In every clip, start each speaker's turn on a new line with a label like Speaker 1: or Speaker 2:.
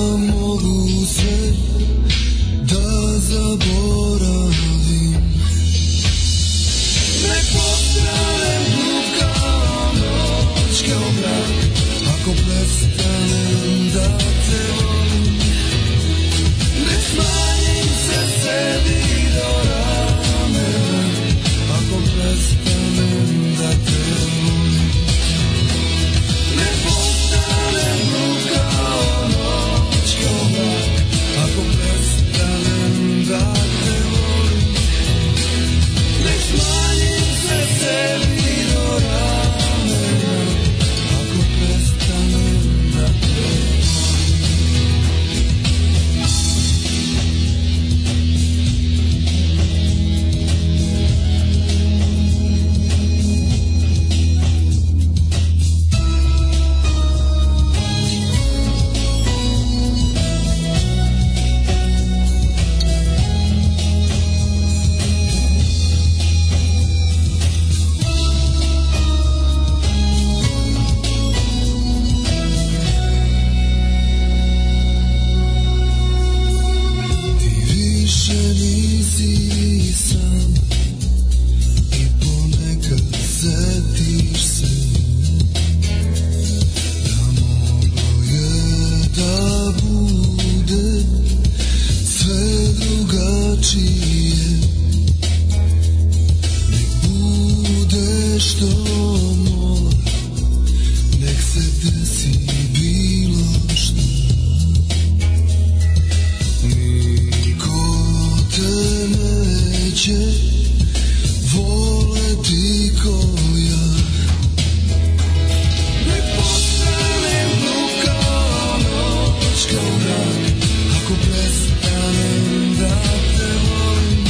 Speaker 1: mogu sve da zaboravim Ne postanem glup kao noć kao mrak Ako prestanem da te volim Ne smanjim se sebi do ramena Ako prestanem da te volim Ne postanem glup kao noć kao mrak Ako prestanem da te volim Ne smanjim se sebi do ramena Ako prestanem da te Ti više nisi sam I ponekad setiš se Da moglo je da bude Sve drugačije Nek bude što mora Nek se desi bilo što Niko te neće voleti ko ja Ne postanem glup kao noć kao mrak Ako prestanem da te volim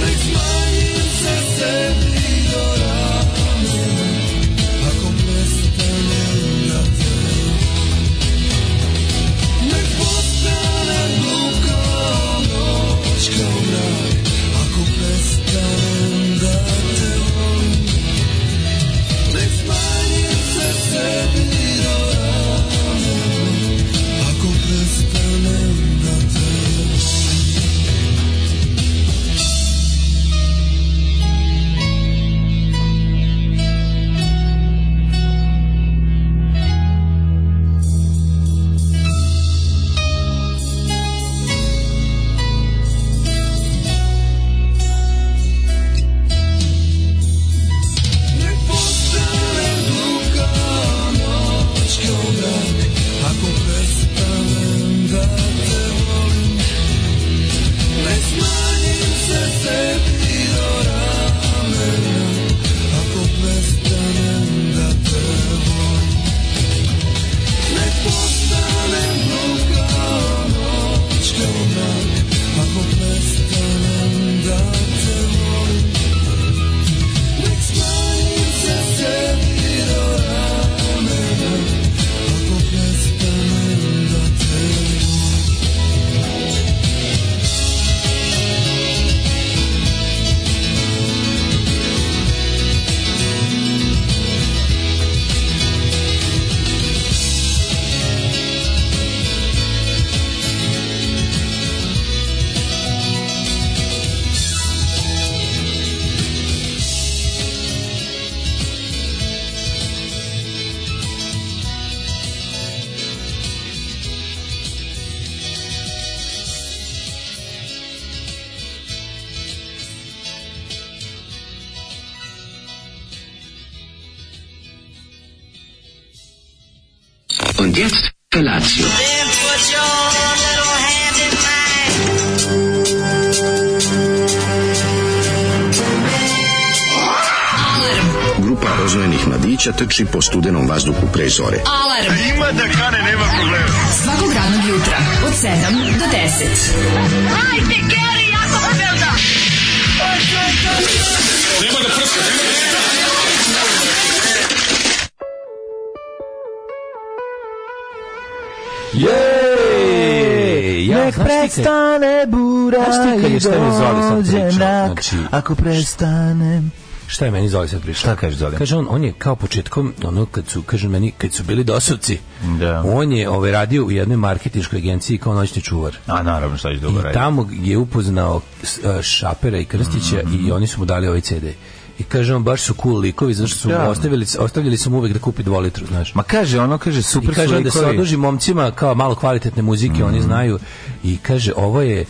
Speaker 1: Ne smanjim se sebi do ramena Ako prestanem da te volim Nek postane glup kao noć, kao mrak, ako prestanem da te volim. Nek smanjim se sebi do ramena, ako prestanem da te volim. Nek postanem glup kao noć, kao mrak, ako prestanem da te volim. Ne smanjim se sebi do ramena, ako prestanem da te volim. Ne postanem glup kao noć, kao mrak, ako prestanem da te volim. Nek smanjim se sebi do ramena, ako prestanem da te volim.
Speaker 2: Und jetzt Felatio.
Speaker 3: Grupa rozvojenih mladića trči po studenom vazduhu pre zore.
Speaker 4: Alarm. Ima da kane, nema problema. Svakog radnog jutra, od 7 do 10. Hajde, Geri, jako belda.
Speaker 5: Jej! Ja, znaš
Speaker 6: Nek
Speaker 5: ti kad-
Speaker 6: prestane bura
Speaker 5: Znaš ti kad
Speaker 6: i
Speaker 5: je Stevan Zoli sad
Speaker 6: dođe
Speaker 5: pričao,
Speaker 6: mrak,
Speaker 5: znači-
Speaker 6: ako prestanem
Speaker 5: Šta je meni Zoli sad prišao?
Speaker 6: Šta kaže Zoli?
Speaker 5: Kaže on, on je kao početkom, ono kad su, kaže meni, kad su bili dosovci,
Speaker 6: Da.
Speaker 5: on je ovaj, radio u jednoj marketinškoj agenciji kao noćni čuvar.
Speaker 6: A naravno, šta ćeš
Speaker 5: I
Speaker 6: drugo raditi?
Speaker 5: tamo je upoznao s- e, Šapera i Krstića
Speaker 6: Mhm.
Speaker 5: i oni su mu dali ovaj CD. I kaže on, baš su cool likovi, zato što su mu
Speaker 6: Da.
Speaker 5: ostavili, ostavljali su mu uvek da kupi dvolitru, znaš.
Speaker 6: Ma kaže, ono kaže,
Speaker 5: I
Speaker 6: super
Speaker 5: kaže
Speaker 6: su
Speaker 5: on da se
Speaker 6: likovi. Mhm.
Speaker 5: oduži momcima kao malo kvalitetne muzike, oni znaju. I kaže, ovo je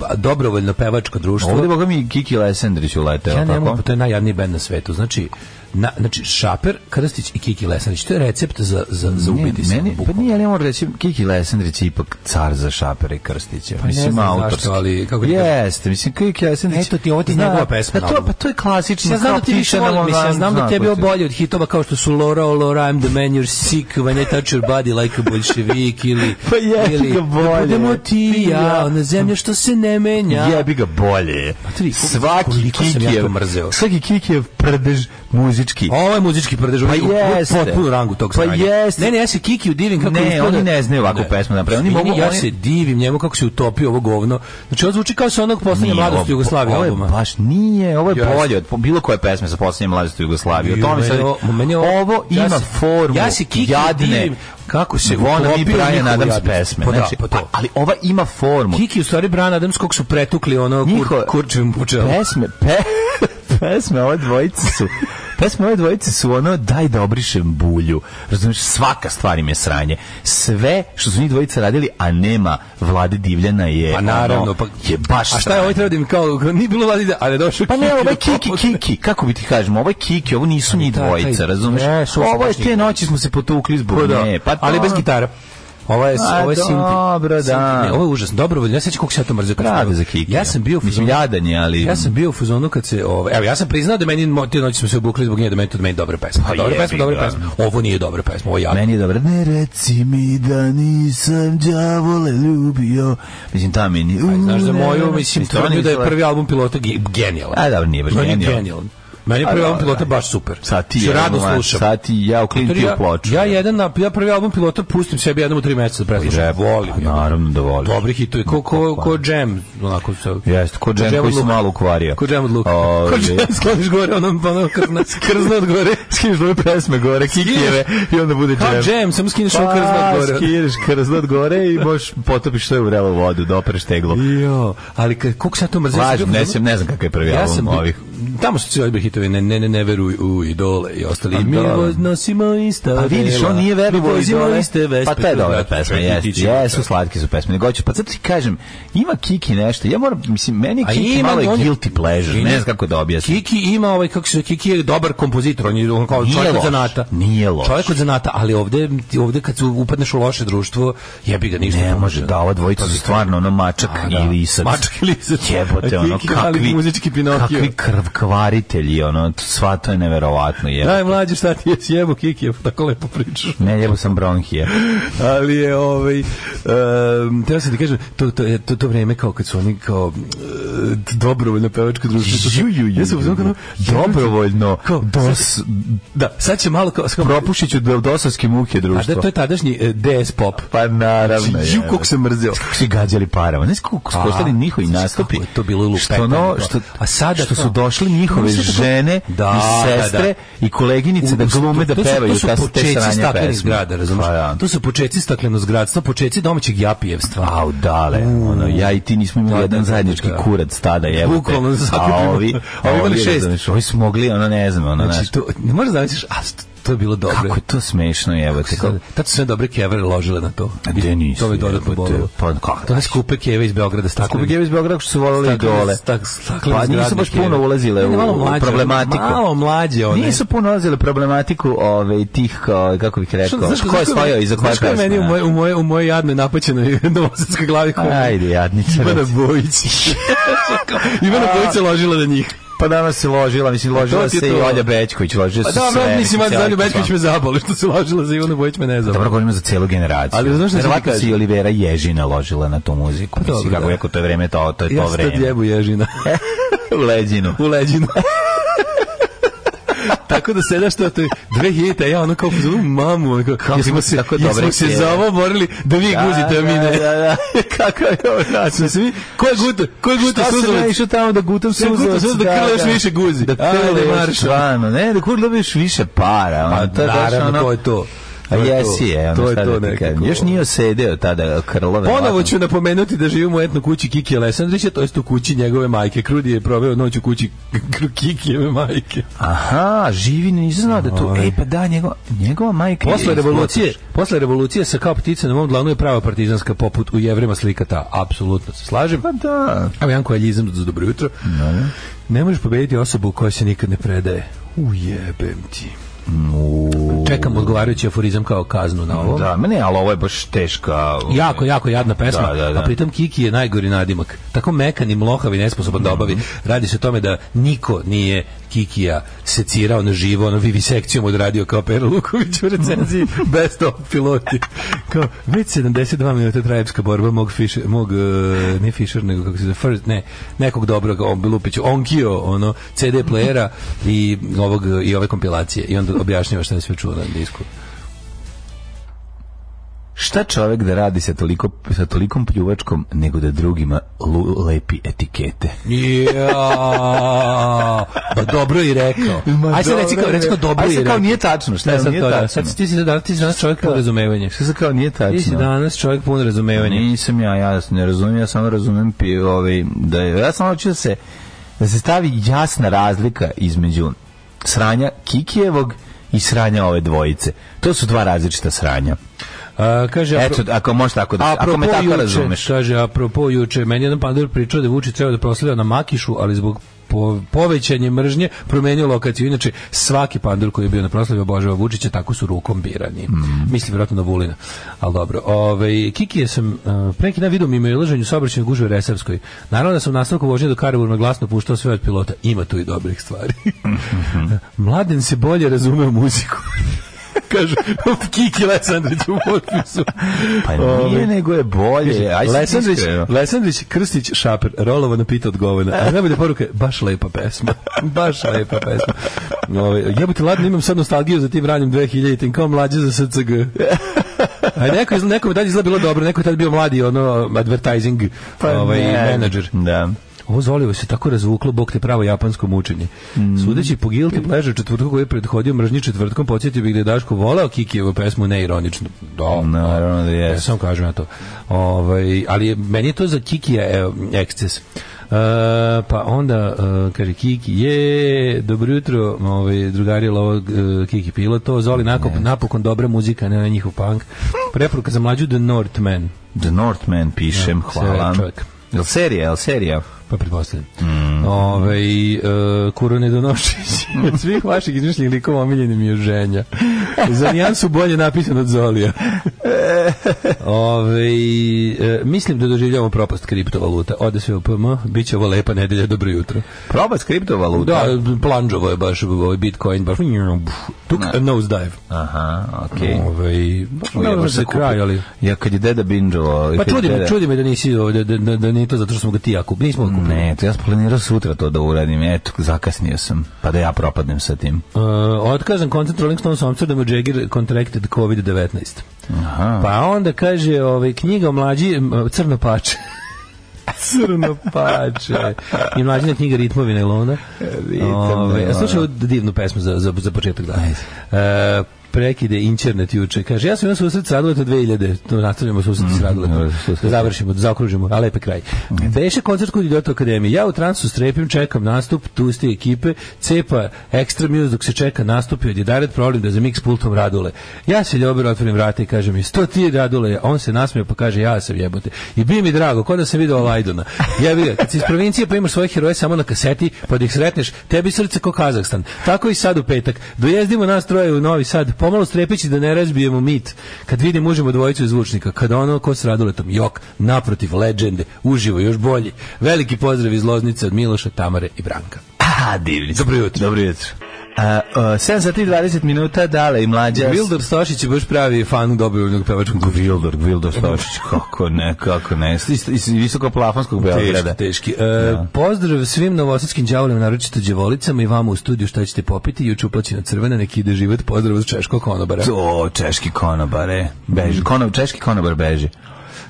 Speaker 5: ba- dobrovoljno pevačko društvo.
Speaker 6: Ovdje, boga mi, Kiki Lesendrić uleteo,
Speaker 5: Ja ne
Speaker 6: tako?
Speaker 5: mogu, pa to je najjadniji bend na svetu. Znači, na, znači Šaper, Krstić i Kiki Lesanić. To je recept za, za, za
Speaker 6: Ne,
Speaker 5: ubiti se.
Speaker 6: meni, pa
Speaker 5: bukvalno.
Speaker 6: nije, ali moram reći, Kiki Lesendrić je ipak car za šapere i krstiće. Pa mislim,
Speaker 5: znam zašto,
Speaker 6: autorski.
Speaker 5: ali kako ti kažem?
Speaker 6: Jeste, mislim, Kiki Lesendrić...
Speaker 5: Eto ti, ovo ti je
Speaker 6: Zna,
Speaker 5: njegova pesma
Speaker 6: Pa
Speaker 5: na
Speaker 6: to,
Speaker 5: albumu.
Speaker 6: pa to je klasično.
Speaker 5: Ja znam
Speaker 6: kao
Speaker 5: da ti više
Speaker 6: ptiča na
Speaker 5: volim, mislim, ja
Speaker 6: volan,
Speaker 5: znam da tebi ovo
Speaker 6: ko ti-
Speaker 5: bolje od hitova kao što su Laura, oh Laura, I'm the man, you're sick, when I touch your body like a bolševik, ili...
Speaker 6: Pa jebi
Speaker 5: ili,
Speaker 6: ga bolje.
Speaker 5: Da budemo ti i ja,
Speaker 6: Ja.
Speaker 5: ona zemlja što se ne menja.
Speaker 6: Jebi ga bolje.
Speaker 5: tri, Pa koliko-
Speaker 6: Svaki
Speaker 5: koliko sam ja to
Speaker 6: Kikijev,
Speaker 5: mrzeo.
Speaker 6: svaki Kikijev prdež muzički.
Speaker 5: Pa Ovo je muzički prdež, ovo je
Speaker 6: Pa
Speaker 5: u- u
Speaker 6: jeste.
Speaker 5: potpunu rangu tog
Speaker 6: Pa
Speaker 5: sranja.
Speaker 6: jeste.
Speaker 5: Ne, ne, ja se Kiki u divim kako...
Speaker 6: Ne,
Speaker 5: uspeo
Speaker 6: oni
Speaker 5: da-
Speaker 6: ne znaju ovakvu pesmu da naprave. Oni
Speaker 5: Izvini,
Speaker 6: mogu-
Speaker 5: ja
Speaker 6: oni-
Speaker 5: se divim njemu kako se utopio ovo govno. Znači, on zvuči kao sa onog poslednje
Speaker 6: Nije,
Speaker 5: mladosti
Speaker 6: ovo-
Speaker 5: Jugoslavije
Speaker 6: ovo je
Speaker 5: albuma.
Speaker 6: Baš nije, ovo je
Speaker 5: Jeste.
Speaker 6: bolje od po- bilo koje pesme sa posljednje mladosti Jugoslavije. O tome
Speaker 5: Ju,
Speaker 6: sad,
Speaker 5: meni ovo- meni ovo-
Speaker 6: ovo
Speaker 5: ja
Speaker 6: ima
Speaker 5: se-
Speaker 6: formu
Speaker 5: ja se Kiki
Speaker 6: jadne,
Speaker 5: divim kako se
Speaker 6: Vona mi
Speaker 5: uklopio
Speaker 6: Brian
Speaker 5: njihovu
Speaker 6: Adams
Speaker 5: jadnost.
Speaker 6: pesme.
Speaker 5: Pa da,
Speaker 6: znači,
Speaker 5: pa to.
Speaker 6: a- ali ova ima formu.
Speaker 5: Kiki u stvari Bran Adams kog su pretukli ono
Speaker 6: Njiho-
Speaker 5: kur, kurčevim pučelom.
Speaker 6: Pesme, pe, pesme ove dvojice su Pesme ove dvojice su ono daj da obrišem bulju. Razumeš, svaka stvar im je sranje. Sve što su njih dvojice radili, a nema Vlade Divljana je
Speaker 5: Pa naravno,
Speaker 6: ono,
Speaker 5: pa
Speaker 6: je baš
Speaker 5: A šta je
Speaker 6: sranje.
Speaker 5: ovaj treba da im kao, kao nije bilo vadida, ali je došao
Speaker 6: Pa ne,
Speaker 5: Kiki
Speaker 6: ovo
Speaker 5: da
Speaker 6: je Kiki,
Speaker 5: poput-
Speaker 6: Kiki, kako bi ti kažem, ovo je Kiki, ovo nisu ni
Speaker 5: taj-
Speaker 6: dvojica,
Speaker 5: taj-
Speaker 6: razumeš?
Speaker 5: Ne, su
Speaker 6: Ovo je
Speaker 5: baš
Speaker 6: te noći smo se potukli zbog
Speaker 5: Pa da,
Speaker 6: nje, pa
Speaker 5: ali bez
Speaker 6: to-
Speaker 5: gitara. Ovo je,
Speaker 6: A,
Speaker 5: ovo je sinti.
Speaker 6: dobro, da.
Speaker 5: Sinti- Ne, ovo je užasno. Dobro, ja sećam kako se ja to mrzio. kad sam
Speaker 6: Prave
Speaker 5: bio-
Speaker 6: za Kiki.
Speaker 5: Ja sam bio u
Speaker 6: Mislim,
Speaker 5: fazonu-
Speaker 6: jadan je, ali...
Speaker 5: Ja sam bio u fuzonu kad se, ovaj, evo ja sam priznao da meni mo- te noći smo se obukli zbog nje da meni to da meni dobra pesma.
Speaker 6: Pa
Speaker 5: Pa dobra
Speaker 6: jebi
Speaker 5: pesma, dobra
Speaker 6: ga.
Speaker 5: pesma. Ovo nije dobra pesma, ovo je jadno.
Speaker 6: Meni je dobro. Ne reci mi da nisam đavole ljubio. Mislim, ta meni...
Speaker 5: Ali znaš da moju, mislim,
Speaker 6: to
Speaker 5: tvrdnju
Speaker 6: oni
Speaker 5: da je
Speaker 6: izgleda-
Speaker 5: prvi album pilota ge- genijalan.
Speaker 6: A, dobro, nije baš
Speaker 5: Meni je
Speaker 6: genijalan.
Speaker 5: Meni je
Speaker 6: A,
Speaker 5: prvi album
Speaker 6: dobro,
Speaker 5: pilota
Speaker 6: da.
Speaker 5: baš super.
Speaker 6: Sad ti
Speaker 5: Što
Speaker 6: je,
Speaker 5: rado
Speaker 6: ono,
Speaker 5: slušam.
Speaker 6: sad ti ja uklinim
Speaker 5: Jer
Speaker 6: ti
Speaker 5: ja-
Speaker 6: u ploču. Pa
Speaker 5: Ja jedan na ja prvi album pilota pustim sebi jednom u 3 meseca da
Speaker 6: I
Speaker 5: preslušam.
Speaker 6: džep.
Speaker 5: Volim.
Speaker 6: A, Naravno da volim.
Speaker 5: Dobri hitovi, ko, ko, ko džem, onako sa...
Speaker 6: pa? Jeste, ko džem
Speaker 5: od
Speaker 6: koji se
Speaker 5: luka.
Speaker 6: malo ukvario.
Speaker 5: Ko džem od luka.
Speaker 6: Ovaj.
Speaker 5: Ko džem skloniš gore, onom, ono, krzna, krzna od gore.
Speaker 6: Skineš ove pesme gore, kikijeve, i onda bude
Speaker 5: Kao
Speaker 6: džem.
Speaker 5: džem, samo skineš ovo krzno
Speaker 6: Pa,
Speaker 5: od gore.
Speaker 6: skineš krzno od gore i možeš potopiš sve u vrelu vodu, dopreš teglo.
Speaker 5: Jo, ali ka- koliko sam ja to mrzio.
Speaker 6: Lažem,
Speaker 5: sam bio-
Speaker 6: ne, sam, ne znam kakav je prvi
Speaker 5: Ja sam
Speaker 6: album
Speaker 5: bio-
Speaker 6: ovih.
Speaker 5: Tamo su cijeli hitovi, ne, ne, ne, ne veruj u idole i ostali.
Speaker 6: A
Speaker 5: mi
Speaker 6: da.
Speaker 5: voz- nosimo ista
Speaker 6: Pa vidiš, on nije verovo
Speaker 5: i
Speaker 6: i dole.
Speaker 5: iste vespe.
Speaker 6: Pa to je
Speaker 5: kroz
Speaker 6: dobra
Speaker 5: vrat.
Speaker 6: pesma,
Speaker 5: Čekaj,
Speaker 6: jeste.
Speaker 5: ti ćeš-
Speaker 6: Jesu, slatke su pesme. Nego hoću, pa zato ti kažem, ima Kiki nešto. Ja moram, mislim, meni
Speaker 5: A
Speaker 6: Kiki
Speaker 5: ima,
Speaker 6: malo je
Speaker 5: on je-
Speaker 6: guilty pleasure. Ne znam kako da objasnim.
Speaker 5: Kiki ima ovaj kako se Kiki je dobar kompozitor, on je on kao
Speaker 6: Nije
Speaker 5: čovjek od
Speaker 6: loš,
Speaker 5: zanata.
Speaker 6: nije loš.
Speaker 5: Čovjek od zanata, ali ovde ovde kad su upadneš u loše društvo, jebi ga ništa.
Speaker 6: Ne može, da, ova dvojica su stvarno ono mačak
Speaker 5: Pa A, da.
Speaker 6: i lisac.
Speaker 5: Mačak i lisac.
Speaker 6: Jebote,
Speaker 5: A
Speaker 6: ono,
Speaker 5: Kiki mali
Speaker 6: kakvi,
Speaker 5: muzički Pinokio.
Speaker 6: kakvi krvkvaritelji, ono, sva to je neverovatno, jebote.
Speaker 5: Daj mlađe šta ti je sjebo Kiki, je tako lepo pričaš.
Speaker 6: Ne, jebo sam bronhije.
Speaker 5: ali je ovaj um, treba se ti kažem to to to, to vreme kao kad su oni kao uh, dobrovoljno pevačko društvo
Speaker 6: Ju, ju, ju,
Speaker 5: Ja sam u fazonu kao, ono,
Speaker 6: ju. Dobrovoljno,
Speaker 5: kao,
Speaker 6: dos,
Speaker 5: da sad će malo kao, kao
Speaker 6: propušit ću do- dosovske muke
Speaker 5: a
Speaker 6: društvo.
Speaker 5: da to je tadašnji eh, DS pop
Speaker 6: Pa naravno.
Speaker 5: Znači, ju,
Speaker 6: je.
Speaker 5: koliko sam mrzeo.
Speaker 6: Kako su gađali parama. Znaš koliko su
Speaker 5: A,
Speaker 6: koštali njihovi
Speaker 5: znaš
Speaker 6: nastupi.
Speaker 5: kako je to bilo lupetanje,
Speaker 6: Što, ono,
Speaker 5: bro.
Speaker 6: što,
Speaker 5: A sada
Speaker 6: što su
Speaker 5: kao-
Speaker 6: došli njihove
Speaker 5: Mislim da to-
Speaker 6: žene
Speaker 5: Da,
Speaker 6: i sestre i koleginice da glume da
Speaker 5: To su-
Speaker 6: pevaju
Speaker 5: to su
Speaker 6: ta te
Speaker 5: počeci
Speaker 6: sranje
Speaker 5: staklenih
Speaker 6: pesme.
Speaker 5: zgrada, razumeš?
Speaker 6: Pa da.
Speaker 5: To su počeci staklenozgradstva, počeci domaćeg japijevstva.
Speaker 6: Au, dale, ono, ja i ti nismo imali
Speaker 5: Da,
Speaker 6: jedan
Speaker 5: da,
Speaker 6: zajednički
Speaker 5: da.
Speaker 6: kurac tada, jebote.
Speaker 5: Bukvalno za svaki
Speaker 6: A
Speaker 5: primjer.
Speaker 6: ovi,
Speaker 5: A ovi imali šest.
Speaker 6: razumeš, Ovi su mogli, ono, ne znam, ono, znaš,
Speaker 5: Znači, to, ne možeš zamisliti, a st- to je bilo dobro.
Speaker 6: kako je to smešno, jebote. kako-
Speaker 5: Tad su sve dobre kevere ložile na to.
Speaker 6: A gde nisu,
Speaker 5: To je dodatno
Speaker 6: jebote,
Speaker 5: bolelo.
Speaker 6: pa kako?
Speaker 5: To je skupe keve iz Beograda staklene.
Speaker 6: Skupi Gevi iz Beograda što su volili dole.
Speaker 5: Stak, stakle
Speaker 6: Pa nisu baš puno ulazile u, u problematiku.
Speaker 5: Malo mlađe one.
Speaker 6: Nisu puno ulazile u problematiku
Speaker 5: ovaj,
Speaker 6: ove, tih, kao, kako bih
Speaker 5: Što-
Speaker 6: rekao,
Speaker 5: znaš
Speaker 6: ko je stojao iza koje
Speaker 5: Znaš ko je meni u moje, u moje, u moje jadnoj napaćenoj novosadskoj glavi? ko-
Speaker 6: Ajde, jadnice.
Speaker 5: Ivana
Speaker 6: reci.
Speaker 5: Bojić. Ivana Bojić se ložila na njih.
Speaker 6: Pa danas se ložila, mislim,
Speaker 5: Pa to
Speaker 6: ložila
Speaker 5: ti je
Speaker 6: se i
Speaker 5: to.
Speaker 6: Olja Bečković, ložila
Speaker 5: Pa
Speaker 6: se sve. pa.
Speaker 5: dobro, mislim,
Speaker 6: cijela
Speaker 5: Ana Zalju
Speaker 6: ekipa.
Speaker 5: Bečković me zaboli što se ložila za Ivanu Bojić, me ne
Speaker 6: Pa
Speaker 5: zaboli.
Speaker 6: Dobro, govorimo za celu generaciju.
Speaker 5: Ali znaš šta ću ti
Speaker 6: Verovatno se
Speaker 5: kažem? Pa
Speaker 6: i Olivera Ježina ložila na tu muziku.
Speaker 5: dobro,
Speaker 6: Mislim, kako
Speaker 5: da.
Speaker 6: jako to je vreme, to, to je to
Speaker 5: Ja sam tad
Speaker 6: vreme.
Speaker 5: jebu ježina.
Speaker 6: U leđinu.
Speaker 5: U leđinu. tako da se da što to je 2000 ja ono kao pozvu mamu, ono kao,
Speaker 6: Kako
Speaker 5: jesmo
Speaker 6: ima
Speaker 5: se,
Speaker 6: tako dobre
Speaker 5: jesmo se
Speaker 6: ideje.
Speaker 5: za ovo borili da vi
Speaker 6: Da,
Speaker 5: guzite, a mi
Speaker 6: da,
Speaker 5: ne.
Speaker 6: da, da.
Speaker 5: Kako je ovo način? Svi, ko je guto, ko je guto
Speaker 6: Šta sam ja
Speaker 5: suzavac?
Speaker 6: išao tamo da gutam
Speaker 5: Ja gutam
Speaker 6: suzavac?
Speaker 5: suzavac da Krle još više guzi.
Speaker 6: Da
Speaker 5: Ajde,
Speaker 6: krle još,
Speaker 5: marš.
Speaker 6: stvarno. Ne, da kurle dobiješ više para. ono,
Speaker 5: Pa,
Speaker 6: to je baš
Speaker 5: naravno,
Speaker 6: ono-
Speaker 5: to je to.
Speaker 6: A
Speaker 5: To je
Speaker 6: jesi
Speaker 5: to.
Speaker 6: je, ono
Speaker 5: To je
Speaker 6: šta
Speaker 5: to
Speaker 6: da ti
Speaker 5: nekako. ono.
Speaker 6: kažem. Još nije osedeo tada krlo.
Speaker 5: Ponovo
Speaker 6: verovatno.
Speaker 5: ću napomenuti da živimo u etno kući Kiki Alessandrića, to jest u kući njegove majke. Krudi je proveo noć u kući Kikijeve majke.
Speaker 6: Aha, živi, nisam znao da tu...
Speaker 5: Ovaj.
Speaker 6: Ej, pa da, njegova, njegova majka je
Speaker 5: Posle
Speaker 6: iz
Speaker 5: revolucije,
Speaker 6: Potoša.
Speaker 5: posle revolucije sa kao ptica na mom dlanu je prava partizanska poput u jevrima slika ta. Apsolutno se slažem.
Speaker 6: Pa da.
Speaker 5: Evo jedan koalizam za dobro jutro. Ne možeš pobediti osobu koja se nikad ne predaje. Ujebem ti. Čekam odgovarajući aforizam kao kaznu na ovo.
Speaker 6: Da, mene, ali ovo je baš teška...
Speaker 5: Jako, jako jadna pesma,
Speaker 6: Da, da, da.
Speaker 5: a pritom Kiki je najgori nadimak. Tako mekan i mlohav i nesposoban da
Speaker 6: Mhm.
Speaker 5: obavi. Radi se o tome da niko nije Kikija secirao na živo, ono vivisekcijom odradio kao Pero Luković u recenziji best of piloti. Kao, već 72 minuta traje epska borba mog, Fischer, mog e, ne Fischer, nego kako se zove, first, ne, nekog dobrog, on Lupić, Onkio, ono, CD playera i, ovog, i ove kompilacije. I onda objašnjava šta je sve čuo na disku.
Speaker 6: Šta čovek da radi sa, toliko, sa tolikom pljuvačkom nego da drugima lu, lepi etikete?
Speaker 5: Ja, pa dobro i rekao.
Speaker 6: Ma
Speaker 5: Aj sad reci
Speaker 6: dobro
Speaker 5: kao,
Speaker 6: je
Speaker 5: reci kao
Speaker 6: rekao.
Speaker 5: dobro
Speaker 6: Aj
Speaker 5: i
Speaker 6: sad
Speaker 5: rekao.
Speaker 6: kao nije tačno, šta
Speaker 5: Ne,
Speaker 6: je,
Speaker 5: sad
Speaker 6: nije
Speaker 5: to, da.
Speaker 6: tačno.
Speaker 5: Sad ti si danas, ti si danas čovjek pun razumevanja.
Speaker 6: Šta se kao nije
Speaker 5: Ti si
Speaker 6: tačno?
Speaker 5: danas čovjek pun razumevanja.
Speaker 6: Nisam ja, ja ne razumijem, ja samo razumem pi, ovaj, da je, ja samo hoću da se, da se stavi jasna razlika između sranja Kikijevog i sranja ove dvojice. To su dva različita sranja.
Speaker 5: A, kaže, a
Speaker 6: Eto, ako možeš tako da,
Speaker 5: apropo
Speaker 6: ako me tako
Speaker 5: juče,
Speaker 6: razumeš.
Speaker 5: Kaže, apropo juče, meni je jedan pandur pričao da je Vučić treba da proslavlja na Makišu, ali zbog po, povećanje mržnje promenio lokaciju. Inače, svaki pandur koji je bio na proslavi obožava Vučića, tako su rukom birani.
Speaker 6: Mm.
Speaker 5: Mislim, vjerojatno na Vulina. Ali dobro. Ove, Kiki je sam uh, preki dan vidio mimo ilaženju saobraćenja gužve u Resavskoj. Naravno da sam u nastavku vožnje do Karabur glasno puštao sve od pilota. Ima tu i dobrih stvari. Mladen se bolje razume u muziku. kaže Kiki Lesandrić u potpisu.
Speaker 6: Pa nije,
Speaker 5: Ove,
Speaker 6: nego je bolje. E, Aj, sad
Speaker 5: Ovaj, Lesandrić,
Speaker 6: iskreno.
Speaker 5: Lesandrić Krstić Šaper, rolovana pita od govana. A najbolja poruka je, baš lepa pesma. baš lepa pesma. Ove, jebote, ladno, imam sad nostalgiju za tim ranim 2000-im, kao mlađe za SCG. A neko, iz- neko je tad izgleda bilo dobro, neko je tad bio mladi, ono, advertising ovaj,
Speaker 6: Pa ne.
Speaker 5: menadžer.
Speaker 6: Da.
Speaker 5: Ovo Zolivo se tako razvuklo, bog te pravo japansko mučenje.
Speaker 6: Mm.
Speaker 5: Sudeći po Guilty Pleasure četvrtku koji je prethodio mržnji četvrtkom, podsjetio bih da je Daško voleo Kikijevu pesmu neironično. Da,
Speaker 6: Pa, Naravno da
Speaker 5: ja
Speaker 6: jeste.
Speaker 5: sam E, kažem na to. Ovaj, ali je- meni je to za Kikija e, eksces. E, pa onda e, kaže Kiki je dobro jutro ovaj drugari lovog e, Kiki Piloto Zoli nakon, napokon dobra muzika ne na njihov punk preporuka za mlađu The Northman
Speaker 6: The Northman pišem,
Speaker 5: Ja,
Speaker 6: hvala.
Speaker 5: sve čovjek.
Speaker 6: Jel serija, jel serija?
Speaker 5: pa pretpostavljam. Ove, i, e, Kuro Nedonošić. Od svih vaših izmišljenih likova omiljeni mi je ženja. Za nijansu bolje napisan od Zolija. Ove, i, e, mislim da doživljavamo propast kriptovaluta. Ode sve u PM, bit će ovo lepa nedelja, dobro jutro.
Speaker 6: Proba s kriptovaluta.
Speaker 5: Da, planđovo je baš ovaj Bitcoin, baš tuk a nose dive.
Speaker 6: Aha, okej.
Speaker 5: Ove, i, baš
Speaker 6: Ujebo,
Speaker 5: dobro
Speaker 6: sad
Speaker 5: za kraj,
Speaker 6: Pa kupi-
Speaker 5: ali...
Speaker 6: Ja kad je deda binđovao...
Speaker 5: Pa
Speaker 6: kad je
Speaker 5: čudi me,
Speaker 6: deda-
Speaker 5: čudi me da nisi ovdje, da, da, da nije to zato što smo ga ti ja kupili. Nismo ga kupili.
Speaker 6: Ne, to ja sam planirao sutra to da uradim, eto, zakasnio sam, pa da ja propadnem sa tim.
Speaker 5: Uh, otkazan koncert Rolling Stones u Amsterdamu Jagger contracted COVID-19.
Speaker 6: Aha.
Speaker 5: Pa onda kaže ovaj, knjiga o mlađi m, Crno pače. crno pače. I mlađina knjiga Ritmovi nailona. Ovaj, a Slušaj ovu divnu pesmu za, za, za početak dana. E, prekide internet juče. Kaže, ja sam imao susret s Raduleta 2000. To nastavljamo susret s Raduletom. Da završimo, da zaokružimo, a lepe kraj. Beše koncert kod Idiota Akademije. Ja u transu strepim, čekam nastup, tu ste ekipe, cepa ekstra muse dok se čeka nastup i odjedaret problem da za mix pultom Radule. Ja se ljober otvorim vrata i kažem mi, sto ti Radule, a on se nasmije pa kaže, ja sam jebote. I bi mi drago, kod da sam video Lajdona. Ja bih, kad si iz provincije pa imaš svoje heroje samo na kaseti, pa da ih sretneš, tebi srce ko Kazakstan. Tako i sad u petak. Dojezdimo nas troje u Novi Sad, pomalo strepeći da ne razbijemo mit. Kad vidim užimo dvojicu iz zvučnika, kad ono ko s radoletom, jok, naprotiv, legende, uživo, još bolji. Veliki pozdrav iz Loznice od Miloša, Tamare i Branka.
Speaker 6: A, divni. Dobro jutro. Dobro jutro. 7 sati i 20 minuta, dale i mlađa.
Speaker 5: Vildor Stošić je baš pravi fan dobivnog pevačkog duša.
Speaker 6: Vildor, Vildor Stošić, kako ne, kako ne. Iz, iz visokoplafonskog Beograda.
Speaker 5: Teški, teški. E, Pozdrav svim novosadskim đavolima, naročito đavolicama i vama u studiju šta ćete popiti. Juče uplaćena crvena, neki ide život. Pozdrav od češkog konobara.
Speaker 6: To, češki konobare. Beži. Konob, češki konobar beži.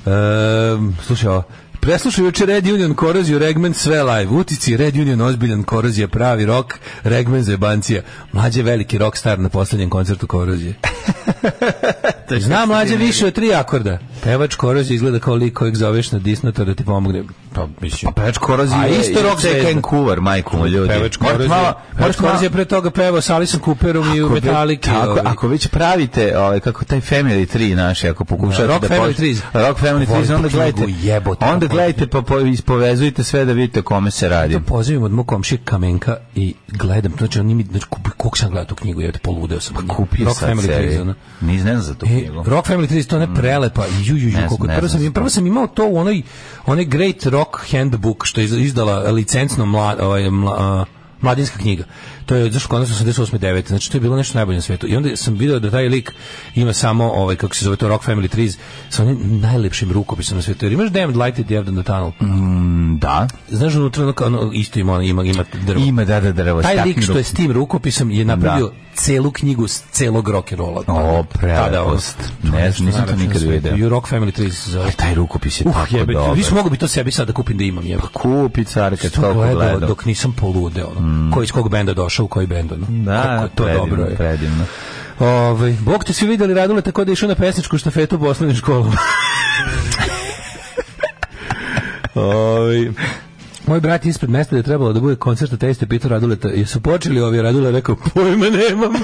Speaker 5: Ehm, slušaj ovo. Preslušaj juče Red Union koroziju, Regmen sve live. Utici Red Union ozbiljan korozija, pravi rok, Regmen za jebancija. Mlađe veliki rock star na poslednjem koncertu korozije. Zna mlađe više od tri akorda. Pevač korozije izgleda kao lik kojeg zoveš na disnotor da ti pomogne. Pa, mislim.
Speaker 6: Pevač Korozi
Speaker 5: A
Speaker 6: je
Speaker 5: isto
Speaker 6: isto
Speaker 5: rock
Speaker 6: rok za
Speaker 5: zvezda.
Speaker 6: Vancouver, majku mu ljudi.
Speaker 5: Pevač
Speaker 6: Morate
Speaker 5: korozije.
Speaker 6: malo-
Speaker 5: Pevač
Speaker 6: morate malo-
Speaker 5: korozije pre toga pevao sa Alisom Cooperom i u
Speaker 6: Ako ve-
Speaker 5: Metallici.
Speaker 6: Tako,
Speaker 5: ovaj.
Speaker 6: ako već pravite ovaj, kako taj Family 3 naš, ako pokušate
Speaker 5: Da, Rock
Speaker 6: da
Speaker 5: Family
Speaker 6: poš-
Speaker 5: Trees.
Speaker 6: Rock Family 3,
Speaker 5: Volim
Speaker 6: onda
Speaker 5: tu knjigu,
Speaker 6: gledajte,
Speaker 5: jebote,
Speaker 6: onda
Speaker 5: kako
Speaker 6: gledajte pa po, ispovezujte sve da vidite o kome se radi.
Speaker 5: Ja pozivim od mog komšije Kamenka i gledam, znači on mi, znači, kupi- koliko sam gledao tu knjigu, jebote, poludeo sam.
Speaker 6: Kupio
Speaker 5: pa, Rock
Speaker 6: sam
Speaker 5: Family Trees,
Speaker 6: sebi.
Speaker 5: ono.
Speaker 6: Ni znam za tu
Speaker 5: E,
Speaker 6: knjigu.
Speaker 5: Rock Family 30, to je ona prelepa. Ju, ju, ju,
Speaker 6: Mm. Ne
Speaker 5: koliko,
Speaker 6: znam, ne
Speaker 5: prvo,
Speaker 6: znam
Speaker 5: sam, prvo sam imao to u onoj, onoj Great Rock Handbook, što je iz- izdala licencno mla, ovaj, mla, a, mladinska knjiga. To je zašto kod nas 88. 9. Znači to je bilo nešto najbolje na svetu. I onda sam video da taj lik ima samo ovaj kako se zove to Rock Family Trees sa onim najlepšim rukopisom na svetu. Jer imaš Damned Lighted Devil in the Tunnel.
Speaker 6: Mm. Da.
Speaker 5: Znaš unutra ono, kao ono, isto ima ono, ima ima drvo.
Speaker 6: Ima da da drvo.
Speaker 5: taj
Speaker 6: Pa stakni
Speaker 5: lik što je s tim rukopisom je napravio celu knjigu s celog rock and rolla.
Speaker 6: O, prelepost. Ne znam, nisam to nikad video.
Speaker 5: You Rock Family Trees se zove.
Speaker 6: ruku- Taj rukopis je
Speaker 5: Uh,
Speaker 6: tako
Speaker 5: jebe,
Speaker 6: dobar.
Speaker 5: više mogu bi to sebi sad da kupim da imam, jebe.
Speaker 6: Kupi car kad
Speaker 5: To
Speaker 6: to
Speaker 5: gledao
Speaker 6: gledao.
Speaker 5: dok nisam poludeo. Ono. Ko iz kog benda došao, u koji bend. Ono.
Speaker 6: Da,
Speaker 5: Kako to
Speaker 6: predivno,
Speaker 5: dobro je.
Speaker 6: predivno.
Speaker 5: Ovaj, Bog te svi videli Radule tako da je išao na pesničku štafetu u osnovnim školama. Ovaj, Moj brat je ispred mesta da je trebalo da bude koncert, a taj ste pitao Raduleta, jesu počeli ovi Radule, rekao, pojma nemam.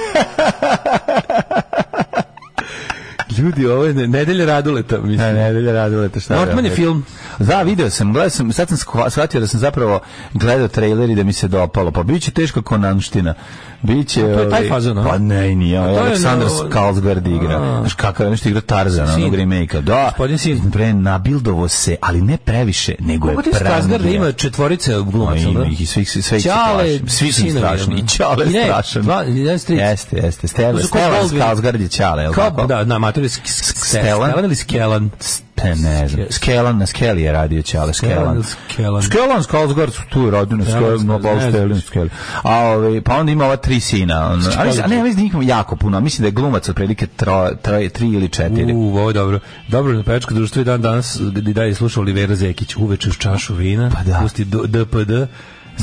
Speaker 5: Ljudi, ovo je ne- nedelja Raduleta,
Speaker 6: Na
Speaker 5: mislim.
Speaker 6: nedelje radile te šta.
Speaker 5: Nortman je
Speaker 6: radile.
Speaker 5: film.
Speaker 6: Da, video sam, gledao sam, sad sam shva- shvatio da sam zapravo gledao trailer i da mi se dopalo. Pa biće teško konanština. Biće...
Speaker 5: je taj
Speaker 6: ovaj,
Speaker 5: fazon, a?
Speaker 6: Pa ne, nije.
Speaker 5: to je
Speaker 6: Aleksandar
Speaker 5: ono-
Speaker 6: Skarsgård igra. Znaš kakav je nešto igra Tarzana,
Speaker 5: Sin.
Speaker 6: onog remake-a. Da,
Speaker 5: Gospodin Sin.
Speaker 6: Bre, nabildovo se, ali ne previše, nego je
Speaker 5: Kako ti
Speaker 6: pravno.
Speaker 5: Skarsgård ima četvorice
Speaker 6: Ma,
Speaker 5: glumaca,
Speaker 6: ima
Speaker 5: da?
Speaker 6: ih i svih se sve ih se
Speaker 5: Ćale,
Speaker 6: plašim. Svi su
Speaker 5: sinovi,
Speaker 6: strašni.
Speaker 5: ono.
Speaker 6: I Ćale je
Speaker 5: I ne,
Speaker 6: strašan.
Speaker 5: dva- jedan stric.
Speaker 6: Jeste, jeste. Stella,
Speaker 5: To su kao
Speaker 6: Stella
Speaker 5: Baldwin.
Speaker 6: Skarsgård je Ćale, je li
Speaker 5: Kao,
Speaker 6: tako?
Speaker 5: da, na, mater je sk- sk-
Speaker 6: Stelan?
Speaker 5: Stelan ili Skelan?
Speaker 6: Ste, ne znam. Skelan na Skeli je radio Ćale Skelan.
Speaker 5: Skelan.
Speaker 6: Skelan Skalsgard su tu rodili na
Speaker 5: Skelan,
Speaker 6: Skelan, na Bal
Speaker 5: ne znam.
Speaker 6: Skelan, Skelan. A ovaj pa onda ima ova tri sina. ono. A mislim- a ne, mislim da njih ima jako puno. a Mislim da je glumac otprilike tro- troje, tri ili četiri.
Speaker 5: U, ovo je dobro. Dobro, na pevačko društvo i dan danas i dalje sluša Olivera Zekić uveče uz čašu vina,
Speaker 6: Pa da.
Speaker 5: pusti D- DPD,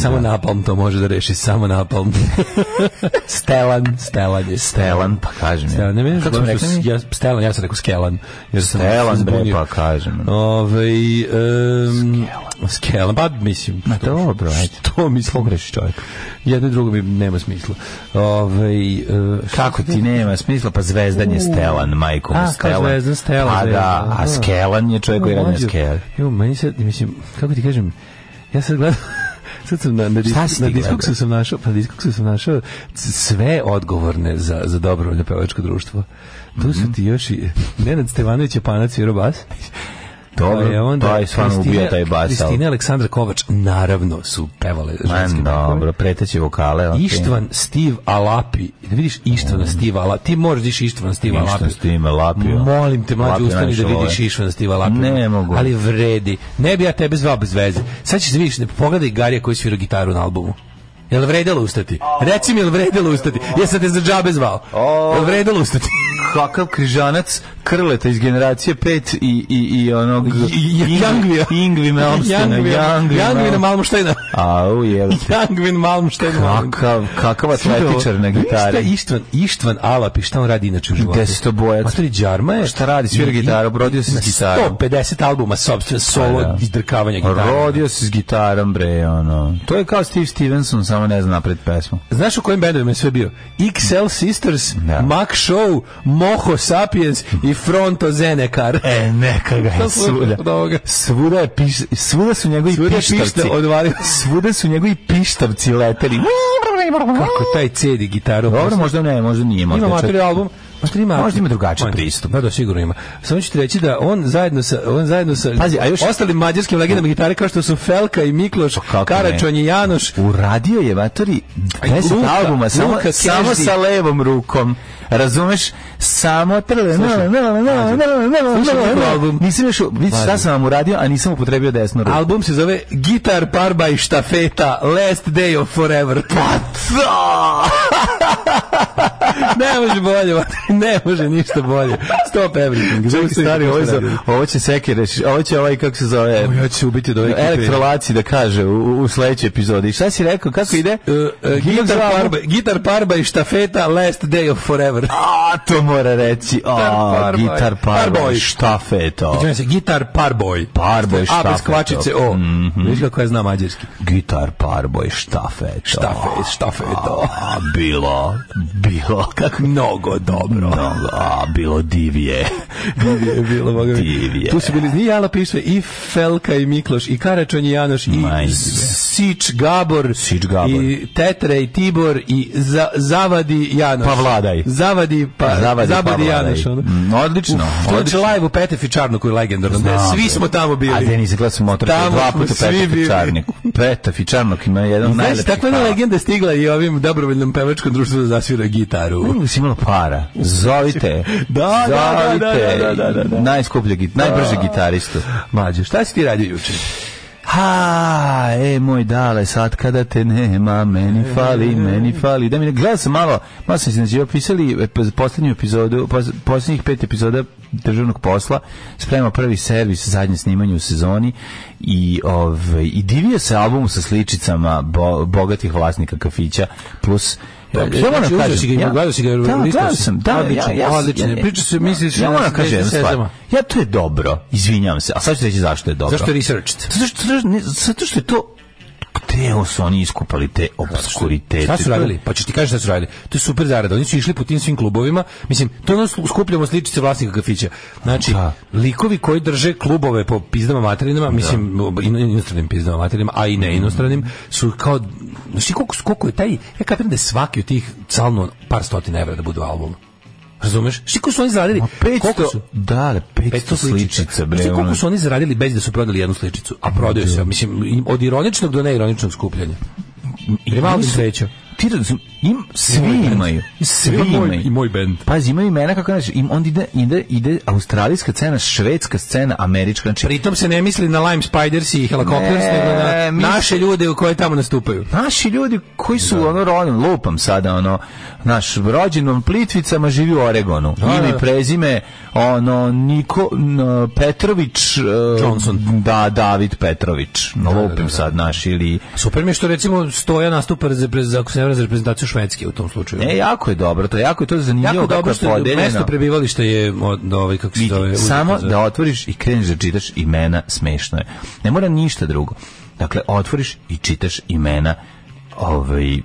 Speaker 5: samo napalm to može da reši, samo napalm. Stelan, Stelan je.
Speaker 6: Stelan, pa kažem ja.
Speaker 5: Stelan, ne meni
Speaker 6: Kako smo rekli? mi?
Speaker 5: ja, Stelan, ja sam rekao Skelan. Jer sam
Speaker 6: Stelan,
Speaker 5: se
Speaker 6: bre,
Speaker 5: zbunio.
Speaker 6: pa kažem.
Speaker 5: Ovaj em, Skelan, pa mislim.
Speaker 6: Ma dobro, ajde.
Speaker 5: To mislim reši čovjek. Jedno i drugo mi nema smisla. Ovaj e, šta
Speaker 6: Kako ti nema smisla, pa Zvezdan je Stelan, majkom
Speaker 5: A, kao
Speaker 6: Stelan.
Speaker 5: Zvezdan Stelan,
Speaker 6: Pa da,
Speaker 5: Zvezdan,
Speaker 6: a
Speaker 5: da.
Speaker 6: Skelan je čovjek koji radi na
Speaker 5: Mlađo,
Speaker 6: Skeli.
Speaker 5: Jo, meni se, mislim, kako ti kažem, ja sad gledam, sad sam na, na, dis,
Speaker 6: Šta si
Speaker 5: na
Speaker 6: ti gledao?
Speaker 5: diskoksu sam našao, pa na diskoksu sam našao c- sve odgovorne za, za dobrovoljno pevačko društvo. Tu
Speaker 6: Mhm.
Speaker 5: su ti još i Nenad Stevanović je panac i robas.
Speaker 6: Dobro,
Speaker 5: Pa je onda
Speaker 6: taj stvarno
Speaker 5: Kristina-
Speaker 6: ubija taj bas. ali-
Speaker 5: Kristina i Aleksandra Kovač, naravno, su pevale
Speaker 6: Ma,
Speaker 5: ženske bendove.
Speaker 6: dobro, preteći vokale. okej.
Speaker 5: Ištvan Steve Alapi. Da vidiš Ištvana Steve Alapi. Ti moraš da iš Ištvan Steve
Speaker 6: Ištvan
Speaker 5: Alapi.
Speaker 6: Steve Alapio.
Speaker 5: Molim te, mlađe,
Speaker 6: Alapio
Speaker 5: ustani da
Speaker 6: najviše
Speaker 5: vidiš
Speaker 6: vole.
Speaker 5: Ištvan Steve Alapi.
Speaker 6: Ne mogu.
Speaker 5: Ali vredi. Ne bi ja tebe zvao bez veze. Sad ćeš da vidiš, ne, pogledaj Garija koji svira gitaru na albumu. Jel vredelo ustati? Reci mi jel vredelo ustati? Jesam te za džabe zvao.
Speaker 6: O.
Speaker 5: Jel vredelo ustati?
Speaker 6: kakav križanac krleta iz generacije 5 i, i, i onog
Speaker 5: I- i- Youngvija.
Speaker 6: Ingvi Malmstena
Speaker 5: Jangvina Malmštajna.
Speaker 6: Au jebe
Speaker 5: Jangvin Malmštajna.
Speaker 6: kakav kakav atletičar na
Speaker 5: Znaš Šta je
Speaker 6: gitari
Speaker 5: Ištvan, Ištvan Alapi, šta on radi inače u životu?
Speaker 6: Desetobojac.
Speaker 5: Matori Đarma je.
Speaker 6: Šta radi? Svira
Speaker 5: I- i-
Speaker 6: gitaru, rodio se s
Speaker 5: na
Speaker 6: gitarom.
Speaker 5: 150 albuma sobstveno solo
Speaker 6: Pa da.
Speaker 5: i drkavanja gitara.
Speaker 6: rodio se s gitarom bre ono to je kao Steve Stevenson samo ne zna napred pesmu
Speaker 5: Znaš u kojim bendovima je sve bio? XL Sisters,
Speaker 6: Da.
Speaker 5: Mac Show, Moho Sapiens i Fronto Zenekar.
Speaker 6: e neka ga je
Speaker 5: To slušam
Speaker 6: svuda
Speaker 5: od ovoga.
Speaker 6: svuda je piš, svuda su njegovi
Speaker 5: Svuda je
Speaker 6: pištavci
Speaker 5: pišta odvalio.
Speaker 6: svuda su njegovi pištavci leteli
Speaker 5: Kako taj CD gitaru.
Speaker 6: dobro možda ne možda nije možda
Speaker 5: Ima
Speaker 6: je čak-
Speaker 5: materij album Možda ima,
Speaker 6: Možda ima drugačiji pristup.
Speaker 5: Da, da, sigurno ima. Samo ću ti reći da on zajedno sa, on zajedno sa
Speaker 6: Pazi, a još- Pa
Speaker 5: ostalim mađarskim legendama gitare kao što su Felka i Mikloš,
Speaker 6: kako
Speaker 5: Karačon
Speaker 6: ne?
Speaker 5: i Janoš,
Speaker 6: Uradio je Vatori 10
Speaker 5: Luka,
Speaker 6: albuma samo,
Speaker 5: Luka
Speaker 6: samo
Speaker 5: Keždi.
Speaker 6: sa levom rukom. Razumeš? Samo trle, na, na, na, na, na, na, na,
Speaker 5: Slušaj
Speaker 6: na,
Speaker 5: njihov
Speaker 6: na.
Speaker 5: album.
Speaker 6: Nisam još, vidi šta sam vam uradio, a nisam upotrebio desnu ruku.
Speaker 5: album se zove Gitar Parba i Štafeta, Last Day of Forever.
Speaker 6: Pa Da!
Speaker 5: ne može bolje, vat, ne može ništa bolje. Stop everything.
Speaker 6: Čekaj,
Speaker 5: Zaustavi
Speaker 6: stari,
Speaker 5: kako
Speaker 6: ovo, je
Speaker 5: se
Speaker 6: za-
Speaker 5: radi.
Speaker 6: ovo će seke reći, ovo će ovaj, kako se zove,
Speaker 5: O, ja ću se ubiti od ove ekipe.
Speaker 6: elektrolaci da kaže u, u sledećoj epizodi. Šta si rekao, kako ide?
Speaker 5: E, e,
Speaker 6: Kako se
Speaker 5: gitar,
Speaker 6: zove?
Speaker 5: parba, gitar parba i štafeta Last Day of Forever.
Speaker 6: A, to mora reći. A,
Speaker 5: Parboy.
Speaker 6: gitar parboj,
Speaker 5: Parboy.
Speaker 6: štafe to.
Speaker 5: Izvinjavam se, gitar Parboy.
Speaker 6: Pa. Parboy,
Speaker 5: A bez
Speaker 6: štafeta. Mhm.
Speaker 5: kvačice O. Viš kako ja znam mađarski.
Speaker 6: Gitar parboj, štafe to.
Speaker 5: Štafe, štafe to.
Speaker 6: A, bilo, bilo, kako
Speaker 5: Mnogo dobro.
Speaker 6: mnogo, a, bilo divije.
Speaker 5: Divije je bilo, boga mi.
Speaker 6: Divije.
Speaker 5: Tu su bili ni Jala Pišve, i Felka, i Mikloš, i Karačan, i Janoš, i
Speaker 6: Majke.
Speaker 5: Sič Gabor,
Speaker 6: Sič Gabor.
Speaker 5: i Tetre, i Tibor, i Za- Zavadi Janoš.
Speaker 6: Pa vladaj.
Speaker 5: Zavadi, pa,
Speaker 6: Zavadi,
Speaker 5: Zavadi,
Speaker 6: pa vladaj.
Speaker 5: Janoš. ono.
Speaker 6: Mm, odlično,
Speaker 5: Uf, to je
Speaker 6: odlično.
Speaker 5: live u Petefi Čarnoku je legendarno.
Speaker 6: Znam,
Speaker 5: Svi
Speaker 6: bre.
Speaker 5: smo tamo bili.
Speaker 6: A Denis glasom motor
Speaker 5: Tamo
Speaker 6: dva
Speaker 5: smo
Speaker 6: puta
Speaker 5: svi
Speaker 6: Peta
Speaker 5: bili.
Speaker 6: Fičarnik. Peta Fičarnik ima jedan
Speaker 5: I Znaš,
Speaker 6: najlepši.
Speaker 5: takva jedna legenda stigla i ovim dobrovoljnom pevačkom društvu da zasvira gitaru.
Speaker 6: si imala para. Zovite.
Speaker 5: Da, da, da, da,
Speaker 6: Zovite
Speaker 5: da, da, da, da.
Speaker 6: Najskuplje, git- najbrže gitaristu.
Speaker 5: Mađo, šta si ti radio juče?
Speaker 6: Ha, e, moj dale, sad kada te nema, meni fali, meni fali. Da mi gledao sam malo, malo sam se nađeo, pisali e, pos- posljednju epizodu, pos- posljednjih pet epizoda državnog posla, sprema prvi servis, zadnje snimanje u sezoni i, ove, i divio se albumu sa sličicama bo- bogatih vlasnika kafića, plus e,
Speaker 5: Pa,
Speaker 6: Ja
Speaker 5: znači,
Speaker 6: moram
Speaker 5: uzeo
Speaker 6: kažem,
Speaker 5: si ga i
Speaker 6: ja-
Speaker 5: pogledao si ga,
Speaker 6: Da,
Speaker 5: listao
Speaker 6: gledao
Speaker 5: si.
Speaker 6: sam, da,
Speaker 5: Odlično,
Speaker 6: ja, ja,
Speaker 5: odlično.
Speaker 6: ja-
Speaker 5: Priča se, misliš, ono
Speaker 6: ja
Speaker 5: na
Speaker 6: moram kažem jednu
Speaker 5: Zvezdnim
Speaker 6: stvar.
Speaker 5: sezama.
Speaker 6: Ja, to je dobro, izvinjavam se, a sad ću reći zašto je dobro.
Speaker 5: Zašto je researched?
Speaker 6: Pa Zato što, zato što- ne, zato što je to Teo su oni iskupali te obskuritete.
Speaker 5: Šta su radili? Pa ću ti kažem šta su radili. To je super zarada. Oni su išli po tim svim klubovima. Mislim, to je ono slu- skupljamo sličice vlasnika kafića. Znači,
Speaker 6: Da.
Speaker 5: likovi koji drže klubove po pizdama materinama, mislim, in- inostranim pizdama materinama, a i
Speaker 6: Mm.
Speaker 5: ne inostranim, su kao, znači, koliko, su- koliko je taj, ja kapiram da je svaki od tih calno par stotina evra da budu album. Razumeš? Šti koji su oni zaradili?
Speaker 6: Ma
Speaker 5: Koliko
Speaker 6: 500,
Speaker 5: su?
Speaker 6: Pa da, le, 500,
Speaker 5: 500
Speaker 6: sličica, bre.
Speaker 5: Znaš ti
Speaker 6: ono.
Speaker 5: koliko su oni zaradili bez da su prodali jednu sličicu? A prodaju se, mislim, im- od ironičnog do neironičnog skupljanja.
Speaker 6: I
Speaker 5: Prema
Speaker 6: oni
Speaker 5: album
Speaker 6: su-
Speaker 5: sreća.
Speaker 6: Ti razum, im, svi
Speaker 5: moj bend.
Speaker 6: imaju, svi
Speaker 5: I moj-
Speaker 6: imaju.
Speaker 5: i moj bend.
Speaker 6: Pazi, imaju imena kako kažeš, im onda ide, ide, ide australijska scena, švedska scena, američka, znači
Speaker 5: Pritom se ne misli na Lime Spiders i Helicopters,
Speaker 6: Ne,
Speaker 5: nego na
Speaker 6: misli-
Speaker 5: naše ljude u koje tamo nastupaju.
Speaker 6: naši ljudi koji su ono rođen lupam sada ono naš rođenom plitvicama živi u Oregonu ime i
Speaker 5: da.
Speaker 6: prezime ono Niko n- Petrović e,
Speaker 5: Johnson.
Speaker 6: da David Petrović no lupim sad naš ili
Speaker 5: Super mi je što recimo stoja nastupa za, za, ako se ne varam, za reprezentaciju Švedske u tom slučaju.
Speaker 6: e jako je dobro to jako je to zanimljivo
Speaker 5: jako
Speaker 6: kako
Speaker 5: dobro
Speaker 6: je
Speaker 5: što je
Speaker 6: podeljeno.
Speaker 5: mesto prebivališta je od ovaj kako se
Speaker 6: Vidi,
Speaker 5: zove.
Speaker 6: samo
Speaker 5: uzeta za-
Speaker 6: da otvoriš i kreneš da čitaš imena, smešno je. Ne mora ništa drugo. Dakle, otvoriš i čitaš imena ovaj,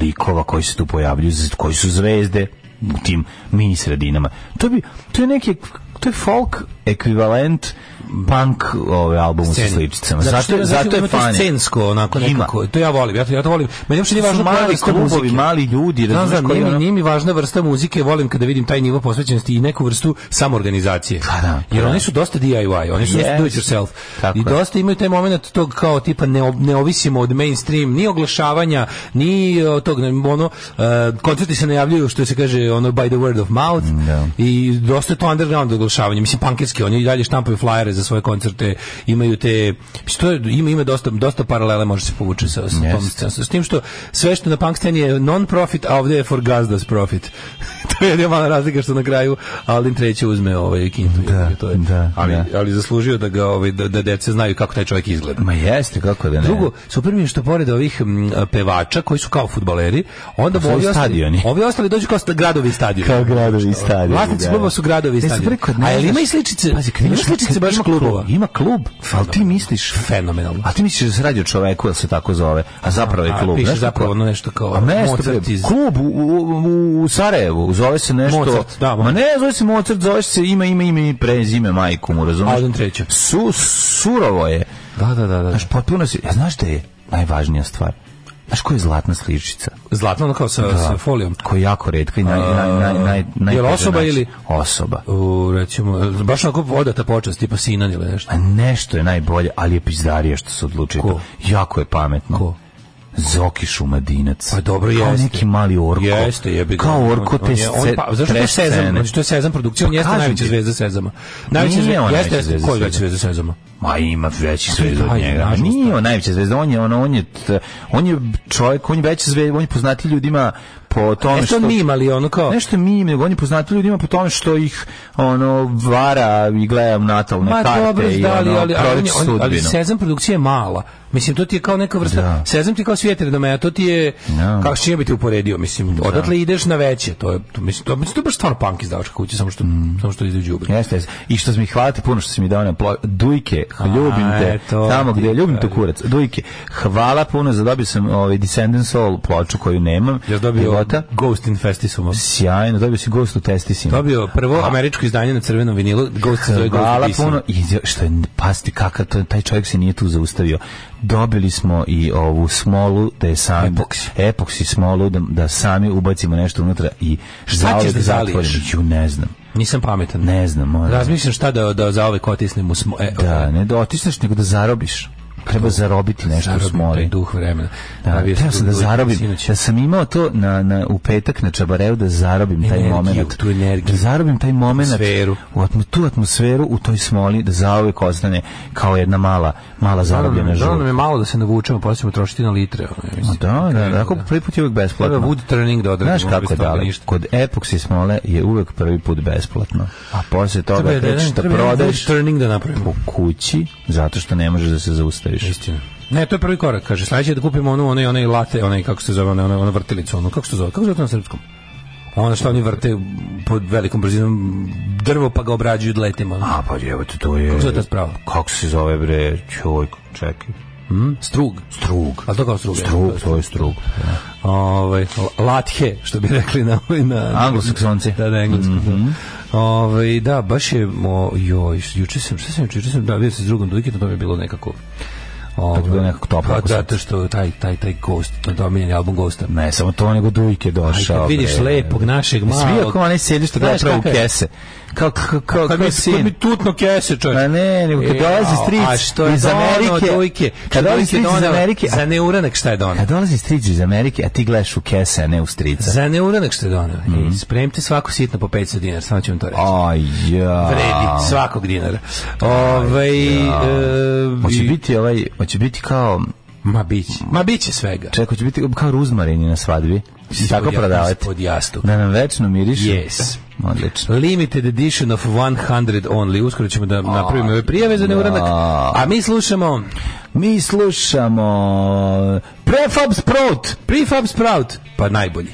Speaker 6: likova koji se tu pojavljuju, z- koji su zvezde u tim mini sredinama. To, bi, to je neki to je folk ekvivalent punk ove albumu sa
Speaker 5: sceni.
Speaker 6: sličicama.
Speaker 5: Zato,
Speaker 6: Zato,
Speaker 5: što
Speaker 6: zato,
Speaker 5: ima-
Speaker 6: je
Speaker 5: ima to
Speaker 6: funny.
Speaker 5: scensko, onako
Speaker 6: Ima.
Speaker 5: nekako. To ja volim, ja to, ja to volim. Meni uopšte nije
Speaker 6: To su
Speaker 5: važno koja
Speaker 6: mali
Speaker 5: vrsta
Speaker 6: klubovi,
Speaker 5: muzike.
Speaker 6: mali ljudi,
Speaker 5: Znam,
Speaker 6: razumeš,
Speaker 5: znam,
Speaker 6: koji
Speaker 5: nije, mi-
Speaker 6: ono-
Speaker 5: nije mi važna vrsta muzike, volim kada vidim taj nivo posvećenosti i neku vrstu samorganizacije.
Speaker 6: Pa da, pa
Speaker 5: Jer
Speaker 6: da.
Speaker 5: oni su dosta DIY, oni su dosta
Speaker 6: Yes.
Speaker 5: do it yourself.
Speaker 6: Tako
Speaker 5: I
Speaker 6: je.
Speaker 5: dosta imaju taj moment tog kao tipa ne, ob- ne ovisimo od mainstream, ni oglašavanja, ni uh, tog, ne, ono, uh, koncerti se najavljuju što se kaže ono by the word of mouth
Speaker 6: Mm, da.
Speaker 5: i dosta je to underground oglašavanje. Mislim, punkerski, oni i dalje štampaju flyere za svoje koncerte, imaju te, mislim, to je, ima, ima dosta, dosta paralele može se povući sa, sa tom
Speaker 6: Jeste.
Speaker 5: s tim što sve što na punk sceni je non profit, a ovdje je for gazdas profit. to je jedna mala razlika što na kraju Aldin treći uzme ovaj kintu.
Speaker 6: Da,
Speaker 5: to je.
Speaker 6: da,
Speaker 5: ali,
Speaker 6: da.
Speaker 5: ali zaslužio da ga ovaj da, da deca znaju kako taj čovjek izgleda.
Speaker 6: Ma jeste, kako da ne.
Speaker 5: Drugo, super mi je što pored ovih m, pevača koji su kao fudbaleri, onda
Speaker 6: Pa su
Speaker 5: ovi
Speaker 6: ovi
Speaker 5: ostali,
Speaker 6: stadioni.
Speaker 5: ovi ostali dođu kao sta- gradovi i stadioni.
Speaker 6: kao gradovi i stadioni.
Speaker 5: Vlasnici
Speaker 6: da.
Speaker 5: klubova su gradovi i
Speaker 6: E, super,
Speaker 5: stadioni.
Speaker 6: kod
Speaker 5: A
Speaker 6: nas-
Speaker 5: jel ima i sličice?
Speaker 6: Pazi, kad
Speaker 5: Ima
Speaker 6: imaš-
Speaker 5: sličice
Speaker 6: kad
Speaker 5: baš
Speaker 6: ima
Speaker 5: klubova.
Speaker 6: klub, Ima klub, ali ti misliš
Speaker 5: Fenomenalno.
Speaker 6: A ti misliš da se radi o čoveku, jel se tako zove? A zapravo je
Speaker 5: A,
Speaker 6: klub.
Speaker 5: piše
Speaker 6: znaš kako?
Speaker 5: zapravo ono nešto kao
Speaker 6: A mesto,
Speaker 5: Mozart
Speaker 6: bre,
Speaker 5: iz-
Speaker 6: klub u, u, u Sarajevu, zove se nešto...
Speaker 5: Mozart, da,
Speaker 6: Ma ne, zove se Mozart, zove se ime, ime, ime i prezime, majku mu, razumiješ?
Speaker 5: Alden treći.
Speaker 6: Su, surovo je.
Speaker 5: Da, da, da, da.
Speaker 6: Znaš, potpuno si... Ja, znaš da je najvažnija stvar? Znaš ko je zlatna sličica?
Speaker 5: Zlatno ono kao sa, sa folijom.
Speaker 6: Koja je jako redka i naj, naj, naj, naj, naj,
Speaker 5: Jel osoba
Speaker 6: najteže
Speaker 5: ili-
Speaker 6: naći. Osoba.
Speaker 5: U, recimo, baš onako odata počast, tipa sinan ili nešto.
Speaker 6: A Pa nešto je najbolje, ali je pizdarija što se odlučio.
Speaker 5: Ko?
Speaker 6: Jako je pametno.
Speaker 5: Ko?
Speaker 6: Zoki Šumadinac.
Speaker 5: Pa dobro,
Speaker 6: Kao
Speaker 5: jeste.
Speaker 6: neki mali orko.
Speaker 5: Jeste, jebi ga.
Speaker 6: Kao orko
Speaker 5: On-
Speaker 6: te
Speaker 5: on je- on, pa, zašto je to
Speaker 6: trash
Speaker 5: Sezam?
Speaker 6: scene.
Speaker 5: Znači, to je Sezam produkcija, on
Speaker 6: Pa
Speaker 5: jeste
Speaker 6: kažem
Speaker 5: najveća
Speaker 6: ti.
Speaker 5: zvezda Sezama. Najveća
Speaker 6: Nije
Speaker 5: zvezda,
Speaker 6: on
Speaker 5: jeste,
Speaker 6: najveća zvezda
Speaker 5: ko je najveća
Speaker 6: Sezama?
Speaker 5: zvezda Sezama? E
Speaker 6: Ma ima veći zvezda od
Speaker 5: Ajde,
Speaker 6: njega. Ma
Speaker 5: nažalost,
Speaker 6: Nije on najveća zvezda, on je, on, on je, t- on je čovjek, on je veći zvezda, on je poznati ljudima po tome
Speaker 5: Nešto
Speaker 6: što...
Speaker 5: mim, ali ono kao...
Speaker 6: Nešto mim, nego on je poznati ljudima po tome što ih ono vara i gleda u natalne
Speaker 5: Ma
Speaker 6: karte
Speaker 5: dobro,
Speaker 6: i
Speaker 5: da, ali,
Speaker 6: ono,
Speaker 5: ali, ali,
Speaker 6: proroči
Speaker 5: on je- on- ali
Speaker 6: sudbinu.
Speaker 5: Sezam produkcija je mala. Mislim, to ti je kao neka vrsta...
Speaker 6: Da.
Speaker 5: Sezam ti je kao svijet redomeja, to ti je...
Speaker 6: Da.
Speaker 5: Kako s čime bi te uporedio, mislim. Odatle ideš na veće, to je... To, mislim, to, mislim, to je baš stvarno punk izdavačka kuća, samo što, samo što ide u džubre.
Speaker 6: Jeste, jeste. I što mi hvala ti puno što si mi dao na plo... Dujke, ljubim te.
Speaker 5: eto,
Speaker 6: Tamo
Speaker 5: ti
Speaker 6: gdje ljubim te
Speaker 5: kažem.
Speaker 6: kurac. Dujke, hvala puno za dobio sam ovaj Descendant Soul ploču koju nemam.
Speaker 5: Ja sam dobio
Speaker 6: Divota.
Speaker 5: Ghost in Festisum.
Speaker 6: Sjajno, dobio si Ghost u Testisima.
Speaker 5: Dobio prvo američko izdanje na crvenom vinilu, Ghost se zove Ghost
Speaker 6: Hvala
Speaker 5: Abyss.
Speaker 6: puno. I zjo- što je, pasti, kakav, to, taj čovjek se nije tu zaustavio. Dobili smo i ovu smolu, da je sami...
Speaker 5: Epoksi.
Speaker 6: Epoksi smolu, da, da sami ubacimo nešto unutra i
Speaker 5: ćeš
Speaker 6: zauvek
Speaker 5: da zaliješ?
Speaker 6: zatvorimo. Ju, ne znam.
Speaker 5: Nisam pametan.
Speaker 6: Ne znam, moram.
Speaker 5: Razmišljam šta da, da za ove otisnem u smo... E,
Speaker 6: Da, ne da otisneš, nego da zarobiš. Treba zarobiti nešto u
Speaker 5: zarobim taj
Speaker 6: smoli.
Speaker 5: duh vremena.
Speaker 6: Da,
Speaker 5: Pravio
Speaker 6: teo sam da
Speaker 5: tu-
Speaker 6: zarobim.
Speaker 5: sinoć.
Speaker 6: Ja sam imao to na, na, u petak na Čabareu da zarobim taj
Speaker 5: Energiju,
Speaker 6: moment.
Speaker 5: tu energiju.
Speaker 6: Da zarobim taj moment.
Speaker 5: Atmosferu.
Speaker 6: U atmo, tu atmosferu u toj smoli da zauvek ostane kao jedna mala, mala zarobljena
Speaker 5: Žao
Speaker 6: žuga.
Speaker 5: nam je malo da se navučemo, poslije ćemo trošiti na litre. ono, ja mislim.
Speaker 6: Da, da, da, ako
Speaker 5: Da.
Speaker 6: prvi put je uvek
Speaker 5: Treba
Speaker 6: besplatno.
Speaker 5: wood turning da odradimo.
Speaker 6: Znaš kako je
Speaker 5: bez toga
Speaker 6: dale?
Speaker 5: ništa.
Speaker 6: Kod epoksi smole je uvek prvi put besplatno. A poslije
Speaker 5: Treba
Speaker 6: toga
Speaker 5: je da
Speaker 6: tek
Speaker 5: jedan-
Speaker 6: što
Speaker 5: treba jedan
Speaker 6: prodaješ
Speaker 5: wood turning da
Speaker 6: po
Speaker 5: napravimo.
Speaker 6: kući zato što ne možeš da se zaustaviš.
Speaker 5: Istina. Ne, to je prvi korak, kaže. Sledeće je da kupimo onu, onaj, onaj late, onaj, kako se zove, onaj, onaj, onaj vrtilicu, ono, kako se zove, kako se zove to na srpskom? Ono što oni vrte pod velikom brzinom drvo pa ga obrađuju dletima. ono.
Speaker 6: A pa evo te, to je... Kako
Speaker 5: se zove ta sprava?
Speaker 6: Kako se zove bre? Čoj, čekaj.
Speaker 5: Strug.
Speaker 6: Strug.
Speaker 5: A to kao struga?
Speaker 6: Strug, to je strug.
Speaker 5: Ovaj lathe, što bi rekli na na
Speaker 6: Anglosaksonci. Mhm.
Speaker 5: Da, da, englesko. da. Ovaj, da, baš je o, joj, š- juče sam, šta sam juče, juče sam da bio se s drugom dujkitom, to mi je bilo nekako Ovaj,
Speaker 6: ti je bilo nekako toplo
Speaker 5: Pa
Speaker 6: ako
Speaker 5: zato što taj taj taj Ghost, to je omiljeni album Ghosta.
Speaker 6: Ne, samo to, nego Dujke
Speaker 5: Aj,
Speaker 6: došao.
Speaker 5: kad vidiš
Speaker 6: bre.
Speaker 5: lepog našeg
Speaker 6: Svi
Speaker 5: malog.
Speaker 6: ako onaj sjedi što ga
Speaker 5: Znaš
Speaker 6: opravo u
Speaker 5: kakav je?
Speaker 6: kese. Kao, kao, kao,
Speaker 5: Kad
Speaker 6: kao
Speaker 5: mi, kad mi
Speaker 6: sin.
Speaker 5: tutno kese, čovječe.
Speaker 6: A ne, nego kad
Speaker 5: E,
Speaker 6: dolazi
Speaker 5: a- a
Speaker 6: stric
Speaker 5: što je
Speaker 6: iz
Speaker 5: doneo
Speaker 6: Amerike,
Speaker 5: Dujke,
Speaker 6: kad
Speaker 5: što
Speaker 6: dolazi
Speaker 5: Dujke
Speaker 6: stric iz
Speaker 5: doneo
Speaker 6: Amerike, a-
Speaker 5: za neuranak šta je doneo?
Speaker 6: Kad dolazi stric iz Amerike, a ti gledaš u kese, a ne u strica.
Speaker 5: Za neuranak što je doneo?
Speaker 6: Mhm.
Speaker 5: Mm. Spremite svako sitno po 500 dinara, samo ću vam to reći.
Speaker 6: Aj, ja.
Speaker 5: vredi svakog dinara. Ovaj e,
Speaker 6: Hoće
Speaker 5: i-
Speaker 6: biti ovaj, hoće biti kao,
Speaker 5: ma biće. Ma biće svega.
Speaker 6: čekaj, hoće biti kao ruzmarini na svadbi. Tako
Speaker 5: Ispod ja-
Speaker 6: prodavati.
Speaker 5: Ispod jastuk.
Speaker 6: Da nam večno miriše.
Speaker 5: Yes.
Speaker 6: Odlično.
Speaker 5: Limited edition of 100 only. Uskoro ćemo da napravimo ove prijave za neuranak.
Speaker 6: ja.
Speaker 5: A mi slušamo
Speaker 6: Mi slušamo Prefab Sprout.
Speaker 5: Prefab Sprout, pa najbolji.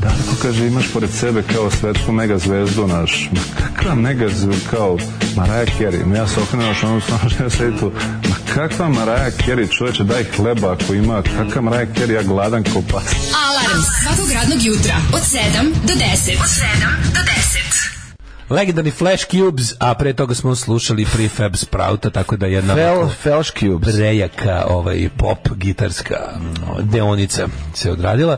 Speaker 7: Darko kaže imaš pored sebe kao svetsku megazvezdu naš. Ma kakva megazvezda kao Mariah Carey? Ma ja se okrenem još onom stanu što ja sedi tu. Ma kakva Mariah Carey čoveče daj hleba ako ima. Kakva Mariah Carey ja gladan ko pas.
Speaker 4: Alarm svakog radnog jutra od 7 do 10. Od 7 do 10.
Speaker 5: Legendarni Flash Cubes, a pre toga smo slušali Prefab Sprouta, tako da jedna
Speaker 6: Fel, Felš Cubes.
Speaker 5: prejaka ovaj pop gitarska mm, deonica se odradila.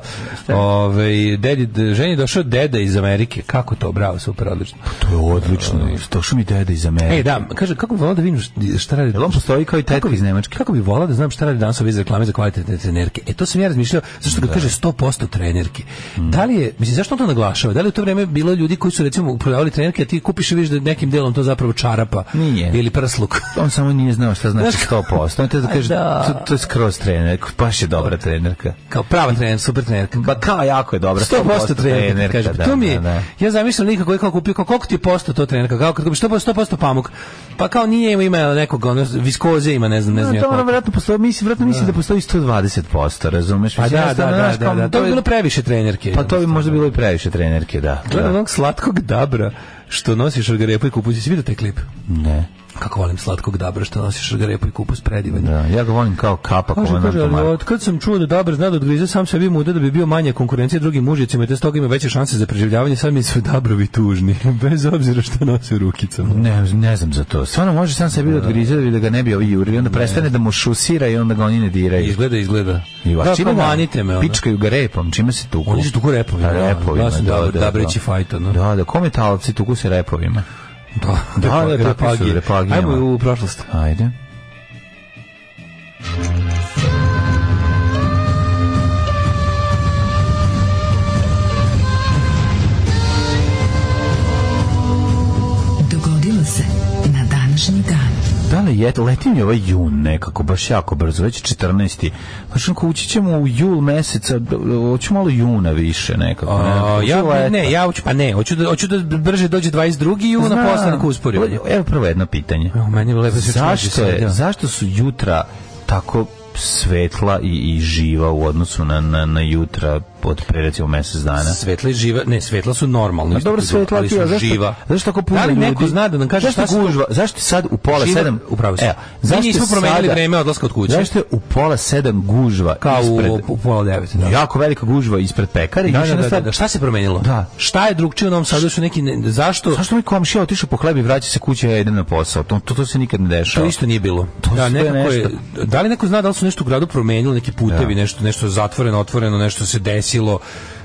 Speaker 5: Ovaj dedi d- ženi je došao deda iz Amerike. Kako to, bravo, super, odlično.
Speaker 6: To je odlično. Došao mi deda iz
Speaker 5: Ej,
Speaker 6: Amerike.
Speaker 5: da, kaže kako bi volao da vidim št- šta radi.
Speaker 6: Jel on postoji kao i tetka iz Nemačke?
Speaker 5: Kako bi volao da znam šta radi danas ove iz reklame za kvalitetne trenerke? E to sam ja razmišljao, zašto kad kaže 100% trenerke.
Speaker 6: Mm.
Speaker 5: Da li je, mislim zašto on to naglašava? Da li je u to vreme bilo ljudi koji su recimo prodavali trenerke, a ti kupiš i vidiš da je nekim delom to zapravo čarapa
Speaker 6: Nije.
Speaker 5: ili prsluk.
Speaker 6: On samo nije znao šta znači
Speaker 5: Znaš
Speaker 6: 100%. On te da
Speaker 5: A,
Speaker 6: kaže,
Speaker 5: da.
Speaker 6: to, to je skroz trener. Baš je dobra trenerka.
Speaker 5: Kao prava trener, super trenerka.
Speaker 6: Pa kao jako je dobra.
Speaker 5: 100% trenerka, kaže.
Speaker 6: da,
Speaker 5: to mi je,
Speaker 6: da, da.
Speaker 5: ja zamišljam lika koji kao kupio, kao koliko ti je posto to trenerka, kao kad kupiš 100%, 100% pamuk, pa kao nije ima, ima nekog, ono, viskoze ima, ne znam, ne znam.
Speaker 6: No,
Speaker 5: ja
Speaker 6: to ono
Speaker 5: koliko.
Speaker 6: vjerojatno postoji, mislim, vjerojatno mislim da postoji 120%, razumeš?
Speaker 5: pa
Speaker 6: Mislim,
Speaker 5: da, da,
Speaker 6: ja stvarno,
Speaker 5: da,
Speaker 6: ono, znaš,
Speaker 5: da,
Speaker 6: kao,
Speaker 5: da, to
Speaker 6: je
Speaker 5: bi bilo previše trenerke.
Speaker 6: Pa to bi možda bilo i previše trenerke, da.
Speaker 5: Gledam
Speaker 6: da.
Speaker 5: onog slatkog dabra što nosiš od garepa i kupući, si vidio taj klip?
Speaker 6: Ne.
Speaker 5: kako volim slatkog dabra što nosiš ga repu i kupus predivan.
Speaker 6: Da, ja ga volim kao kapa
Speaker 5: Kaže, kaže,
Speaker 6: komandanta
Speaker 5: ali
Speaker 6: Marko.
Speaker 5: od kad sam čuo da Dabr zna da odgrize sam sebi muda da bi bio manje konkurencije drugim mužicima i te stoga ima veće šanse za preživljavanje, sad mi su Dabrovi tužni, bez obzira što nose u rukicama.
Speaker 6: Ne, ne znam za to. Stvarno može sam sebi da odgrize da bi- da ga ne bi ovi jurili, onda prestane da mu šusira i onda ga oni ne diraju.
Speaker 5: Izgleda, izgleda.
Speaker 6: I
Speaker 5: da,
Speaker 6: ovako, čime
Speaker 5: kao
Speaker 6: ga-
Speaker 5: manite me. ono.
Speaker 6: Pičkaju ga repom, čime se tuku?
Speaker 5: Oni su tuku repovima,
Speaker 6: Da,
Speaker 5: da,
Speaker 6: repovima,
Speaker 5: da, sam
Speaker 6: da,
Speaker 5: dobro-
Speaker 6: da,
Speaker 5: dobreći
Speaker 6: da.
Speaker 5: fajt, ono.
Speaker 6: Da, da, ko metalci tuku se repovima?
Speaker 5: Da,
Speaker 6: Da, da,
Speaker 5: repa-
Speaker 6: takvi su,
Speaker 5: repagije.
Speaker 6: repagijama.
Speaker 5: Ajmo u prošlost.
Speaker 6: Ajde.
Speaker 8: Dogodilo se na današnji dan.
Speaker 6: Da li je, leti mi ovaj jun nekako, baš jako brzo, već je 14. Znaš, onako, ući ćemo u jul meseca, d- hoću malo juna više nekako.
Speaker 5: A,
Speaker 6: ne,
Speaker 5: ja,
Speaker 6: Hoću leta.
Speaker 5: ne, ja hoću, pa ne, hoću da, hoću da brže dođe 22. i
Speaker 6: Znam.
Speaker 5: na poslaniku usporivanje.
Speaker 6: Evo prvo jedno pitanje.
Speaker 5: Evo, meni je lepo da se
Speaker 6: Zašto,
Speaker 5: čuje,
Speaker 6: je,
Speaker 5: da.
Speaker 6: zašto su jutra tako svetla i, i živa u odnosu na, na, na jutra od pre recimo mesec dana?
Speaker 5: Svetla i živa, ne, svetla su normalni.
Speaker 6: A Pa dobro svetla
Speaker 5: ali
Speaker 6: ti,
Speaker 5: su
Speaker 6: a zašto,
Speaker 5: živa.
Speaker 6: Zašto tako puno
Speaker 5: Da li
Speaker 6: ljudi?
Speaker 5: neko zna da nam kaže
Speaker 6: zašto
Speaker 5: šta su to-
Speaker 6: gužva? Zašto sad u pola
Speaker 5: Živa-
Speaker 6: sedam?
Speaker 5: upravo si.
Speaker 6: Evo,
Speaker 5: Mi nismo promenili vreme odlaska od kuće.
Speaker 6: Zašto je u pola sedam gužva
Speaker 5: Kao u,
Speaker 6: ispred...
Speaker 5: u pola devet. Da.
Speaker 6: Jako velika gužva ispred pekare. i
Speaker 5: Da,
Speaker 6: još
Speaker 5: da,
Speaker 6: jedna
Speaker 5: da, da,
Speaker 6: stvar-
Speaker 5: da. Šta se promenilo?
Speaker 6: Da.
Speaker 5: Šta je drugčije u Novom Sadu? Su neki ne, zašto?
Speaker 6: Zašto mi komšija otišao po hleb i vraća se kuće, ja idem na posao? To, to, to se nikad ne dešava.
Speaker 5: To isto nije bilo.
Speaker 6: To
Speaker 5: da,
Speaker 6: sve
Speaker 5: nekako je,
Speaker 6: nešto.
Speaker 5: da li neko zna da li su nešto u gradu promenili, neki putevi, nešto, nešto zatvoreno, otvoreno, nešto se desilo,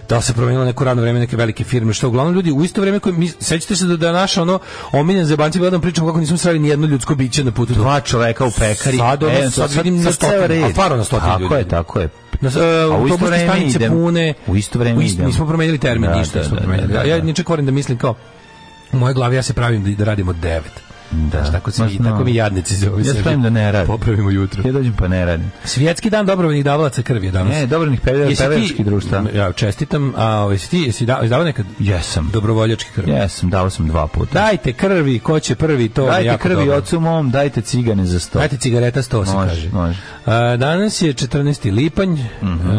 Speaker 5: da li se promenilo neko radno vreme neke velike firme, što uglavnom ljudi u isto vreme, koje mi, sećate se da, da je naša ono, omiljen zebanci bila da vam pričam kako nismo sreli nijedno ljudsko biće na putu. do-
Speaker 6: dva čoveka u pekari.
Speaker 5: Sad ono,
Speaker 6: eventualno,
Speaker 5: sad vidim na
Speaker 6: ceo
Speaker 5: stotinu,
Speaker 6: red.
Speaker 5: a stvarno na stotinu
Speaker 6: Tako
Speaker 5: ljudi.
Speaker 6: je, tako je.
Speaker 5: Na, e,
Speaker 6: A u isto
Speaker 5: autobuske
Speaker 6: vreme
Speaker 5: stanice
Speaker 6: idem.
Speaker 5: pune.
Speaker 6: U isto vreme
Speaker 5: is-
Speaker 6: idem.
Speaker 5: Nismo promenili termin,
Speaker 6: Da,
Speaker 5: ništa
Speaker 6: da,
Speaker 5: nismo
Speaker 6: da,
Speaker 5: promenili.
Speaker 6: da, da,
Speaker 5: ja
Speaker 6: da.
Speaker 5: ničak volim da mislim kao, u mojoj glavi ja se pravim da, da radimo od devet.
Speaker 6: Da.
Speaker 5: Znaš, tako, se
Speaker 6: Ma
Speaker 5: mi,
Speaker 6: znam.
Speaker 5: tako mi jadnici zove
Speaker 6: Ja
Speaker 5: sebi.
Speaker 6: spremim da ne radim.
Speaker 5: Popravimo jutro.
Speaker 6: Ja dođem pa ne radim. E,
Speaker 5: Svjetski dan dobrovoljnih davalaca krvi je danas.
Speaker 6: Ne, dobronih
Speaker 5: Jesi ti-
Speaker 6: pedagoških društva.
Speaker 5: Ja čestitam, a ovaj, jesi ti jesi da, izdavao nekad
Speaker 6: Jesam.
Speaker 5: dobrovoljački krvi?
Speaker 6: Jesam, dao sam dva puta.
Speaker 5: Dajte krvi, ko će prvi, to je
Speaker 6: Dajte
Speaker 5: jako
Speaker 6: krvi
Speaker 5: dobro.
Speaker 6: ocu mom, dajte cigane za sto.
Speaker 5: Dajte cigareta 100 se
Speaker 6: Može, Mhm.
Speaker 5: kaže.
Speaker 6: može.
Speaker 5: A, danas je 14. lipanj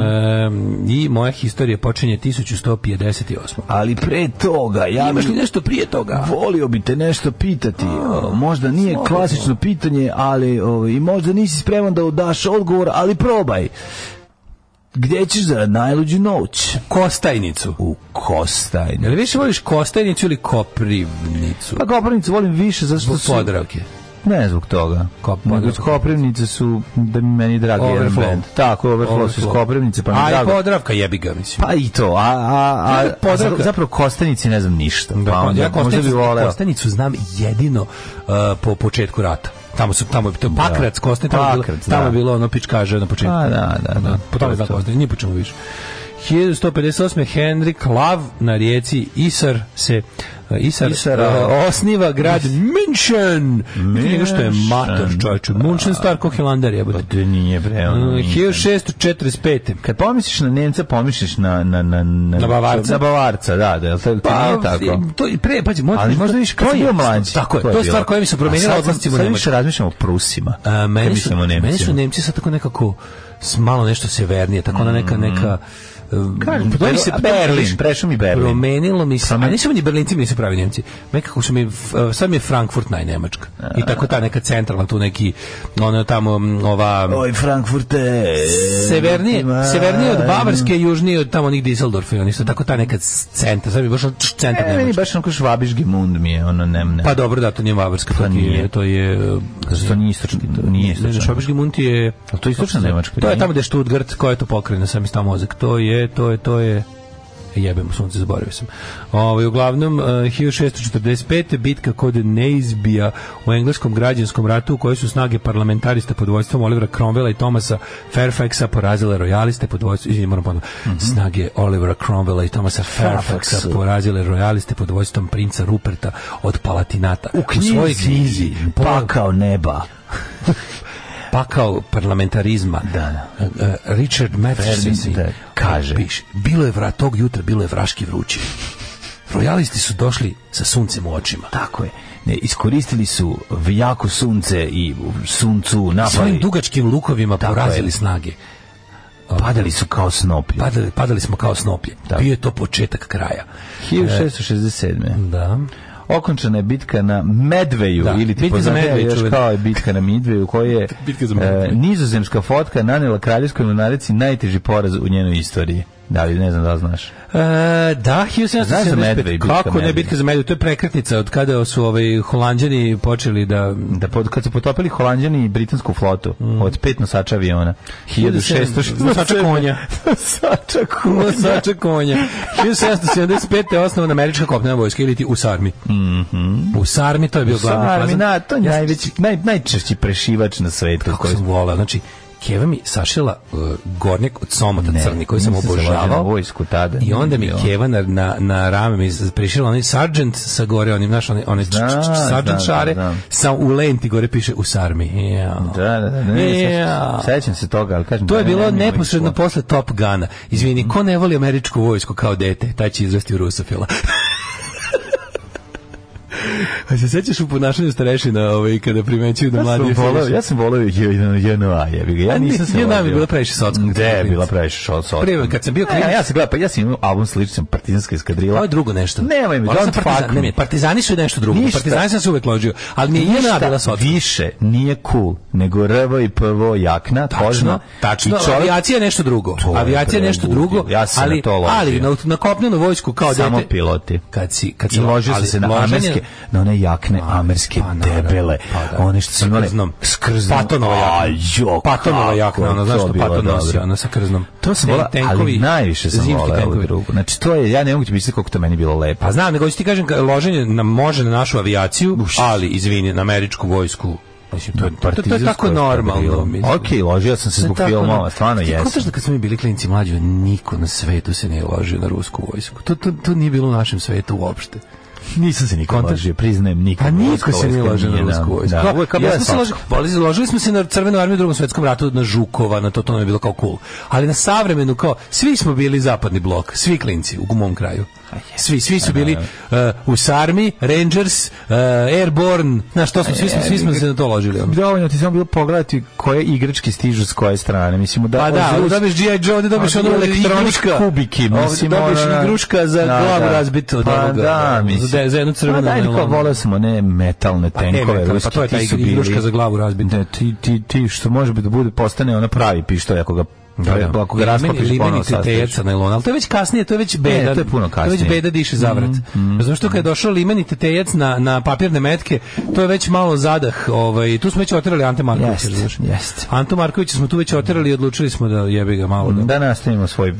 Speaker 5: em, i moja historija počinje 1158.
Speaker 6: Ali pre toga, ja
Speaker 5: Imaš li
Speaker 6: bih-
Speaker 5: nešto prije toga?
Speaker 6: Volio bi te nešto pitati. O, možda nije klasično pitanje, ali ovaj, i možda nisi spreman da daš odgovor, ali probaj. Gdje ćeš za najluđu noć?
Speaker 5: Kostajnicu.
Speaker 6: U Kostajnu.
Speaker 5: Je li više voliš Kostajnicu ili Koprivnicu?
Speaker 6: Pa Koprivnicu volim više zato što
Speaker 5: Zbog
Speaker 6: su...
Speaker 5: Podravke.
Speaker 6: Ne zbog toga.
Speaker 5: Kop-
Speaker 6: Nego iz Koprivnice su, da mi meni dragi jedan
Speaker 5: Overflow.
Speaker 6: band. Tako, Overflow su iz
Speaker 5: Overflow.
Speaker 6: Koprivnice, pa mi
Speaker 5: A i
Speaker 6: drago.
Speaker 5: Podravka jebi ga, mislim.
Speaker 6: Pa i to, a, a, a,
Speaker 5: Ja, Podravka.
Speaker 6: a zapravo Kostanici ne znam ništa.
Speaker 5: Da,
Speaker 6: pa onda,
Speaker 5: ja
Speaker 6: možda bi
Speaker 5: Kostanicu,
Speaker 6: voleo.
Speaker 5: Kostanicu znam jedino uh, po početku rata. Tamo su tamo to Pakrac, Kostin, tamo, je bilo-
Speaker 6: Pakrac,
Speaker 5: tamo
Speaker 6: da.
Speaker 5: je bilo ono pičkaže na početku.
Speaker 6: A, da, da, da.
Speaker 5: Po tome
Speaker 6: To je
Speaker 5: znam
Speaker 6: to.
Speaker 5: Kostin, ni po čemu više. 1158. Henry Klav na rijeci Isar se uh, Isar,
Speaker 6: Isar,
Speaker 5: uh,
Speaker 6: a-
Speaker 5: osniva grad München. München. Nego što je mator, čovječe. München star ko Hilandar jebote.
Speaker 6: Da Pa nije bre, ono,
Speaker 5: Uh,
Speaker 6: nije.
Speaker 5: 1645.
Speaker 6: Kad pomisliš na Nemca, pomisliš na... Na, na, na,
Speaker 5: Na Bavarca? Pa,
Speaker 6: Na Bavarca, da, da, jel to, to nije Pa, tako.
Speaker 5: To i pre, pađi, možda,
Speaker 6: Ali možda više kad sam bio mlađi.
Speaker 5: Tako je, to
Speaker 6: To
Speaker 5: je,
Speaker 6: je bilo.
Speaker 5: stvar koja mi se
Speaker 6: A
Speaker 5: promenila
Speaker 6: sad-
Speaker 5: odlascima u
Speaker 6: Sad
Speaker 5: Nemačku.
Speaker 6: više razmišljamo o Prusima.
Speaker 5: A,
Speaker 6: kad
Speaker 5: meni, su,
Speaker 6: mislimo o Nemcima.
Speaker 5: meni su Nemci sad tako nekako s malo nešto severnije, tako ona neka neka um,
Speaker 6: Mm. Kažem,
Speaker 5: pa to mi
Speaker 6: Berlin, Berlin, prešao mi Berlin.
Speaker 5: Promenilo mi se, a
Speaker 6: Promen-
Speaker 5: nisu mi ni Berlinci mi se pravi Nemci. Nekako su mi, f- e, sad mi je Frankfurt najnemačka. I tako ta neka centralna, tu neki, ona tamo m, ova...
Speaker 6: Oj, Frankfurte.
Speaker 5: Severnije,
Speaker 6: ima-
Speaker 5: severnije od Bavarske, južnije od tamo onih Düsseldorfa, i oni su tako ta neka s- centar, sad mi je baš ono č- centar
Speaker 6: E, meni
Speaker 5: Nemačke.
Speaker 6: baš onako švabiški mund mi je, ono, ne, ne.
Speaker 5: Pa dobro, da, to nije Bavarska, to, ti je,
Speaker 6: Pa nije.
Speaker 5: to je... uh,
Speaker 6: Zato nije istočni, nije
Speaker 5: Ne, ne,
Speaker 6: istočni.
Speaker 5: Švabiški Munt je...
Speaker 6: A to je istočna Nemačka,
Speaker 5: To je
Speaker 6: nije?
Speaker 5: tamo gde je Stuttgart, koja je to pokrene, sam istao mozak. To je, to je, to je... E, Jebem, sunce, zaboravio sam. Ovaj, uglavnom, eh, 1645. bitka kod Neizbija u engleskom građanskom ratu u kojoj su snage parlamentarista pod vojstvom Olivera Cromwella i Thomasa Fairfaxa porazile rojaliste pod vojstvom... Izvini, moram ponovno. Snage Olivera Cromwella i Thomasa Fairfaxa
Speaker 6: Mhm. Fairfaxa.
Speaker 5: porazile rojaliste pod vojstvom princa Ruperta od Palatinata. U, svojoj knjizi Pol-
Speaker 6: pakao neba.
Speaker 5: pakao parlamentarizma.
Speaker 6: Da,
Speaker 5: E, e, Richard Matheson
Speaker 6: Ferguson, da, kaže.
Speaker 5: Piše, bilo je vra, tog jutra bilo je vraški vruće. Royalisti su došli sa suncem u očima.
Speaker 6: Tako je. Ne, iskoristili su jako sunce i suncu
Speaker 5: Svojim
Speaker 6: napali.
Speaker 5: dugačkim lukovima
Speaker 6: pa Tako
Speaker 5: porazili
Speaker 6: je.
Speaker 5: snage.
Speaker 6: Padali su kao snoplje.
Speaker 5: Padali, padali smo kao snoplje.
Speaker 6: Tako.
Speaker 5: Bio je to početak kraja.
Speaker 6: 1667.
Speaker 5: Da.
Speaker 6: okončana je bitka na Medveju
Speaker 5: Da,
Speaker 6: ili ti
Speaker 5: bitka za
Speaker 6: poznatija
Speaker 5: Medvej,
Speaker 6: još
Speaker 5: čuvena.
Speaker 6: kao je bitka na Midveju u kojoj je
Speaker 5: Bitka za
Speaker 6: e,
Speaker 5: Medvej.
Speaker 6: nizozemska fotka nanela kraljevskoj mornarici najteži poraz u njenoj istoriji. Da, ali ne znam da li znaš.
Speaker 5: E, da,
Speaker 6: Znaš za
Speaker 5: 1775.
Speaker 6: Medvej, bitka
Speaker 5: Kako ne
Speaker 6: Medvej?
Speaker 5: bitka za Medvej? To je prekretnica od kada su ovaj Holanđani počeli da
Speaker 6: Da pod, kad su potopili Holanđani i britansku flotu
Speaker 5: Mhm.
Speaker 6: od pet nosača aviona 1600
Speaker 5: Nosača konja.
Speaker 6: nosača konja
Speaker 5: Nosača konja. 1775. je osnovana američka kopnena vojska ili ti USARMI. Mm -hmm. USARMI to je bio glavni
Speaker 6: Mhm. Sarmi,
Speaker 5: fazan.
Speaker 6: na, to je najveći, naj, najčešći prešivač na svetu.
Speaker 5: Kako sam volao. Znači, Keva mi sašila uh, gornjak od somata crni koji sam
Speaker 6: nisam se založio na
Speaker 5: obožavao.
Speaker 6: vojsku tada.
Speaker 5: I onda mi
Speaker 6: Nije bilo.
Speaker 5: Keva na, na, na rame mi prišila onaj sergeant sa gore, onim naš, onaj, onaj č- č- č-
Speaker 6: Da,
Speaker 5: sergeant
Speaker 6: da,
Speaker 5: šare,
Speaker 6: da, da.
Speaker 5: sa u lenti gore piše USARMI. Ja.
Speaker 6: Da, da, da, ne,
Speaker 5: Ja.
Speaker 6: sećam- sećam se toga, ali kažem...
Speaker 5: To je
Speaker 6: ne, ne,
Speaker 5: bilo
Speaker 6: ne,
Speaker 5: neposredno
Speaker 6: vojsku.
Speaker 5: posle Top Gana. Izvini, ko ne voli američku vojsku kao dete, taj će izrasti u rusofila. A se sećaš u ponašanju starešina ovaj, kada primećuju da mladi...
Speaker 6: Ja sam voleo, ja sam voleo JNA, jebi ga.
Speaker 5: A
Speaker 6: Ja
Speaker 5: ni-
Speaker 6: nisam se
Speaker 5: JNA mi je
Speaker 6: ložio.
Speaker 5: bila previše socka.
Speaker 6: Gde je bila previše socka?
Speaker 5: Prije, kad sam bio
Speaker 6: Ne,
Speaker 5: klinac-
Speaker 6: Ja, sam gledao, pa ja sam imao album sličan Partizanska eskadrila.
Speaker 5: Ovo je drugo nešto.
Speaker 6: Nemoj mi,
Speaker 5: Volao sam
Speaker 6: don't fuck
Speaker 5: partizan, ne,
Speaker 6: me.
Speaker 5: ne, partizani su nešto drugo.
Speaker 6: Ništa.
Speaker 5: Partizani sam se uvek ložio, ali mi je jedna bila
Speaker 6: Ništa
Speaker 5: socka.
Speaker 6: više nije cool nego RV i PVO jakna, kožna.
Speaker 5: Tačno, tačno.
Speaker 6: I čovjek-
Speaker 5: avijacija je nešto drugo.
Speaker 6: To je
Speaker 5: Avijacija je nešto
Speaker 6: prebudilo.
Speaker 5: drugo,
Speaker 6: Ja sam
Speaker 5: ali,
Speaker 6: na to ložio.
Speaker 5: ali na, na kopnenu vojsku kao
Speaker 6: Samo
Speaker 5: dete...
Speaker 6: piloti.
Speaker 5: Kad si, kad
Speaker 6: I
Speaker 5: si
Speaker 6: ložio sam
Speaker 5: ali
Speaker 6: se na
Speaker 5: loženje-
Speaker 6: amerske, na one jakne amerske,
Speaker 5: pa naravno,
Speaker 6: debele,
Speaker 5: pa da.
Speaker 6: one što su imale
Speaker 5: Skrznom.
Speaker 6: s krznom.
Speaker 5: Patonova jakna.
Speaker 6: A, jo,
Speaker 5: Patonova
Speaker 6: kako
Speaker 5: jakna,
Speaker 6: je
Speaker 5: ono, znaš
Speaker 6: to
Speaker 5: što
Speaker 6: bilo
Speaker 5: Paton nosi,
Speaker 6: dobro.
Speaker 5: ono sa krznom.
Speaker 6: To sam
Speaker 5: Ten-
Speaker 6: volao, ali najviše sam
Speaker 5: zimski
Speaker 6: volao ovo
Speaker 5: tenkovi.
Speaker 6: drugo. Znači, to je, ja ne mogu ti misliti koliko to meni bilo lepo.
Speaker 5: Pa znam, nego hoću ti kažem, ka- loženje nam može na našu avijaciju, ali, izvini, na američku vojsku. Mislim, to, je-
Speaker 6: Pa
Speaker 5: to, to, to je tako normalno. mislim.
Speaker 6: Ok, ložio sam se zbog
Speaker 5: Tako,
Speaker 6: filmova,
Speaker 5: da.
Speaker 6: stvarno
Speaker 5: Ti kontaš
Speaker 6: jesam.
Speaker 5: da kad smo mi bili klinici mlađi, ono, niko na svetu se nije ložio na rusku vojsku. To, to, to nije bilo u našem svetu uopšte.
Speaker 6: Nisam se nikad
Speaker 5: Kontaš-
Speaker 6: ložio, priznajem, nikad.
Speaker 5: Pa
Speaker 6: Ruska
Speaker 5: niko se nije
Speaker 6: vojska
Speaker 5: ložio na
Speaker 6: nije,
Speaker 5: rusku
Speaker 6: da.
Speaker 5: vojsku.
Speaker 6: Da,
Speaker 5: Kao,
Speaker 6: uvek kao
Speaker 5: jesmo
Speaker 6: bila
Speaker 5: se
Speaker 6: socka.
Speaker 5: ložili- boli- ložili smo se na crvenu armiju u drugom svetskom ratu, na Žukova, na to, to nam je bilo kao cool. Ali na savremenu, kao, svi smo bili zapadni blok, svi klinci u mom kraju. Svi, svi su bili uh, u Sarmi, Rangers, uh, Airborne, znaš, to smo, svi smo, svi smo se na to ložili. ono.
Speaker 6: Dovoljno ti samo bilo pogledati koje igračke stižu s koje strane. Mislim, da,
Speaker 5: Pa da,
Speaker 6: Ozil-
Speaker 5: ovdje dobiješ G.I. Joe, ovdje dobiješ ono
Speaker 6: Dobiješ
Speaker 5: elektronička.
Speaker 6: igruška. Kubiki, mislim,
Speaker 5: Ovdje dobiješ
Speaker 6: ono, da.
Speaker 5: igruška za
Speaker 6: Da,
Speaker 5: glavu
Speaker 6: da.
Speaker 5: razbitu od
Speaker 6: Pa
Speaker 5: ovoga, ono,
Speaker 6: da,
Speaker 5: za-
Speaker 6: mislim.
Speaker 5: za jednu crvenu
Speaker 6: Pa daj,
Speaker 5: nailonu.
Speaker 6: kao voleo sam one metalne
Speaker 5: te
Speaker 6: tenkove.
Speaker 5: metalne, pa
Speaker 6: ruske,
Speaker 5: to je
Speaker 6: ti
Speaker 5: ta
Speaker 6: su
Speaker 5: igruška
Speaker 6: bili-
Speaker 5: za glavu razbita.
Speaker 6: Da, ti, ti, ti, što može biti da bude, postane ona pravi pištolj ako ga
Speaker 5: Pa Da, da.
Speaker 6: Ako ga
Speaker 5: Limeni-
Speaker 6: raskopiš,
Speaker 5: limeni
Speaker 6: ponovo sastaviš. E,
Speaker 5: tetejac na nylonu, ali to je već kasnije, to je već beda.
Speaker 6: to je puno
Speaker 5: To je već
Speaker 6: kasnije. Mm,
Speaker 5: beda diše zavrat. Razumeš to kad je došao limeni tetejac na, na papirne metke, to je već malo zadah. Ovaj, tu smo već oterali Ante Marković.
Speaker 6: Jeste, jeste. Mm.
Speaker 5: Anto Marković smo tu već oterali i odlučili smo da jebi ga malo. Da.
Speaker 6: Da nastavimo svoj,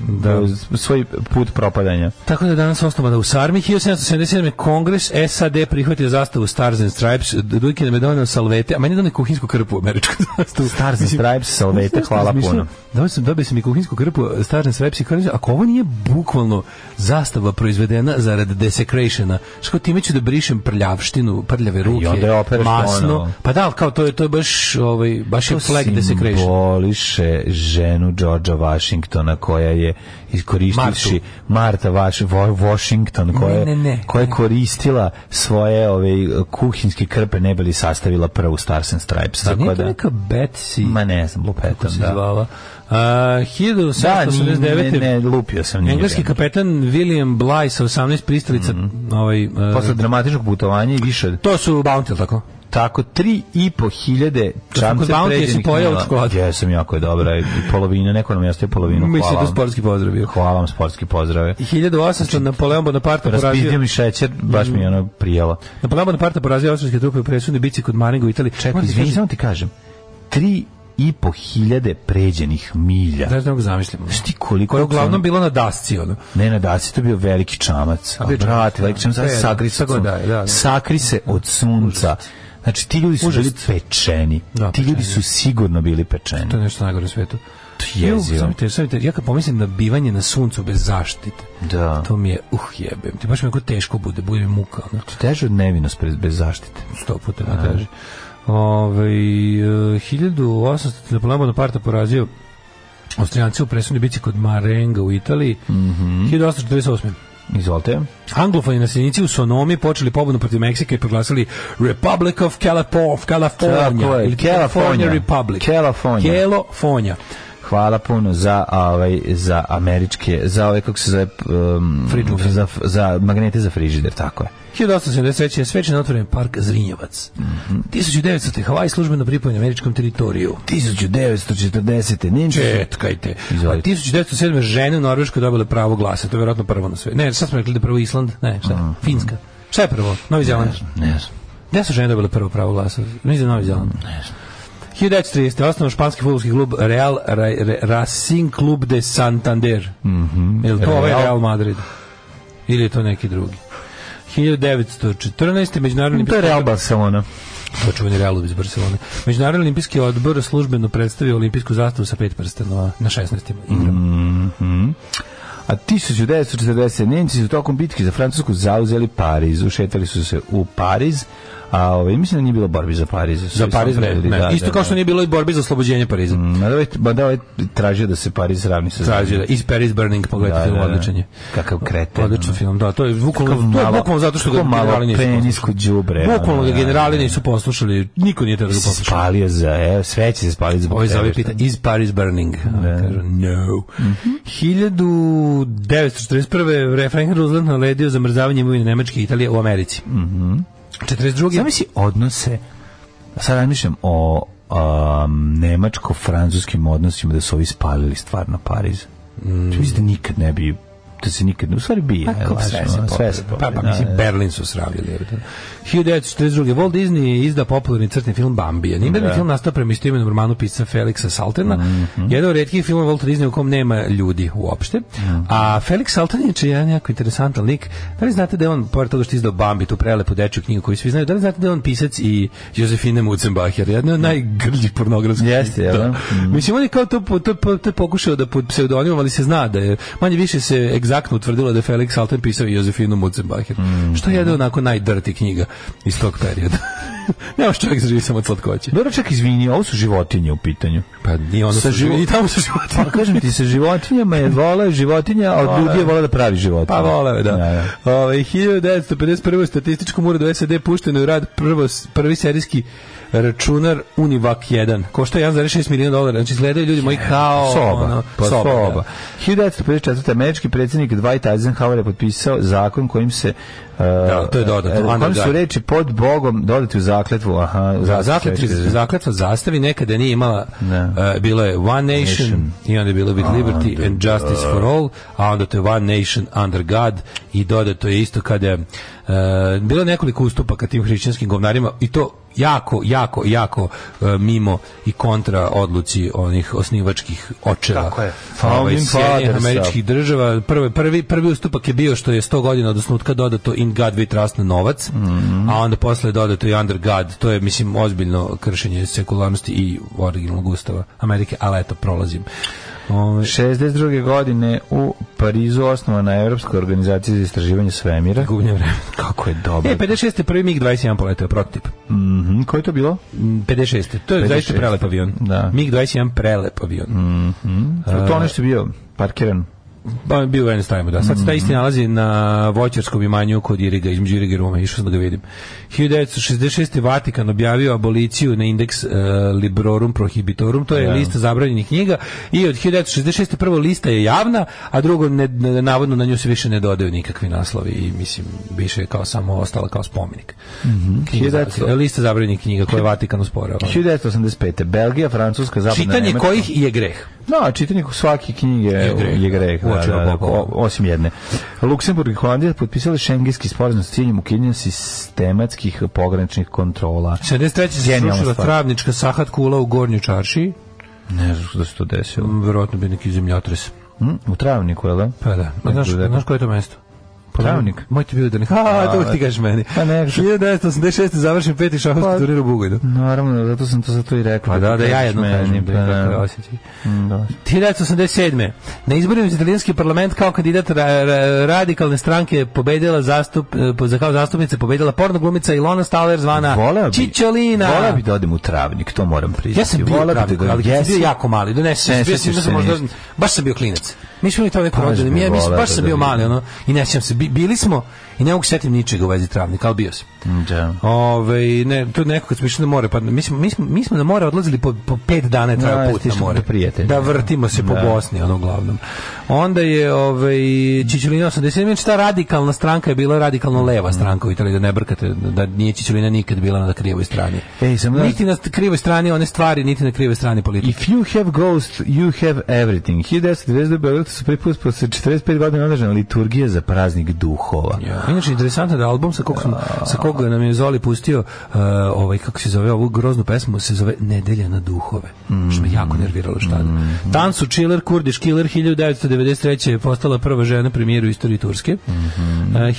Speaker 6: svoj put propadanja.
Speaker 5: Tako da je danas osnovana u Sarmi. 1777. je kongres SAD prihvatio zastavu Stars and Stripes. Dujke nam je donio salvete, a meni je donio kuhinsku krpu američku zastavu.
Speaker 6: Stars and Stripes, salvete, hvala puno.
Speaker 5: Dobio sam, dobio sam i kuhinsku krpu Stars and Stripes i kao reći, ako ovo nije bukvalno zastava proizvedena zarad desecrationa, što time ću da brišem prljavštinu, prljave ruke,
Speaker 6: onda je opereš
Speaker 5: masno.
Speaker 6: ponovo.
Speaker 5: Pa da, ali kao to je, to je baš, ovaj, baš je flag desecration.
Speaker 6: simboliše ženu Georgia Washingtona koja je iskoristivši Marta Vaš, Vo- Washington koja,
Speaker 5: ne, ne.
Speaker 6: koja je koristila svoje ove kuhinske krpe ne bi li sastavila prvu Stars and Stripes.
Speaker 5: Zar
Speaker 6: Tako
Speaker 5: Pa nije to
Speaker 6: da,
Speaker 5: neka Betsy?
Speaker 6: ma ne znam, lupetam,
Speaker 5: se
Speaker 6: da.
Speaker 5: zvala. A,
Speaker 6: Da, ni-
Speaker 5: 1789.
Speaker 6: ne, ne, lupio sam nije.
Speaker 5: Engleski
Speaker 6: vjerujem.
Speaker 5: kapetan William Bly sa 18 pristalica, ovaj, e,
Speaker 6: Posle dramatičnog putovanja i više od
Speaker 5: to su Bounty, jel tako?
Speaker 6: tako tri i po hiljade
Speaker 5: kod
Speaker 6: čamce
Speaker 5: Bounty, jesi
Speaker 6: pređenih
Speaker 5: pojeo
Speaker 6: nula.
Speaker 5: čokoladu?
Speaker 6: Jesam, jako je dobra. I polovina, neko nam je ostavio polovinu.
Speaker 5: Mislim
Speaker 6: Hvala
Speaker 5: da je
Speaker 6: vam.
Speaker 5: sportski pozdrav bio.
Speaker 6: Hvala vam, sportski pozdrave.
Speaker 5: 1800
Speaker 6: Znači,
Speaker 5: Napoleon Bonaparte
Speaker 6: Raspizdio
Speaker 5: porazio
Speaker 6: mi šećer, baš mi je ono prijelo.
Speaker 5: Napoleon Bonaparte porazio austrijske trupe u presudnoj bici kod Maringa u Italiji.
Speaker 6: Čekaj,
Speaker 5: Moram ti
Speaker 6: izvini,
Speaker 5: kažem,
Speaker 6: samo ti kažem, tri i po hiljade pređenih milja.
Speaker 5: Znaš da mogu zamislim. ono.
Speaker 6: Znaš ti koliko...
Speaker 5: Koje je uglavnom bilo na dasci, ono.
Speaker 6: Ne, na Daci to je bio veliki čamac. A
Speaker 5: bio čamac,
Speaker 6: brate, veliki čamac,
Speaker 5: Pedro,
Speaker 6: sakri se od
Speaker 5: tako da, da, da.
Speaker 6: sunca. Sakri se od sunca. Znači, ti ljudi su bili pečeni.
Speaker 5: Da,
Speaker 6: ti ljudi
Speaker 5: pečeni.
Speaker 6: su sigurno bili pečeni.
Speaker 5: To je nešto najgore u svetu.
Speaker 6: jezivo.
Speaker 5: Ju, samo te- samo te- ja kad pomislim na bivanje na suncu bez zaštite,
Speaker 6: Da.
Speaker 5: to mi je, uh, jebem. Ti baš mi jako teško bude, bude mi muka, ono.
Speaker 6: Teže od nevinost bez, bez zaštite.
Speaker 5: sto puta Ovaj, mi teže. Ove, eh, 1800 Napoleon Bonaparte porazio Austrijanci u presudnoj bici kod Marenga u Italiji. Mm 1848.
Speaker 6: Izvolite.
Speaker 5: Anglofoni naseljenici u Sonomi počeli pobunu protiv Meksika i proglasili Republic of California, California
Speaker 6: Tako je,
Speaker 5: ili
Speaker 6: California.
Speaker 5: California Republic.
Speaker 6: California.
Speaker 5: California.
Speaker 6: Hvala puno za ovaj za američke, za ove kako se zove um,
Speaker 5: Frižider.
Speaker 6: za za magnete za frižider, tako je.
Speaker 5: 1873. je svečano otvoren park Zrinjevac.
Speaker 6: Mhm.
Speaker 5: 1900. Havaj službeno pripojen američkom teritoriju.
Speaker 6: 1940. Ninče.
Speaker 5: Četkajte. Pa A
Speaker 6: Izvolite.
Speaker 5: 1907. žene u Norveškoj dobile pravo glasa. To je vjerojatno prvo na sve. Ne, sad smo rekli da je prvo Island. Ne, šta? Finska. Šta je prvo? Novi Zeland.
Speaker 6: Mhm. Ne znam.
Speaker 5: Gde su žene dobile prvo pravo glasa? Mislim Novi Zeland. 1930. osnovan španski fudbalski klub Real Ra Ra Racing Club de Santander. Je li to ovaj
Speaker 6: Mhm. Real.
Speaker 5: Real Madrid? Ili je to neki drugi? 1914. Međunarodni
Speaker 6: To je Real
Speaker 5: olimpijski-
Speaker 6: Barcelona.
Speaker 5: To je čuveni Realov iz Barcelone. Međunarodni olimpijski odbor službeno predstavio olimpijsku zastavu sa pet prstenova na 16.
Speaker 6: Mhm.
Speaker 5: igrama.
Speaker 6: A 1940. Nemci su tokom bitke za Francusku zauzeli Pariz. Ušetali su se u Pariz. A ovaj, mislim da nije bilo borbi za Pariz.
Speaker 5: Za Pariz ne, ne. Isto kao što nije bilo i borbi za oslobođenje Pariza.
Speaker 6: Ma da ovaj, ma da ovaj tražio da se Pariz ravni sa
Speaker 5: Tražio da iz Paris Burning pogledajte
Speaker 6: Da,
Speaker 5: film
Speaker 6: da, da.
Speaker 5: odličan Pa je.
Speaker 6: Kakav kreten. ono.
Speaker 5: Odličan film, da, to je bukvalno, to je
Speaker 6: malo-
Speaker 5: bukvalno zato što ga
Speaker 6: kako malo
Speaker 5: generali nisu
Speaker 6: penisko
Speaker 5: poslušali.
Speaker 6: đubre,
Speaker 5: Bukvalno
Speaker 6: ono,
Speaker 5: ga
Speaker 6: da,
Speaker 5: generali
Speaker 6: da.
Speaker 5: nisu poslušali, niko nije trebao da ga poslušao.
Speaker 6: Spalio za, evo, sve će se spaliti zbog
Speaker 5: Ovo ovaj
Speaker 6: tebe,
Speaker 5: zove
Speaker 6: šta?
Speaker 5: pita, is Paris burning? Da. Kažu, no. 1941. re- Franklin Roosevelt naledio zamrzavanje imovine Nemačke i Italije u Americi. Mm 42.
Speaker 6: Zamisli odnose, sad razmišljam o um, nemačko-francuskim odnosima da su ovi spalili stvarno Pariz. Mm. Mislim da nikad ne bi da se nikad, u stvari bi, je,
Speaker 5: Kako
Speaker 6: lažno,
Speaker 5: Pa sve se
Speaker 6: sve se
Speaker 5: Pa,
Speaker 6: popre,
Speaker 5: pa
Speaker 6: da,
Speaker 5: mislim,
Speaker 6: da.
Speaker 5: Berlin su sravili. jer to- 1942. Walt Disney je izdao popularni crtni film Bambi. Animirani film nastao prema istoimenom romanu pisca Felixa Saltena.
Speaker 6: Mhm.
Speaker 5: Jedan od retkih filmova Walt Disney u kom nema ljudi uopšte.
Speaker 6: Mhm.
Speaker 5: A Felix Salten je jedan jako interesantan lik. Da li znate da je on, pored toga što je izdao Bambi, tu prelepu dečju knjigu koju svi znaju, da li znate da je on pisac i Josefine Mutzenbacher, jedna od najgrđih pornografskih.
Speaker 6: Jeste, jel da?
Speaker 5: Mm. Mislim, on je kao to, po- to, po- to je pokušao da pod pseudonimom, ali se zna da je, manje više se egzaktno utvrdilo da je Felix Alten pisao i Josefinu Mutzenbacher, što je jedna onako najdrti knjiga iz tog perioda. Nema što čovjek živi samo od slatkoće.
Speaker 6: Dobro, čak izvini, ovo su životinje u pitanju.
Speaker 5: Pa nije ono
Speaker 6: Sa
Speaker 5: sa
Speaker 6: živo-
Speaker 5: živi, i tamo sa životom.
Speaker 6: Pa kažem ti, sa životinjama je vola životinja, a od ljudi je vola da pravi životinje.
Speaker 5: Pa voleo, da. Ovaj,
Speaker 6: da.
Speaker 5: Ove, 1951. u statističkom uredu SAD pušteno je u rad prvo, prvi serijski računar Univac 1. Košta 1,6 milijuna dolara. Znači, izgledaju ljudi moji kao...
Speaker 6: soba.
Speaker 5: ono,
Speaker 6: pa soba.
Speaker 5: soba, da.
Speaker 6: 1954. američki predsjednik Dwight Eisenhower je potpisao zakon kojim se uh,
Speaker 5: Da, to je dodatno,
Speaker 6: uh, kojim su
Speaker 5: underground.
Speaker 6: reči pod Bogom dodati u zakletvu. Aha, u
Speaker 5: Za
Speaker 6: zakletvu
Speaker 5: zakletvi,
Speaker 6: čovječke-
Speaker 5: zakletva zastavi nekada nije imala,
Speaker 6: Ne.
Speaker 5: e, bilo je One Nation,
Speaker 6: Nation.
Speaker 5: i onda je bilo with Liberty and Justice for All, a onda to je One Nation under God i dodato je isto kada je e, bilo je nekoliko ustupaka tim hrišćanskim govnarima i to jako, jako, jako e, mimo i kontra odluci onih osnivačkih očeva.
Speaker 6: Tako je.
Speaker 5: Ovaj,
Speaker 6: Founding
Speaker 5: Sjedinjenih
Speaker 6: Fathers,
Speaker 5: američkih država. Prvi, prvi, prvi ustupak je bio što je 100 godina od osnutka dodato In God We Trust na novac, a onda posle je dodato i Under God. To je, mislim, ozbiljno kršenje sekularnosti i originalnog ustava Amerike, ali eto, prolazim. Ove,
Speaker 6: 62. godine u Parizu osnovana Evropska organizacija za istraživanje svemira.
Speaker 5: gubljenje vremena.
Speaker 6: Kako je dobro.
Speaker 5: E, 56. prvi MiG-21 poletao, prototip.
Speaker 6: Mhm, Koje je to bilo?
Speaker 5: Mm, 56. To je
Speaker 6: 56..
Speaker 5: zaista prelep avion.
Speaker 6: Da.
Speaker 5: MiG-21 prelep avion. E,
Speaker 6: to je ono što je bio parkiran.
Speaker 5: Pa bio u Einsteinu, da. Sad se taj isti nalazi na voćarskom imanju kod Iriga, između Iriga i Rume, išao sam da ga vidim. 1966. Vatikan objavio aboliciju na indeks e, Librorum Prohibitorum, to je lista zabranjenih knjiga i od 1966. prvo lista je javna, a drugo, ne, ne- navodno na nju se više ne dodaju nikakvi naslovi i mislim, više je kao samo ostala kao spomenik. Knjiga za-
Speaker 6: 1900.
Speaker 5: lista zabranjenih knjiga koje Vatikan usporava.
Speaker 6: 1985. Belgija, Francuska, Zapadna
Speaker 5: pa- Čitanje
Speaker 6: Nemačka.
Speaker 5: kojih je greh.
Speaker 6: No, čitanje svake knjige je greh,
Speaker 5: greh,
Speaker 6: je
Speaker 5: da.
Speaker 6: greh da,
Speaker 5: Uočeno
Speaker 6: da, da,
Speaker 5: bogova.
Speaker 6: o- osim jedne. Luksemburg i Holandija potpisali šengenski sporazum s ciljem ukidanja sistematskih pograničnih kontrola.
Speaker 5: 73. se
Speaker 6: Genijalna
Speaker 5: srušila
Speaker 6: stvar.
Speaker 5: travnička sahat kula u gornjoj čaršiji.
Speaker 6: Ne znam što se to desilo.
Speaker 5: Verovatno bi neki zemljotres.
Speaker 6: Hm? U travniku, jel da?
Speaker 5: Pa da. A znaš,
Speaker 6: Neko da-
Speaker 5: znaš koje je to mesto?
Speaker 6: Travnik?
Speaker 5: Moj ti bio da ne... Ha, to ti kažeš meni.
Speaker 6: Pa ne, što-
Speaker 5: 1986. završen peti šahovski
Speaker 6: Pa-
Speaker 5: turnir u Bugojnu.
Speaker 6: Naravno, zato sam to zato i rekao.
Speaker 5: Pa da, da ja jedno kažem.
Speaker 6: Pa
Speaker 5: Da, je takav
Speaker 6: da,
Speaker 5: osjećaj.
Speaker 6: Mm, da.
Speaker 5: 1987. Na izborima za italijanski parlament kao kandidat ra- ra- radikalne stranke pobedila zastup, eh, po- za kao zastupnica pobedila porno glumica Ilona Staler zvana
Speaker 6: Voleo bi,
Speaker 5: Čičolina.
Speaker 6: Voleo bi da odem u travnik, to moram priznati.
Speaker 5: Ja sam bio
Speaker 6: Voleo bi
Speaker 5: pravi,
Speaker 6: da-
Speaker 5: ali kad sam
Speaker 6: Jesi?
Speaker 5: bio jako mali, donesem,
Speaker 6: Ne
Speaker 5: ne, bio sam,
Speaker 6: sećaš
Speaker 5: da sam
Speaker 6: se
Speaker 5: možda,
Speaker 6: ništa.
Speaker 5: baš sam bio klinac. Mi smo imali to neko
Speaker 6: Baš
Speaker 5: rođendan,
Speaker 6: bi
Speaker 5: ja mislim,
Speaker 6: voleo
Speaker 5: baš
Speaker 6: da
Speaker 5: sam
Speaker 6: da
Speaker 5: bio
Speaker 6: vidim.
Speaker 5: mali, ono, i ne sjećam se, bi- bili smo, I ne mogu se setim ničega u vezi travnika, ali bio sam.
Speaker 6: Da.
Speaker 5: Ove, ne, to neko kad smo išli na more, pa mi smo, mi smo, mi smo na more odlazili po, po pet dana je
Speaker 6: Da,
Speaker 5: trajao put na
Speaker 6: otišli
Speaker 5: more.
Speaker 6: kod prijatelja.
Speaker 5: Da vrtimo se po Bosni, ono uglavnom. Onda je ovaj, Čičulina 87, inače ta radikalna stranka je bila radikalno leva stranka u Italiji, da ne brkate, da nije Čičulina nikad bila na krivoj strani.
Speaker 6: Ej, sam
Speaker 5: niti na krivoj strani one stvari, niti na krivoj strani politike.
Speaker 6: If you have ghost, you have everything. 1992. Beograd su prvi put posle 45 godina održana liturgija za praznik duhova.
Speaker 5: Ja. Inače, interesantno da album sa kog, sam, sa kog nam je Zoli pustio uh, ovaj, kako se zove, ovu groznu pesmu se zove Nedelja na duhove, što me jako nerviralo šta
Speaker 6: Mm.
Speaker 5: da. Tansu Čiler, Kurdiš Killer, 1993. je postala prva žena premijeru u istoriji Turske.
Speaker 6: Mhm.
Speaker 5: Uh,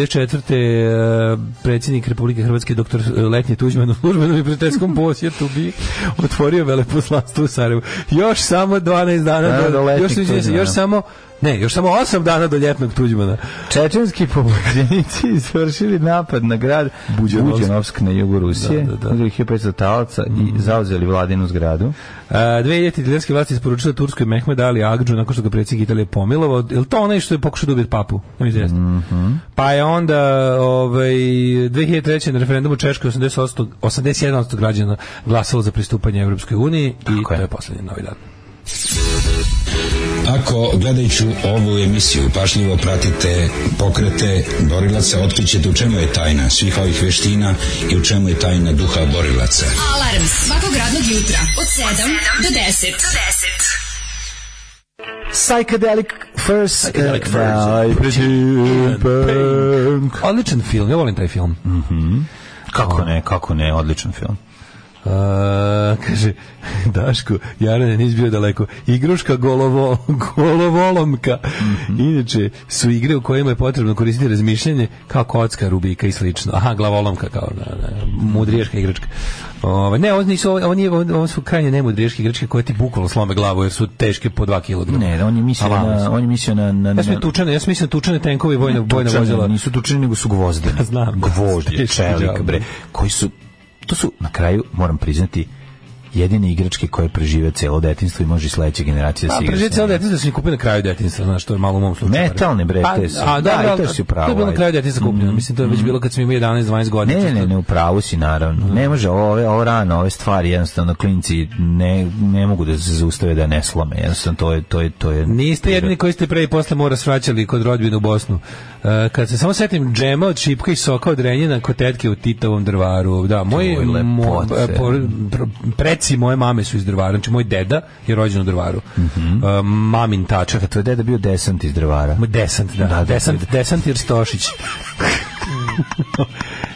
Speaker 5: 1994. Uh, predsjednik Republike Hrvatske, doktor eh, Letnje Tuđman, u službenom i prijateljskom posjetu bi otvorio veleposlanstvo u Sarajevu. Još samo 12 dana,
Speaker 6: Da, do letnjeg
Speaker 5: još, se-
Speaker 6: Tuđmana.
Speaker 5: još samo Ne, još samo 8 dana do ljetnog Tuđmana.
Speaker 6: Čečenski pobunjenici izvršili napad na grad
Speaker 5: Buđanovsk.
Speaker 6: Buđanovsk na jugu Rusije,
Speaker 5: Da, da, da.
Speaker 6: ubili 1500 talaca i zauzeli vladinu zgradu.
Speaker 5: A, 2000 italijanske vlasti isporučile Turskoj Mehmed Ali Agdžu nakon što ga predsjednik Italije pomilovao. Je li to onaj što je pokušao da ubije papu? Ja mislim da jeste.
Speaker 6: Mhm.
Speaker 5: Pa je onda ovaj, 2003. na referendumu Češke 80%, 81% građana glasalo za pristupanje Europskoj uniji i
Speaker 6: Tako je.
Speaker 5: to je poslednji novi dan.
Speaker 9: Ako gledajući ovu emisiju pašljivo pratite pokrete borilaca, otkrićete u čemu je tajna svih ovih veština i u čemu je tajna duha borilaca.
Speaker 8: Alarm svakog radnog jutra od 7 do 10.
Speaker 6: Psychedelic First.
Speaker 5: Psychedelic
Speaker 6: eh,
Speaker 5: Furs.
Speaker 6: da, i pređi- punk.
Speaker 5: Odličan film, ja volim taj film.
Speaker 6: Kako ne, kako ne, odličan film.
Speaker 5: A, kaže, Daško, Jarane nisi bio daleko. Igruška golovo, golovolomka. Inače, su igre u kojima je potrebno koristiti razmišljanje kao kocka, rubika i slično. Aha, glavolomka kao da, da, mudriješka igračka. Ove, ne, ovo, nisu, ovo, ovo, nije, ovo, ovo su krajnje nemudriješke igračke koje ti bukvalno slome glavu jer su teške po 2 kg.
Speaker 6: Ne, on je mislio na... On je mislio na, na, na,
Speaker 5: Ja sam i tučane, ja sam mislio na tučane tenkove i vojna, vojna
Speaker 6: Tučani,
Speaker 5: vozila.
Speaker 6: Nisu tučeni, nego su gvozde.
Speaker 5: Ja znam, da,
Speaker 6: Gvožđe,
Speaker 5: teški
Speaker 6: čelik,
Speaker 5: đavo.
Speaker 6: bre. Koji su, to su, na kraju, moram priznati, jedine igračke koje prežive celo detinstvo i može i sledeća generacija da
Speaker 5: Pa
Speaker 6: se igra.
Speaker 5: preživio
Speaker 6: s
Speaker 5: celo
Speaker 6: njima.
Speaker 5: detinjstvo sam ih kupio na kraju detinjstva, znaš, to je malo u mom slučaju. Pa,
Speaker 6: Metalne, bre, te su.
Speaker 5: A, da,
Speaker 6: Da, i
Speaker 5: da,
Speaker 6: to si u pravu,
Speaker 5: To je bilo na
Speaker 6: ajde.
Speaker 5: kraju detinjstva kupljeno, mislim, to je već bilo kad sam imao 11-12 godina.
Speaker 6: Ne, ne, ne, u pravu si naravno. Ne može ove ovo rano, ove stvari jednostavno klinci ne, ne mogu da se zaustave da ne slome. Jednostavno to je to je to je.
Speaker 5: Niste jedini koji ste pre i posle mora svraćali kod rodbine u Bosnu. E, kad se samo setim džema od šipka i soka od renjina kod tetke u Titovom drvaru. Da, moji
Speaker 6: Oj,
Speaker 5: mo,
Speaker 6: lepote.
Speaker 5: e, por- pr- preci moje mame su iz drvara. Znači, moj deda je rođen u drvaru.
Speaker 6: Mhm.
Speaker 5: E, mamin tačak.
Speaker 6: Tvoj deda bio desant iz drvara.
Speaker 5: Ma Desant, da.
Speaker 6: Da, da,
Speaker 5: desant, desant jer Stošić.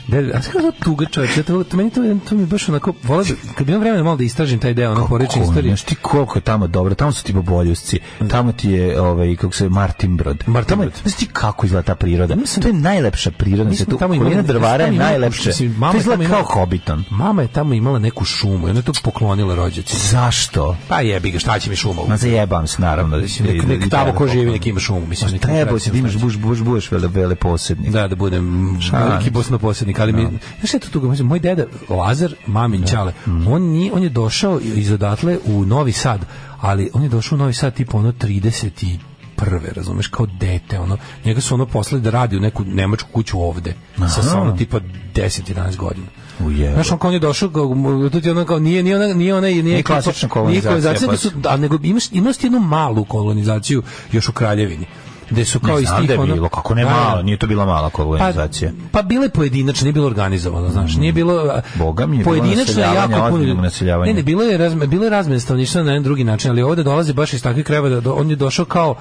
Speaker 5: De, a skoro tuga čovječ, ja to, to, meni to, to mi baš onako, volim, da- kad imam vremena malo da istražim taj deo, ono porečne
Speaker 6: Kako,
Speaker 5: istorije.
Speaker 6: Znaš ti koliko je tamo dobro, tamo su ti boboljusci, tamo ti je, ovaj, kako se, Martin Brod.
Speaker 5: Martin
Speaker 6: tamo je,
Speaker 5: Brod.
Speaker 6: znaš ti kako izgleda ta priroda?
Speaker 5: Mislim-
Speaker 6: to je najlepša priroda. na
Speaker 5: Mi smo
Speaker 6: svetu.
Speaker 5: tamo
Speaker 6: Kolina
Speaker 5: imali-
Speaker 6: drvara je
Speaker 5: tamo imali-
Speaker 6: najlepša.
Speaker 5: mislim, mama
Speaker 6: To
Speaker 5: je
Speaker 6: izgleda
Speaker 5: tamo
Speaker 6: kao
Speaker 5: imala-
Speaker 6: Hobbiton.
Speaker 5: Mama je tamo imala neku šumu i ona je to poklonila rođacima.
Speaker 6: Zašto?
Speaker 5: Pa jebi ga, šta će mi šuma?
Speaker 6: Ma zajebam se, naravno. Da će,
Speaker 5: Nek, nek tamo ko živi, nek ima šumu. Mislim, nek-
Speaker 6: Trebao si da imaš, buš, buš, buš, vele, vele posjednik.
Speaker 5: Da, da budem
Speaker 6: Šans.
Speaker 5: veliki bosnoposednik, ali mi, znaš šta je to tuga, Mislim, moj deda Lazar, mamin Ćale,
Speaker 6: Mm.
Speaker 5: on, nije, on je došao iz odatle u Novi Sad, ali on je došao u Novi Sad tipa ono 30 i prve, razumeš, kao dete, ono, njega su ono poslali da radi u neku nemačku kuću ovde, sa sa ono tipa 10-11 godina.
Speaker 6: Ujebo.
Speaker 5: Znaš, ono on kao on je došao, kao, mu- tu ti ono kao, nije, nije, ona, nije ona, nije,
Speaker 6: Nije klasična kolonizacija,
Speaker 5: Nije kolonizacija,
Speaker 6: pa
Speaker 5: nego su, a nego imaš, imaš ti jednu malu kolonizaciju još u Kraljevini, gde su kao
Speaker 6: Ne
Speaker 5: iz
Speaker 6: znam
Speaker 5: tih,
Speaker 6: da je
Speaker 5: ono-
Speaker 6: bilo, kako ne
Speaker 5: Da, da.
Speaker 6: malo, nije to bila mala kolonizacija.
Speaker 5: Pa, pa bile pojedinačno, nije bilo organizovano, znaš, nije bilo
Speaker 6: Mm. Boga mi je bilo
Speaker 5: pojedinačno je
Speaker 6: naseljavanje,
Speaker 5: jako puno.
Speaker 6: ozbiljnog
Speaker 5: ljudi.
Speaker 6: naseljavanja.
Speaker 5: Ne, ne, bilo je razme, bilo je razmene stanovništva na jedan drugi način, ali ovde dolazi baš iz takvih krajeva da do- on je došao kao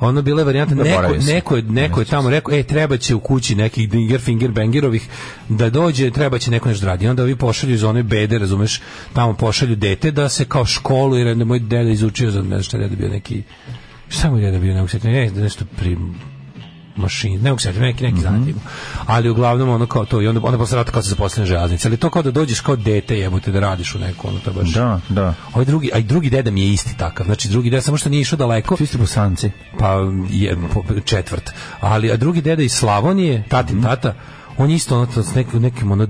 Speaker 5: ono bila je varijanta neko,
Speaker 6: Zaboravio sam.
Speaker 5: neko, je, neko je tamo rekao ej treba će u kući nekih dinger finger bangerovih da dođe treba će neko nešto da radi I onda ovi pošalju iz one bede razumeš tamo pošalju dete da se kao školu jer je moj deda izučio za ne znam šta je deda bio neki šta mu je deda bio ne mogu se setiti, ne, nešto pri mašin, ne mogu se setiti, neki, neki
Speaker 6: Mhm.
Speaker 5: zanat ima. Ali uglavnom ono kao to, i onda, onda posle rata kao se zaposlene železnice, ali to kao da dođeš kao dete jebote da radiš u neko, ono to je baš.
Speaker 6: Da, da.
Speaker 5: Ovaj drugi, a i drugi deda mi je isti takav, znači drugi deda, samo što nije išao daleko,
Speaker 6: Svi ste bosanci.
Speaker 5: pa je po-
Speaker 6: Mhm.
Speaker 5: četvrt, ali a drugi deda iz Slavonije, tatin tata, on je isto ono to s nekim, nekim ono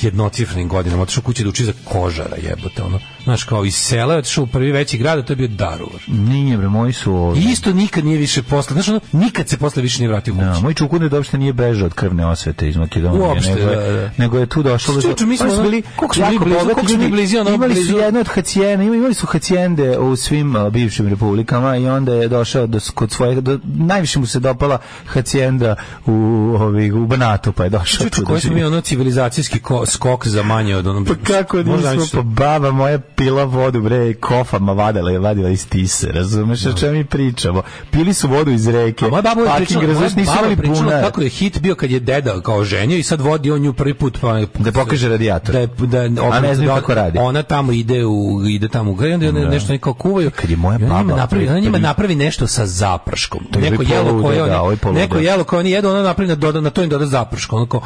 Speaker 5: jednocifrenim godinama, otišao kući da uči za kožara, jebote, ono. Znaš, kao iz sela je otišao u prvi veći grad, a to je bio Daruvar.
Speaker 6: Nije, bre, moji su ovaj,
Speaker 5: I
Speaker 6: ovdje.
Speaker 5: isto nikad nije više posle, znaš, ono, nikad se posle više nije vratio kući.
Speaker 6: Da, moj čukune da uopšte nije bežao od krvne osvete iz Makedonije,
Speaker 5: Uopšte,
Speaker 6: nego, je,
Speaker 5: da, da.
Speaker 6: nego je tu došlo. do-
Speaker 5: Čuče, mi smo
Speaker 6: Oni su
Speaker 5: ono-
Speaker 6: bili
Speaker 5: koliko smo bili
Speaker 6: jako
Speaker 5: blizu,
Speaker 6: bogati
Speaker 5: koliko smo mi
Speaker 6: ljudi.
Speaker 5: blizu, ono,
Speaker 6: imali su
Speaker 5: blizu-
Speaker 6: jedno od hacijene, imali, imali su hacijende u svim a, bivšim republikama i onda je došao do, s- kod svoje, do, najviše mu se dopala hacijenda u, ovi, u Banatu, pa je došao
Speaker 5: Čuče,
Speaker 6: tu. da
Speaker 5: koji smo
Speaker 6: živi.
Speaker 5: mi ono civilizacijski ko- skok za manje od onog...
Speaker 6: Pa kako
Speaker 5: Možda
Speaker 6: nismo,
Speaker 5: najviše-
Speaker 6: pa baba moja pila vodu, bre, kofama vadila je, vadila iz tise, razumeš, o čemu mi pričamo? Pili su vodu iz reke,
Speaker 5: A Pa moja baba uvijek
Speaker 6: parking,
Speaker 5: pričala, moja
Speaker 6: razumeš, nisu
Speaker 5: baba
Speaker 6: imali
Speaker 5: pričala
Speaker 6: bunar.
Speaker 5: kako je hit bio kad je deda kao ženio i sad vodi on nju prvi put pa
Speaker 6: Da pokaže radijator.
Speaker 5: Da je, da,
Speaker 6: A ne znaju
Speaker 5: da-
Speaker 6: kako radi.
Speaker 5: Ona tamo ide u ide tamo u gre, onda da. nešto neko kuvaju.
Speaker 6: Kad je moja
Speaker 5: I ona njima
Speaker 6: baba
Speaker 5: napravi,
Speaker 6: pri-
Speaker 5: ona njima
Speaker 6: pri-
Speaker 5: napravi nešto sa zaprškom.
Speaker 6: To je
Speaker 5: neko
Speaker 6: ovaj
Speaker 5: jelo
Speaker 6: poluda,
Speaker 5: koje
Speaker 6: da, ovaj
Speaker 5: oni,
Speaker 6: poluda.
Speaker 5: neko jelo koje oni jedu, ona napravi na doda na to im doda zapršku. Ona kao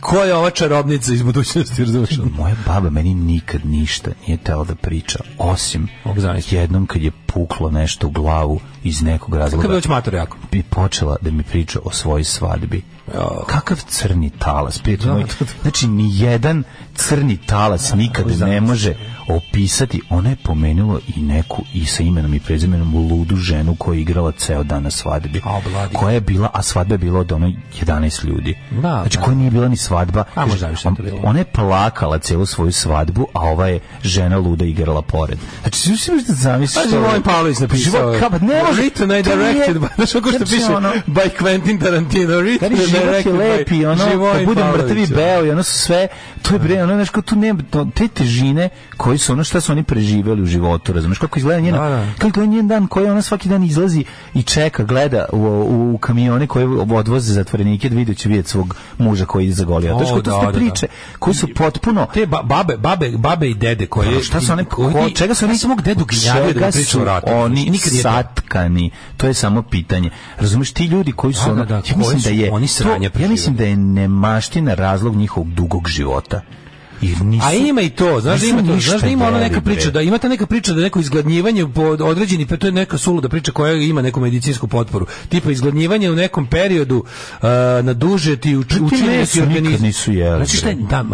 Speaker 5: ko je ova čarobnica iz budućnosti, razumeš?
Speaker 6: Moja baba meni nikad ništa nije tela da priča, osim
Speaker 5: Mogu zamisliti.
Speaker 6: jednom kad je puklo nešto u glavu iz nekog
Speaker 5: Kako
Speaker 6: razloga.
Speaker 5: bi već mator jako.
Speaker 6: bi počela da mi priča o svojoj svadbi. Kakav crni talas, prijatelj moj. Znači, ni jedan crni talas nikada ne može opisati. Ona je pomenula i neku, i sa imenom i prezimenom, ludu ženu koja je igrala ceo dan na svadbi.
Speaker 5: A, bladi.
Speaker 6: Koja je bila, a svadba je bila od ono 11 ljudi.
Speaker 5: Da,
Speaker 6: znači,
Speaker 5: da.
Speaker 6: koja nije bila ni svadba.
Speaker 5: A,
Speaker 6: Kaže,
Speaker 5: možda bi što je to bilo.
Speaker 6: Ona je plakala celu svoju svadbu, a ova je žena luda igrala pored. Znači, svi si možete zamisliti
Speaker 5: Pazi,
Speaker 6: što je-
Speaker 5: Vojn Pavlović napisao.
Speaker 6: Život, kapa, ne može.
Speaker 5: Written and
Speaker 6: to nije-
Speaker 5: directed by... Znaš kako što
Speaker 6: Znači,
Speaker 5: piše?
Speaker 6: ono-
Speaker 5: By Quentin Tarantino. Written
Speaker 6: Kari,
Speaker 5: and
Speaker 6: život je
Speaker 5: directed by
Speaker 6: lep i ono,
Speaker 5: Živojn
Speaker 6: da bude
Speaker 5: Pavlović.
Speaker 6: mrtvi beo i ono sve, to je bre, ono, znaš, kao tu ne, to, te težine koji su ono, šta su oni preživeli u životu, razumiješ, kako izgleda njena,
Speaker 5: Da, da.
Speaker 6: kako izgleda njen dan koji ona svaki dan izlazi i čeka, gleda u, u, u kamione koji odvoze zatvorenike, da vidi će vidjeti svog muža koji je zagolio.
Speaker 5: O,
Speaker 6: To, što, to
Speaker 5: da,
Speaker 6: su
Speaker 5: da, da.
Speaker 6: te priče koji su potpuno,
Speaker 5: te ba- babe, babe, babe i dede koje...
Speaker 6: Pa šta su one,
Speaker 5: koji-
Speaker 6: ko- čega su oni,
Speaker 5: Ja sam mog dedu gnjavio da
Speaker 6: čega
Speaker 5: mi priča
Speaker 6: su
Speaker 5: o ratu.
Speaker 6: Oni
Speaker 5: nikad nije
Speaker 6: satkani, to je samo pitanje. Razumeš, ti ljudi koji su,
Speaker 5: Da,
Speaker 6: ono-
Speaker 5: da, da,
Speaker 6: ja
Speaker 5: koji
Speaker 6: mislim
Speaker 5: su
Speaker 6: da je,
Speaker 5: oni
Speaker 6: to-
Speaker 5: sranja
Speaker 6: ja
Speaker 5: preživeli.
Speaker 6: mislim da je nemaština razlog njihovog dugog života. Jer nisu,
Speaker 5: A ima i to, znaš da
Speaker 6: nisu
Speaker 5: ima to,
Speaker 6: ništa
Speaker 5: znaš da ima ona
Speaker 6: jeli,
Speaker 5: neka
Speaker 6: bre.
Speaker 5: priča, da imate neka priča da neko izgladnjivanje po određeni, pe- to je neka suluda priča koja ima neku medicinsku potporu. Tipa izgladnjivanje u nekom periodu uh, na duže ti uč,
Speaker 6: Pa ti
Speaker 5: učini
Speaker 6: meso
Speaker 5: ti
Speaker 6: nikad
Speaker 5: organizam.
Speaker 6: nisu jeli,
Speaker 5: Znači šta je
Speaker 6: bre. Pa
Speaker 5: tam?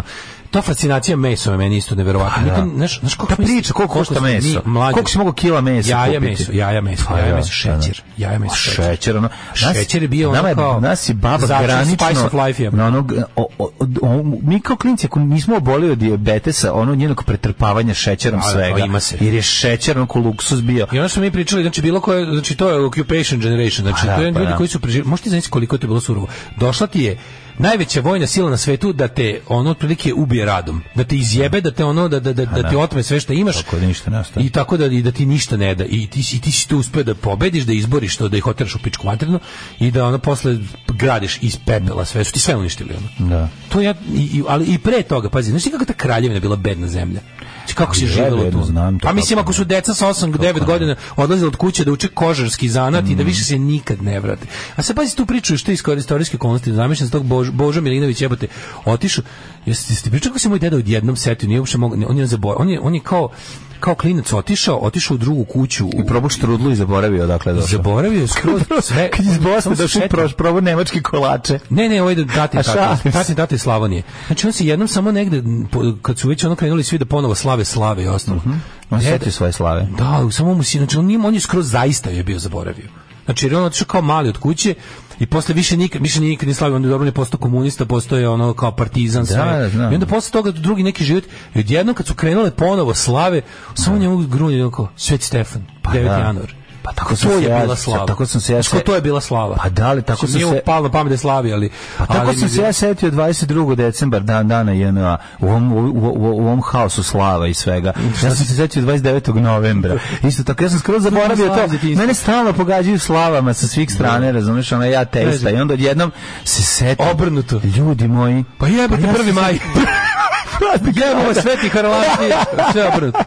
Speaker 5: Ta fascinacija mesom je meni isto neverovatno.
Speaker 6: da.
Speaker 5: Nikad- Znaš, znaš koliko
Speaker 6: Ta
Speaker 5: mislim-
Speaker 6: priča, koliko košta
Speaker 5: smo mi
Speaker 6: meso?
Speaker 5: mlađi-
Speaker 6: Koliko si mogao kila mesa
Speaker 5: Jaja
Speaker 6: kupiti?
Speaker 5: meso, jaja meso,
Speaker 6: Pa
Speaker 5: jaja
Speaker 6: da,
Speaker 5: meso,
Speaker 6: da, da.
Speaker 5: šećer, jaja meso, šećer.
Speaker 6: šećer, ono. Nas-
Speaker 5: Šećer je bio ono
Speaker 6: nama
Speaker 5: kao
Speaker 6: Nas je baba
Speaker 5: začin,
Speaker 6: granično...
Speaker 5: spice of life je.
Speaker 6: Na onog, o, o, o- mi kao klinci, ako nismo oboli od diabetesa, ono njenog pretrpavanja šećerom
Speaker 5: Da, da,
Speaker 6: svega.
Speaker 5: to ima se.
Speaker 6: Jer je šećer onako luksus bio.
Speaker 5: I ono što mi pričali, znači bilo koje, znači to je occupation generation, znači
Speaker 6: Pa da,
Speaker 5: to je
Speaker 6: pa
Speaker 5: ljudi
Speaker 6: da.
Speaker 5: koji su preživjeli, možete zamisliti koliko je to bilo surovo. Došla ti je najveća vojna sila na svetu da te ono otprilike ubije radom, da te izjebe, da te ono da da da, da ti otme sve što imaš.
Speaker 6: Pa Tako da ništa ne ostane.
Speaker 5: I tako da i da ti ništa ne da i ti si- i ti si tu uspeo da pobediš, da izboriš to, da ih oteraš u pičku materinu i da ono posle gradiš iz pepela sve, su ti sve uništili ono.
Speaker 6: Da.
Speaker 5: To ja i- i- ali i pre toga, pazi, znaš ti kako ta kraljevina bila bedna zemlja. Znači, kako se živelo
Speaker 6: bedno,
Speaker 5: tu?
Speaker 6: znam to
Speaker 5: Pa mislim
Speaker 6: kako Mhm.
Speaker 5: ako su deca sa 8 9 godina odlazila od kuće da uče kožarski zanat i da više se nikad ne vrate. A sad pazi tu priču što je iskor istorijske okolnosti, zamišljam se tog Bož, Božo Milinović jebote otišao. Jeste jeste pričali kako se moj deda odjednom setio, nije uopšte mogao, on je zaboravio, on je on je kao kao klinac otišao, otišao u drugu kuću. U,
Speaker 6: I probao štrudlu i zaboravio odakle je došao.
Speaker 5: zaboravio je skroz sve.
Speaker 6: Kad je iz Bosne
Speaker 5: samo se
Speaker 6: došao i
Speaker 5: setio.
Speaker 6: proš- probao nemačke kolače.
Speaker 5: Ne, ne, ovaj tati,
Speaker 6: A
Speaker 5: tati,
Speaker 6: šalim se.
Speaker 5: tati, tati iz Slavonije. Znači on se jednom samo negde, m, po- kad su već ono krenuli svi da ponovo slave, slave i ostalo.
Speaker 6: Mhm. On se
Speaker 5: Deda-
Speaker 6: setio svoje slave.
Speaker 5: Da, samo mu si, znači on, nije, on je skroz zaista je bio zaboravio. Znači, jer je on otišao kao mali od kuće i posle više nikad, više nije nikad ni slavio, onda je dobro ne postao komunista, postao je ono kao partizan, sve.
Speaker 6: da, znam.
Speaker 5: I onda posle toga drugi neki život, i odjednom kad su krenule ponovo slave, samo njemu grunje ono kao, Sveti Stefan, 9.
Speaker 6: da.
Speaker 5: januar.
Speaker 6: Pa tako sam
Speaker 5: To
Speaker 6: se
Speaker 5: je
Speaker 6: ja-
Speaker 5: bila slava.
Speaker 6: tako sam se ja-
Speaker 5: Što to je bila slava.
Speaker 6: Pa da li, tako
Speaker 5: Mislim,
Speaker 6: sam
Speaker 5: Znači, nije
Speaker 6: se-
Speaker 5: mu palo na pamet da je slavi, ali...
Speaker 6: Pa tako
Speaker 5: ali
Speaker 6: sam
Speaker 5: mi
Speaker 6: se
Speaker 5: je-
Speaker 6: ja setio 22. decembar, dan dana JNA, u ovom, u, u, u- u ovom haosu slava i svega. Ja sam se setio 29. novembra. Isto tako, ja sam skroz zaboravio
Speaker 5: Slava iz
Speaker 6: to.
Speaker 5: djetinjstva.
Speaker 6: Mene stalno pogađaju slavama sa svih strane, razumeš, ona ja testa. I onda odjednom se setim.
Speaker 5: Obrnuto.
Speaker 6: Ljudi moji.
Speaker 5: Pa jebate
Speaker 6: Pa ja
Speaker 5: prvi
Speaker 6: sam-
Speaker 5: maj. Jebamo sveti harlati, sve obrnuto.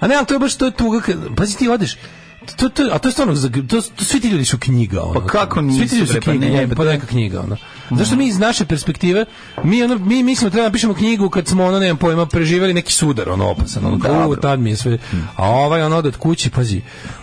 Speaker 5: A ne, ali to je baš to je tuga. kad- Pazi ti odeš, to, to, a to je stvarno, za- to, to, svi ti ljudi su knjiga. Ono.
Speaker 6: Pa kako
Speaker 5: Svi
Speaker 6: nisu,
Speaker 5: ti ljudi su
Speaker 6: bre, pa
Speaker 5: knjiga,
Speaker 6: ne,
Speaker 5: ono,
Speaker 6: pa
Speaker 5: pa
Speaker 6: to je-
Speaker 5: neka knjiga. Ono. Zašto mi iz naše perspektive, mi, ono, mi mislimo treba da napišemo knjigu kad smo, ono, nemam pojma, preživjeli neki sudar, ono, opasan. Ono, kao, u,
Speaker 6: Dobro.
Speaker 5: tad mi je sve. A ovaj, ono, od kući, pazi,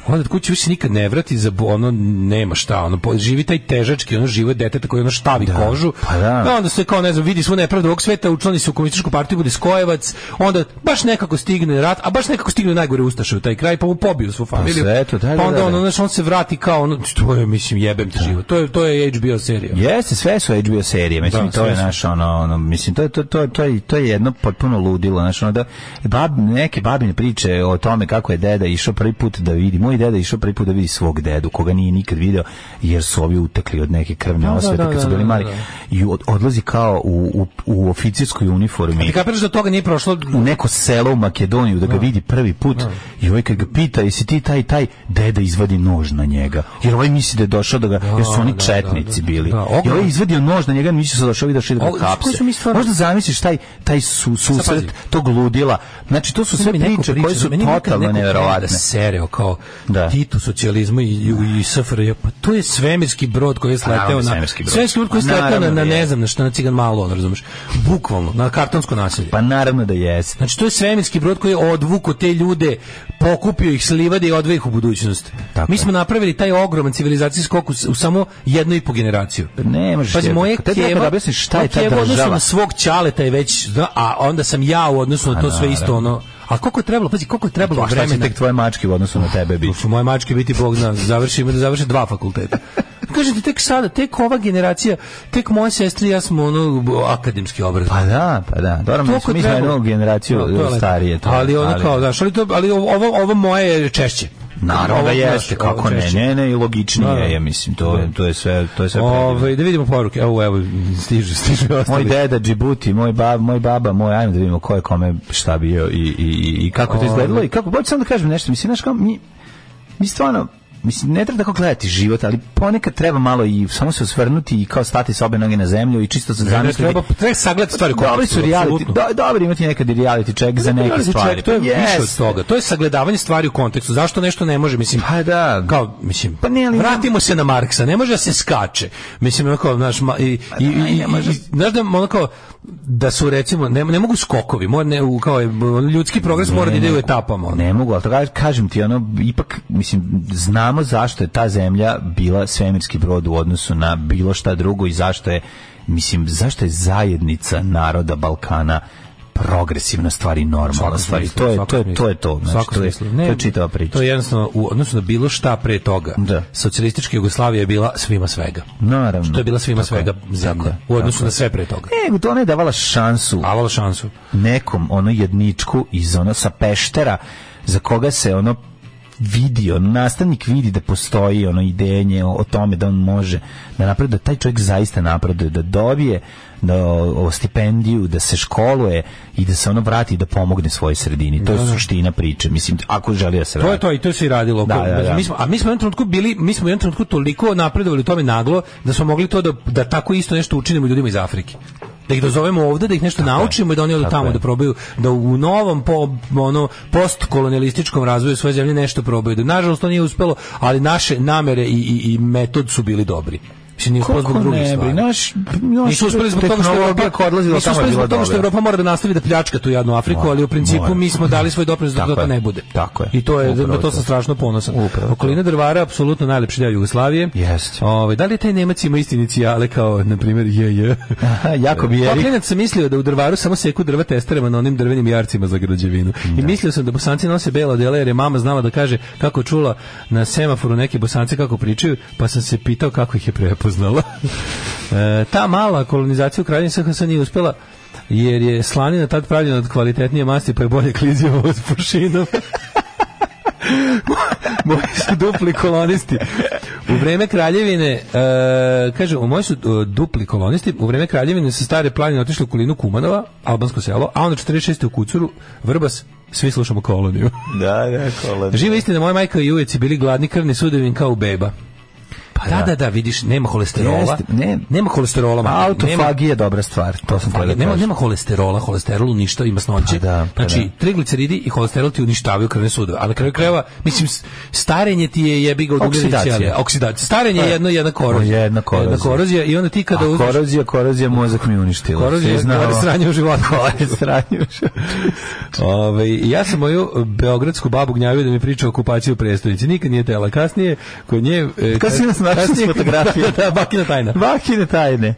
Speaker 5: on od kući više se nikad ne vrati, za, bo- ono, nema šta, ono, po- živi taj težački, ono, život deteta koji, ono, štavi kožu.
Speaker 6: pa da.
Speaker 5: onda se kao, ne znam, vidi svu nepravdu ovog sveta, učlani se u komunističku partiju, bude skojevac, onda baš nekako stigne rat, a baš nekako stigne najgore ustaše u taj kraj, pa mu pobiju svu familiju.
Speaker 6: sve to, da, da,
Speaker 5: pa onda
Speaker 6: da, da.
Speaker 5: ono, znaš, on se vrati kao, ono, to je, mislim, jebem ti život. To je, to je HBO serija.
Speaker 6: Jeste, sve su HBO serije, mislim
Speaker 5: Da,
Speaker 6: to je
Speaker 5: sve su.
Speaker 6: naš ono, ono mislim to je to to to je to je jedno potpuno ludilo, znači ono da bab, neke babine priče o tome kako je deda išao prvi put da vidi, moj deda je išao prvi put da vidi svog dedu koga nije nikad video jer su ovi utekli od neke krvne
Speaker 5: da,
Speaker 6: osvete
Speaker 5: da,
Speaker 6: kad su
Speaker 5: da,
Speaker 6: bili
Speaker 5: da,
Speaker 6: mali
Speaker 5: da, da.
Speaker 6: i od- odlazi kao u, u, u oficirskoj uniformi
Speaker 5: Ti kapiraš da toga nije prošlo
Speaker 6: u neko selo u Makedoniju da ga vidi prvi put i ovaj kad ga pita jesi ti taj i taj deda izvadi nož na njega jer ovaj misli da je došao da ga jer su oni
Speaker 5: da,
Speaker 6: četnici
Speaker 5: da, da.
Speaker 6: bili
Speaker 5: Da,
Speaker 6: i ovaj
Speaker 5: ogromno.
Speaker 6: izvadio nož na njega misli da su došao i došao da
Speaker 5: Ovo,
Speaker 6: ga
Speaker 5: koje
Speaker 6: kapse
Speaker 5: su mi stvarno-
Speaker 6: možda zamisliš taj, taj su, susret
Speaker 5: pazi.
Speaker 6: tog ludila znači to su sve
Speaker 5: Ima mi neko
Speaker 6: priče
Speaker 5: priča,
Speaker 6: koje su
Speaker 5: meni nekad
Speaker 6: totalno
Speaker 5: neko
Speaker 6: neverovatne
Speaker 5: da sereo kao
Speaker 6: Da.
Speaker 5: Titu socijalizmu i, i, i SFRJ. Pa to je svemirski brod koji je sleteo
Speaker 6: Pa Naravno,
Speaker 5: na...
Speaker 6: svemirski brod.
Speaker 5: Svemirski brod koji je
Speaker 6: Pa
Speaker 5: sleteo na,
Speaker 6: naravno
Speaker 5: na
Speaker 6: da je.
Speaker 5: ne znam na šta, na cigan malo, ono, razumeš. Bukvalno, na kartonsko nasilje.
Speaker 6: pa naravno da jeste
Speaker 5: Znači, to je svemirski brod koji je odvuko te ljude, pokupio ih s livade i odveo ih u budućnost.
Speaker 6: Tako
Speaker 5: Mi
Speaker 6: je.
Speaker 5: smo napravili taj ogroman civilizacijski skok u, s- u samo jednu i po generaciju.
Speaker 6: Pa ne možeš
Speaker 5: Pazi,
Speaker 6: jedno.
Speaker 5: moje
Speaker 6: Tebi treba
Speaker 5: keva,
Speaker 6: da objasniš šta je ta
Speaker 5: moja keva u odnosu
Speaker 6: država.
Speaker 5: na svog ćaleta je već, zna, a onda sam ja u odnosu na
Speaker 6: Pa
Speaker 5: to sve isto ono. A koliko je trebalo, pazi, koliko je trebalo
Speaker 6: a šta će
Speaker 5: vremena.
Speaker 6: tek tvoje mačke u odnosu na tebe
Speaker 5: Tu
Speaker 6: biti
Speaker 5: su moje mačke biti bog zna, završimo da završe dva fakulteta. Kažete tek sada, tek ova generacija, tek moje sestre i ja smo ono b- akademski obraz.
Speaker 6: pa da, pa da. Dobro, mi
Speaker 5: Toliko
Speaker 6: smo
Speaker 5: je
Speaker 6: mi smo
Speaker 5: trebalo.
Speaker 6: jednu generaciju
Speaker 5: No, Pa, to je lepo.
Speaker 6: starije. to je,
Speaker 5: ali ono kao, znaš, ali, to, ali ovo, ovo moje je češće.
Speaker 6: Naravno
Speaker 5: Ovo,
Speaker 6: da
Speaker 5: znaš,
Speaker 6: jeste,
Speaker 5: ovo
Speaker 6: kako ne,
Speaker 5: češće.
Speaker 6: ne, ne, i logičnije
Speaker 5: Da, Ovaj, da.
Speaker 6: je, mislim, to, je- to je sve, to je sve predivno.
Speaker 5: Ove, da vidimo poruke. Evo, evo, stižu, stižu
Speaker 6: Moj
Speaker 5: ostali.
Speaker 6: deda Džibuti, moj bab, moj baba, moj ajmo da vidimo ko je kome šta bio i, i, i, i kako je to
Speaker 5: Ovaj.
Speaker 6: izgledalo i kako, hoću samo da kažem nešto, mislim, znaš kao, mi, mi stvarno, mislim, ne treba tako gledati život, ali ponekad treba malo i samo se osvrnuti i kao stati s obe noge na zemlju i čisto se
Speaker 5: Ne,
Speaker 6: zamisliti.
Speaker 5: treba, treba sagledati stvari u
Speaker 6: Dobri
Speaker 5: kontekstu,
Speaker 6: su reality,
Speaker 5: apsolutno.
Speaker 6: do, dobro imati nekad i reality check za neke
Speaker 5: Ali,
Speaker 6: stvari.
Speaker 5: čovjek, to je
Speaker 6: Pa
Speaker 5: više od
Speaker 6: jeste.
Speaker 5: toga. To je sagledavanje stvari u kontekstu. Zašto nešto ne može, mislim.
Speaker 6: Pa da.
Speaker 5: Kao, mislim,
Speaker 6: Pa ne, ali-
Speaker 5: vratimo se na Marksa, ne može da se skače. Mislim, ono kao, znaš, ma- i, i,
Speaker 6: Pa da,
Speaker 5: i,
Speaker 6: ne može.
Speaker 5: i- znaš da, ono kao, da su, recimo, ne, ne mogu skokovi, mora, ne, u- kao, je, ljudski progres mora da ide u etapama. ono.
Speaker 6: Ne mogu, ali to kaž- kažem ti, ono, ipak, mislim, znamo zašto je ta zemlja bila svemirski brod u odnosu na bilo šta drugo i zašto je, mislim, zašto je zajednica naroda Balkana progresivna stvar i normalna
Speaker 5: Svako
Speaker 6: stvar. I
Speaker 5: smislu,
Speaker 6: Pa to je
Speaker 5: svako
Speaker 6: to, je,
Speaker 5: smislu.
Speaker 6: to, je to. Znači,
Speaker 5: Svako
Speaker 6: to, je,
Speaker 5: smislu.
Speaker 6: to
Speaker 5: Ne,
Speaker 6: je čitava priča.
Speaker 5: To je jednostavno, u odnosu na bilo šta pre toga,
Speaker 6: Da.
Speaker 5: socijalistička Jugoslavija je bila svima svega.
Speaker 6: Naravno.
Speaker 5: To je bila svima
Speaker 6: Tako
Speaker 5: svega
Speaker 6: je, tako
Speaker 5: zemlja,
Speaker 6: je,
Speaker 5: u odnosu
Speaker 6: tako
Speaker 5: na sve pre toga.
Speaker 6: je. Nego, to ona je davala šansu
Speaker 5: Avala šansu.
Speaker 6: nekom ono jedničku iz ono sa peštera za koga se ono vidi, ono, nastavnik vidi da postoji ono idejenje o, o tome da on može da napreduje, da taj čovjek zaista napreduje, da dobije da, o, o stipendiju, da se školuje i da se ono vrati i da pomogne svojoj sredini. To je suština priče. Mislim, ako želi da se
Speaker 5: To je
Speaker 6: vrati.
Speaker 5: to i to se i radilo. Znači,
Speaker 6: Da, da, da.
Speaker 5: Mi smo, a mi smo u jednom trenutku bili, mi smo u jednom trenutku toliko napredovali u tome naglo da smo mogli to da, da tako isto nešto učinimo ljudima iz Afrike. Da ih dozovemo ovde, da ih nešto naučimo i da oni odu
Speaker 6: tako
Speaker 5: tamo
Speaker 6: je.
Speaker 5: da probaju, da u novom po, ono, postkolonialističkom razvoju svoje zemlje nešto probaju. Da, nažalost, to nije uspelo, ali naše namere i, i, i metod su bili dobri. Mislim, nije uspelo zbog drugih stvari.
Speaker 6: Naš, naš
Speaker 5: Nisu uspeli zbog toga što
Speaker 6: tehnologija koja
Speaker 5: Evropa,
Speaker 6: je odlazila
Speaker 5: nisu
Speaker 6: tamo je
Speaker 5: uspeli
Speaker 6: bila
Speaker 5: zbog toga što
Speaker 6: dobra.
Speaker 5: Evropa mora da nastavi da pljačka tu jadnu Afriku,
Speaker 6: Mora,
Speaker 5: ali u principu
Speaker 6: mora.
Speaker 5: mi smo dali svoj doprinos da
Speaker 6: Tako
Speaker 5: to
Speaker 6: je,
Speaker 5: ne bude.
Speaker 6: tako je.
Speaker 5: I to je,
Speaker 6: Upravo
Speaker 5: na to
Speaker 6: to.
Speaker 5: sam strašno ponosan.
Speaker 6: Upravo to.
Speaker 5: Okolina Drvara je apsolutno najlepši deo Jugoslavije.
Speaker 6: Jeste.
Speaker 5: Ovaj, da li je taj Nemac ima isti inicijale kao, na primjer, je, je.
Speaker 6: Aha, Jakob i
Speaker 5: Kao
Speaker 6: Erik.
Speaker 5: klinac sam mislio da u drvaru samo seku drva testerama na onim drvenim jarcima za građevinu. I mislio sam da bosanci nose bela odela jer je mama znala da kaže kako je čula na semaforu neke bosance kako pričaju, pa sam se pitao kako ih je prepoznala. E, ta mala kolonizacija u Kraljevini SHS nije uspela jer je slanina tad pravljena od kvalitetnije masti pa je bolje klizio od pušinom. moji su dupli kolonisti. U vreme kraljevine, e, kaže, u moji su e, dupli kolonisti, u vreme kraljevine sa stare planine otišli u kolinu Kumanova, albansko selo, a onda 46. u Kucuru, Vrbas, svi slušamo koloniju.
Speaker 6: Da, da, kola.
Speaker 5: Živa istina, moja majka i ujeci bili gladni krvni sudovin kao u beba. Pa da, da, da, vidiš, nema holesterola.
Speaker 6: Jeste, ne.
Speaker 5: nema holesterola. ma, Pa, nema-
Speaker 6: Pa, Autofagija je dobra stvar, to sam teo da
Speaker 5: nema,
Speaker 6: kažem.
Speaker 5: nema holesterola, holesterol ništa, ima snoće.
Speaker 6: Pa da, pa
Speaker 5: znači,
Speaker 6: da.
Speaker 5: trigliceridi i holesterol ti uništavaju krvne sudove. A na kraju krajeva, mislim, s- starenje ti je jebi ga od ugljene
Speaker 6: Oksidacija.
Speaker 5: ćelije. Oksidacija. Starenje
Speaker 6: Pa,
Speaker 5: je jedno, jedna korozija.
Speaker 6: jedna korozija.
Speaker 5: korozija I onda ti kada
Speaker 6: A
Speaker 5: uzmeš...
Speaker 6: korozija, korozija mozak mi uništila.
Speaker 5: Korozija,
Speaker 6: Svi znamo.
Speaker 5: gore sranje u životu.
Speaker 6: Gore sranje u životu.
Speaker 5: Ove, ja sam moju beogradsku babu gnjavio da mi priča o okupaciji u prestolnici. Nikad nije tela. Kasnije, kod nje... e,
Speaker 6: Kasnije nas našli
Speaker 5: kasnije-
Speaker 6: fotografije.
Speaker 5: Da, da, bakina tajna.
Speaker 6: Vakine tajne.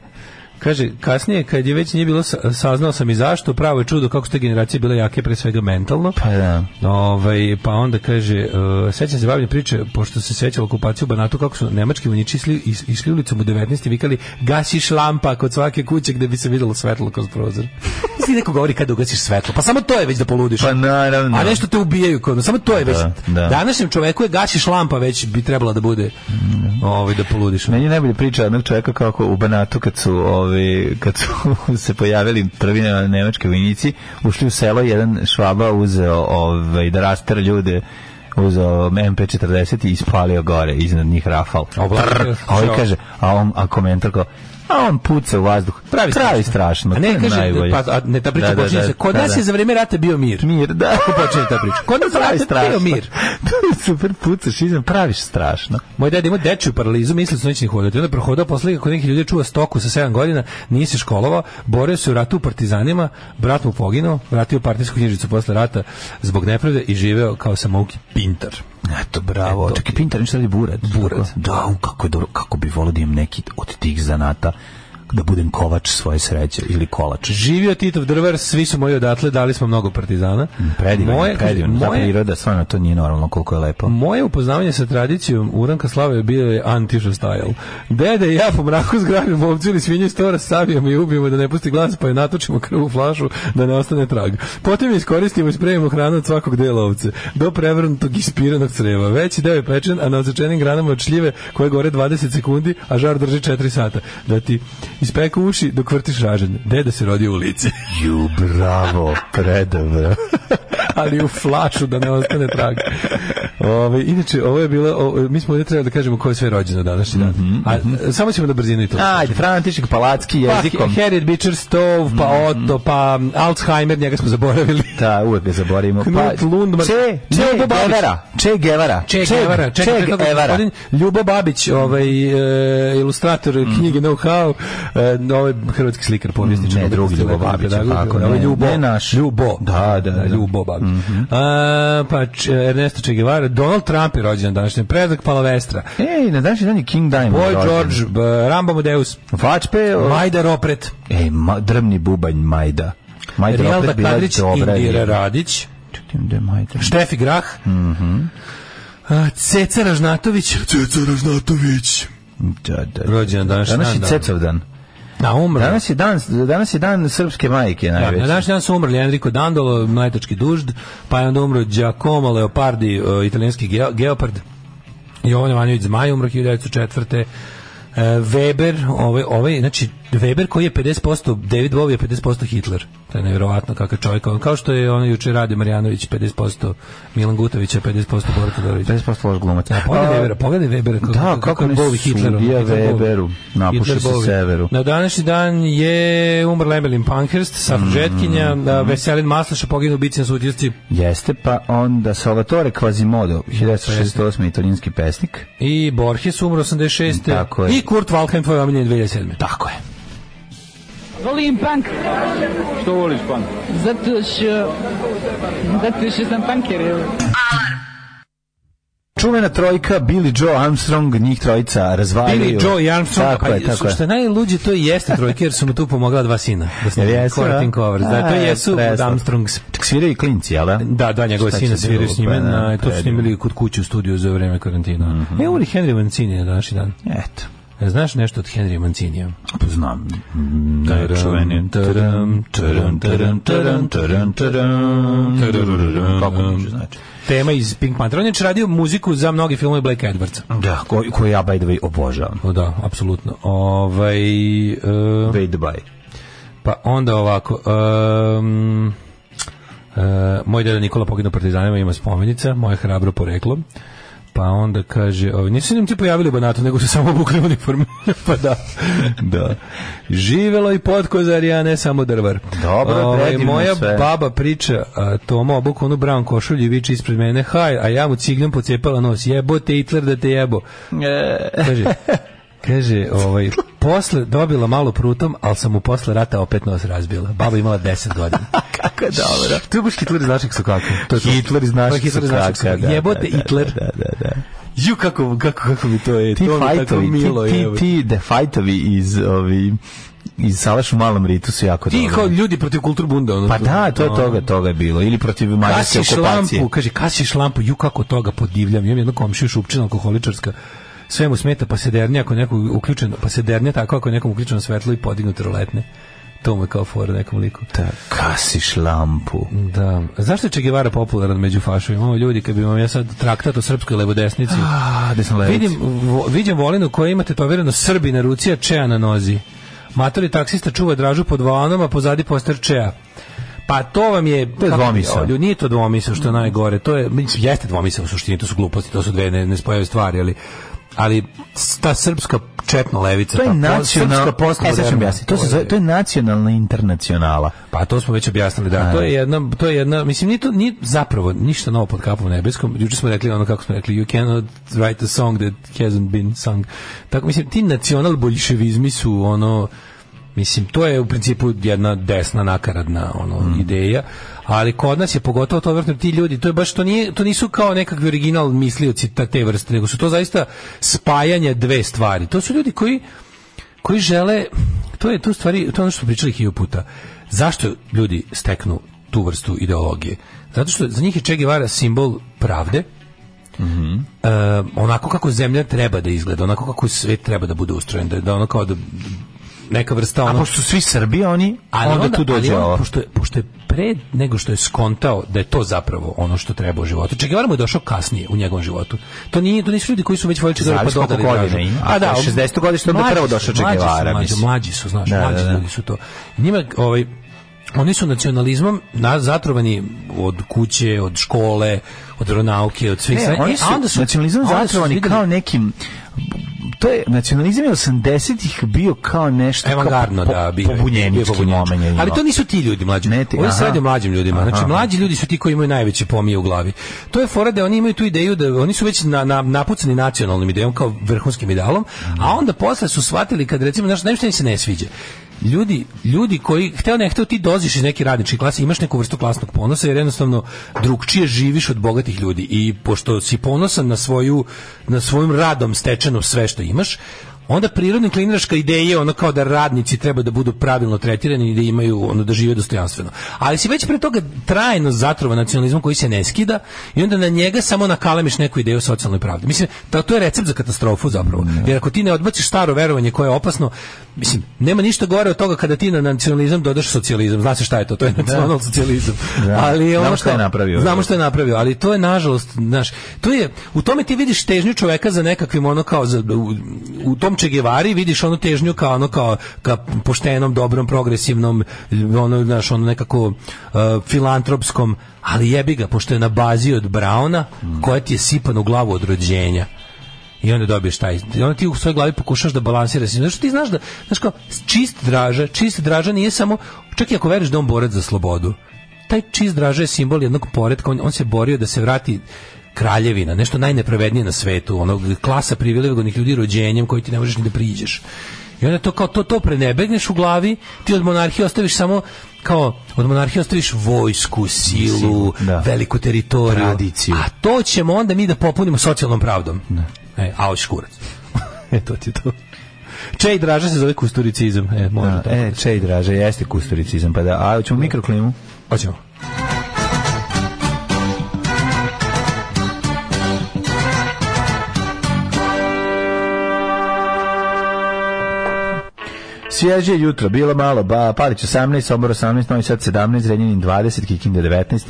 Speaker 5: Kaže, kasnije, kad je već nije bilo, sa- saznao sam i zašto, pravo je čudo kako su te generacije bile jake, pre svega mentalno.
Speaker 6: Pa da.
Speaker 5: Ovaj, pa onda kaže, uh, sećam se bavljene priče, pošto se sećala okupacija u Banatu, kako su nemački vojnici išli, is- išli ulicom u 19. i vikali gasi šlampa kod svake kuće gde bi se videlo svetlo kroz prozor. Mislim, neko govori kada ugasiš svetlo, pa samo to je već da poludiš.
Speaker 6: Pa naravno.
Speaker 5: A nešto te ubijaju kod samo to je već.
Speaker 6: da. Mm,
Speaker 5: Današnjem čoveku je gasi šlampa već bi trebala da bude ovaj da poludiš.
Speaker 6: Meni je najbolje priča jednog čovjeka kako u Banatu kad su, ovi, kad su se pojavili prvi ne- nemački vojnici, ušli u selo, jedan švaba uzeo ovaj, da rastera ljude uzeo MP40 i ispalio gore iznad njih rafal.
Speaker 5: Oblatio.
Speaker 6: Trrr. A ovaj
Speaker 5: Ćao.
Speaker 6: kaže, a on a komentar kao, a on puca u vazduh. Pravi, strašno.
Speaker 5: A
Speaker 6: to
Speaker 5: ne
Speaker 6: je
Speaker 5: kaže
Speaker 6: najbolje.
Speaker 5: pa a ne ta priča
Speaker 6: Da, da,
Speaker 5: počinje
Speaker 6: da,
Speaker 5: se, kod
Speaker 6: da, Mm.
Speaker 5: nas
Speaker 6: da.
Speaker 5: je za vrijeme rata bio mir.
Speaker 6: mir, da. Kako počinje ta priča?
Speaker 5: Kod nas
Speaker 6: pravi
Speaker 5: rata bio
Speaker 6: strašno.
Speaker 5: mir.
Speaker 6: to je super, pucaš iznad, praviš strašno.
Speaker 5: Moj deda ima dečju paralizu, mislio su neće ni hodati. Onda je prohodao posle kako neki ljudi čuva stoku sa 7 godina, nije se školovao, borio se u ratu u partizanima, brat mu poginuo, vratio partijsku knjižicu posle rata zbog nepravde i živeo kao samouki pintar.
Speaker 6: Eto, bravo.
Speaker 5: Eto.
Speaker 6: Čekaj, Pintar, nešto radi Burad.
Speaker 5: Burad.
Speaker 6: Tako? Da, u, kako je dobro, kako bi volio da imam neki od tih zanata da budem kovač svoje sreće ili kolač.
Speaker 5: Živio Titov drvar, svi su moji odatle, dali smo mnogo partizana.
Speaker 6: Predivno, moje,
Speaker 5: kaže,
Speaker 6: predivno. Ta
Speaker 5: Moje,
Speaker 6: priroda, stvarno, to nije normalno koliko je lepo.
Speaker 5: Moje upoznavanje sa tradicijom Uranka Slave bio je antiša stajal. Dede i ja po mraku zgrabim ovcu ili svinju stora, savijemo i ubijemo da ne pusti glas, pa je natočimo krvu u flašu da ne ostane trag. Potom je iskoristimo i spremimo hranu od svakog dela ovce, do prevrnutog ispiranog creva. Veći deo je pečen, a na odsečenim granama od šljive koje gore 20 sekundi, a žar drži 4 sata. Da ti ispeku uši dok vrtiš ražen. Dede se rodio u lici,
Speaker 6: Ju, bravo, predobro.
Speaker 5: ali u flašu da ne ostane trag. Ove, inače, ovo je bilo, o- mi smo ovdje trebali da kažemo ko je sve rođeno današnji dan. A, e, samo ćemo da brzinu i to.
Speaker 6: Ajde, František Palacki
Speaker 5: pa,
Speaker 6: jezikom.
Speaker 5: Harriet Beecher Stowe, pa Otto, pa Alzheimer, njega smo zaboravili.
Speaker 6: Da, uvek ga zaboravimo.
Speaker 5: Knut Lundman.
Speaker 6: Che,
Speaker 5: Ljubo
Speaker 6: che
Speaker 5: Babić.
Speaker 6: Guevara. Che Guevara.
Speaker 5: Che Guevara,
Speaker 6: Che
Speaker 5: čekaj, to je kako se
Speaker 6: Guevara.
Speaker 5: gospodin Ljubo Babić, ovaj e, ilustrator knjige Know How, e, ovaj hrvatski slikar, povjesničar,
Speaker 6: Ne, drugi Ljubo Babić, tako,
Speaker 5: ne, Mhm.
Speaker 6: ne,
Speaker 5: ovaj Ljubo,
Speaker 6: ne naš.
Speaker 5: Ljubo,
Speaker 6: Da, da, da.
Speaker 5: Ljubo Babić. A, pa Č- Ernesto Che Guevara, Donald Trump je rođen danas, predak Palavestra,
Speaker 6: Ej, na današnji dan je King Diamond.
Speaker 5: Boy
Speaker 6: rođen.
Speaker 5: George, b- Rambo Amadeus,
Speaker 6: Vačpe, o-
Speaker 5: Majda Ropret,
Speaker 6: Ej, ma, drvni bubanj Majda. Majda je
Speaker 5: Rijalda
Speaker 6: opet bila
Speaker 5: Kadrić,
Speaker 6: dobra.
Speaker 5: Indira
Speaker 6: je.
Speaker 5: Radić,
Speaker 6: Čekaj, gde je Majda?
Speaker 5: Štefi Grah,
Speaker 6: Mhm.
Speaker 5: a, Ceca Ražnatović, Ceca Ražnatović,
Speaker 6: Da, da, da.
Speaker 5: rođen danas,
Speaker 6: Danas je
Speaker 5: da.
Speaker 6: Cecov dan.
Speaker 5: Na umro.
Speaker 6: Danas je dan, danas je dan srpske majke
Speaker 5: Da, na
Speaker 6: najveći.
Speaker 5: današnji dan su umrli Enrico Dandolo, mletački dužd, pa je onda umro Giacomo Leopardi, e, italijanski geo- geopard, Jovan Jovanović Zmaj, umro 1904. E, Weber, ovaj, ovaj, znači Weber koji je 50%, David Bowie je 50% Hitler. To je nevjerovatno kakav čovjek. on, Kao što je ono juče Radio Marjanović 50%, Milan Gutović je 50% Borata Dorović.
Speaker 6: 50% loš glumac.
Speaker 5: Da, pogledaj Webera, pogledaj Webera. Kako,
Speaker 6: Da, kako
Speaker 5: je
Speaker 6: ne
Speaker 5: Bowie Hitleru.
Speaker 6: sudija
Speaker 5: Hitler Bowie.
Speaker 6: Weberu, napuši
Speaker 5: Hitler
Speaker 6: se
Speaker 5: Bowie.
Speaker 6: severu.
Speaker 5: Na današnji dan je umrla Emelin Pankhurst,
Speaker 6: Mm.
Speaker 5: Safžetkinja, da, Veselin Maslaša, poginu bici na sutjesci
Speaker 6: Jeste, pa onda Salvatore Quasimodo, 1968. italijanski pesnik.
Speaker 5: i Borges umro 86.
Speaker 6: Tako je.
Speaker 5: I Kurt Waldheim, tvoj omiljen 2007.
Speaker 6: Tako je.
Speaker 10: Volim punk.
Speaker 7: Što voliš, pan?
Speaker 10: Zato što... Zato što sam punker, evo.
Speaker 6: Čuvena trojka, Billy Joe Armstrong, njih trojica razvaljuju.
Speaker 5: Billy Joe i Armstrong, pa
Speaker 6: Tako je, tako je.
Speaker 5: što je najluđe, to i jeste trojke, jer su mu tu pomogla dva sina. Da snime
Speaker 6: Jel jesu,
Speaker 5: Quartet
Speaker 6: a?
Speaker 5: Covers. Da, to
Speaker 6: A,
Speaker 5: jesu
Speaker 6: preslatko.
Speaker 5: Armstrongs.
Speaker 6: Sviraju i klinci, jel da?
Speaker 5: Da, da, njegove
Speaker 6: Šta
Speaker 5: sina
Speaker 6: će
Speaker 5: sviraju
Speaker 6: drugo,
Speaker 5: s njime,
Speaker 6: pa da,
Speaker 5: na, to su
Speaker 6: predivno.
Speaker 5: snimili kod kuće u studiju za vreme karantina.
Speaker 6: Mhm.
Speaker 5: E, umri Henry Mancini je na današnji dan.
Speaker 6: Eto,
Speaker 5: E, Znaš nešto od Henry Mancinija?
Speaker 6: poznam. Da, čuveni. Taram, taram, taram, taram, taram, taram. Kako može znači?
Speaker 5: Tema iz Pink Panther. On je inače radio muziku za mnoge filmove Blake Edwardsa.
Speaker 6: Da, koju ko ja by the way obožavam.
Speaker 5: O da, apsolutno. Ovaj, e,
Speaker 6: By the by.
Speaker 5: pa onda ovako... em, e, moj deda Nikola poginuo u partizanima ima spomenica, moje hrabro poreklo. Pa onda kaže, ovaj, nisu se nam ti pojavili u Banatu, nego su samo obukli uniforme. pa da, da. Živelo i potkozar, ja ne samo drvar.
Speaker 6: Dobro,
Speaker 5: ovaj,
Speaker 6: predivno
Speaker 5: Moja
Speaker 6: sve.
Speaker 5: baba priča, a, Toma obuku onu brown košulju i viče ispred mene, haj, a ja mu cigljom pocepala nos, jebo te Hitler da te jebo.
Speaker 6: E.
Speaker 5: Kaže, kaže, ovaj, posle dobila malo prutom, ali sam mu posle rata opet nos razbila. Baba imala 10 godina.
Speaker 6: Kako je dobro.
Speaker 5: To je baš Hitler iz našeg sokaka. To je to.
Speaker 6: Hitler iz
Speaker 5: To
Speaker 6: naših
Speaker 5: je Pa Hitler iz našeg
Speaker 6: sokaka, da,
Speaker 5: sokaka. Jebote
Speaker 6: da, da,
Speaker 5: Hitler.
Speaker 6: Da, da, da.
Speaker 5: Ju, kako, kako, kako mi to je.
Speaker 6: Ti
Speaker 5: to mi je tako
Speaker 6: fajtovi,
Speaker 5: milo
Speaker 6: ti, ti,
Speaker 5: jebote.
Speaker 6: ti de fajtovi iz ovi iz Salaš u malom ritu su jako
Speaker 5: Ti
Speaker 6: dobri.
Speaker 5: kao ljudi protiv kulturbunda. Ono,
Speaker 6: Pa da, to je toga, toga je bilo. Ili protiv mađarske
Speaker 5: Kasiš
Speaker 6: okupacije.
Speaker 5: lampu, kaže, kasiš lampu, ju kako toga podivljam. Imam jednu komšiju šupčina alkoholičarska sve mu smeta pa se dernja ako je nekog uključeno, pa se dernja tako ako je nekom uključeno svetlo i podignute roletne. To mu je kao fora nekom liku.
Speaker 6: Da, kasiš lampu.
Speaker 5: Da. Zašto je Che Guevara popularan među fašovima? Ovo ljudi, kad bi vam ja sad traktat o srpskoj levodesnici,
Speaker 6: A, desno levici.
Speaker 5: Vidim, vo, vidim volinu koja imate tovirano Srbi na ruci, a Čeja na nozi. Matori taksista čuva dražu pod volanom, a pozadi poster Čeja. Pa to vam je...
Speaker 6: To je
Speaker 5: kako-
Speaker 6: dvomisao.
Speaker 5: Olju, Nije to dvomisao što je najgore. To je, mislim, jeste dvomisao u suštini, to su gluposti, to su dve ne, nespojave stvari, ali ali ta srpska četno levica
Speaker 6: To je
Speaker 5: ta po-
Speaker 6: nacionalna...
Speaker 5: Pa, srpska postmoderna,
Speaker 6: E, sad ću vam objasniti. To, se zove, to je nacionalna internacionala.
Speaker 5: pa to smo već objasnili, da.
Speaker 6: A.
Speaker 5: To je jedna, to je jedna, mislim ni to ni zapravo ništa novo pod kapom nebeskom. Juče smo rekli ono kako smo rekli you cannot write a song that hasn't been sung. Tako mislim ti nacional bolševizmi su ono Mislim, to je u principu jedna desna nakaradna ono ideja, ali kod nas je pogotovo to vrtno ti ljudi, to je baš to nije to nisu kao nekakvi original mislioci ta- te vrste, nego su to zaista spajanje dve stvari. To su ljudi koji koji žele to je tu stvari to je ono što smo pričali hiljadu puta zašto ljudi steknu tu vrstu ideologije zato što za njih je Che Guevara simbol pravde e, onako kako zemlja treba da izgleda onako kako svet treba da bude ustrojen da, da ono kao da neka vrsta
Speaker 6: A
Speaker 5: ono
Speaker 6: pošto su svi Srbi, oni,
Speaker 5: ali
Speaker 6: onda, tu dođe
Speaker 5: ali on,
Speaker 6: ovo.
Speaker 5: Pošto je, pošto je pre nego što je skontao da je to zapravo ono što treba u životu. Che Guevara mu je došao kasnije u njegovom životu. To nije to nisu ljudi koji su već volili Che Guevara pa
Speaker 6: Zavisi koliko
Speaker 5: dodali
Speaker 6: godina
Speaker 5: dražu.
Speaker 6: ima. Ako je 60 godište, onda je
Speaker 5: mlađi
Speaker 6: prvo
Speaker 5: su,
Speaker 6: došao Che
Speaker 5: mlađi su,
Speaker 6: Guevara,
Speaker 5: mlađi-
Speaker 6: mislim.
Speaker 5: Mlađi su, znaš,
Speaker 6: Da,
Speaker 5: mlađi
Speaker 6: da, da.
Speaker 5: ljudi su to. Njima ovaj oni su nacionalizmom na, zatrovani od kuće, od škole, od ronauke, od svih.
Speaker 6: Ne,
Speaker 5: stvari.
Speaker 6: oni
Speaker 5: E,
Speaker 6: su
Speaker 5: a onda su
Speaker 6: nacionalizam
Speaker 5: a onda su
Speaker 6: zatrovani
Speaker 5: videli-
Speaker 6: kao nekim to je nacionalizam je 80-ih bio kao nešto
Speaker 5: Avangardno,
Speaker 6: kao
Speaker 5: da, bio je- bio je
Speaker 6: pobunjenički
Speaker 5: pobunjenički.
Speaker 6: momenje.
Speaker 5: Ali to nisu ti ljudi mlađi.
Speaker 6: Ne ti,
Speaker 5: Ovo se
Speaker 6: aha.
Speaker 5: radi o mlađim ljudima.
Speaker 6: Aha.
Speaker 5: Znači, mlađi ljudi su ti koji imaju najveće pomije u glavi. To je fora da oni imaju tu ideju da oni su već na, na, napucani nacionalnim idejom kao vrhunskim idealom, a onda posle su shvatili kad recimo znaš, nešto im se ne sviđa. Ljudi, ljudi koji hteo ne hteo ti doziš iz neke radničke klase, imaš neku vrstu klasnog ponosa jer jednostavno drugčije živiš od bogatih ljudi i pošto si ponosan na svoju na svojim radom stečeno sve što imaš, onda prirodno kliniraška ideja je ono kao da radnici treba da budu pravilno tretirani i da imaju ono da žive dostojanstveno. Ali si već pre toga trajno zatrovan nacionalizmom koji se ne skida i onda na njega samo nakalemiš neku ideju o socijalnoj pravdi. Mislim, ta, to je recept za katastrofu zapravo. Jer ako ti ne odbaciš staro verovanje koje je opasno, mislim, nema ništa gore od toga kada ti na nacionalizam dodaš socijalizam. Znaš šta je to? To je nacional socijalizam.
Speaker 6: Da.
Speaker 5: Ali ono
Speaker 6: Znamo šta je
Speaker 5: kao-
Speaker 6: napravio.
Speaker 5: Znamo što je napravio, ali to je nažalost, znaš, to je u tome ti vidiš težnju čoveka za nekakvim ono kao za, u, u tom čegevari vidiš onu težnju kao ono kao ka poštenom, dobrom, progresivnom, ono znaš, ono nekako e, filantropskom, ali jebi ga pošto je na bazi od Brauna, koja ti je sipana u glavu od rođenja. I onda dobiješ taj, i onda ti u svojoj glavi pokušaš da balansiraš. Znaš, ti znaš da, znaš kao, čist draža, čist draža nije samo, čak i ako veriš da je on borac za slobodu, taj čist draža je simbol jednog poretka, on, on se borio da se vrati kraljevina, nešto najnepravednije na svetu, onog klasa privilegovanih ljudi rođenjem koji ti ne možeš ni da priđeš. I onda to kao to to prenebegneš u glavi, ti od monarhije ostaviš samo kao od monarhije ostaviš vojsku, silu,
Speaker 6: da.
Speaker 5: veliku teritoriju,
Speaker 6: Tradiciju.
Speaker 5: A to ćemo onda mi da popunimo socijalnom pravdom. E, a hoćeš kurac. e, to ti je to. Če i draža se zove kusturicizam. E, može
Speaker 6: Da,
Speaker 5: to.
Speaker 6: e, čej draže, jeste kusturicizam, pa da, a ćemo mikroklimu?
Speaker 5: Hoćemo.
Speaker 6: Svježe je jutro, bilo malo, ba, Palić 18, Sombor 18, Novi Sad 17, Renjanin 20, Kikinda 19,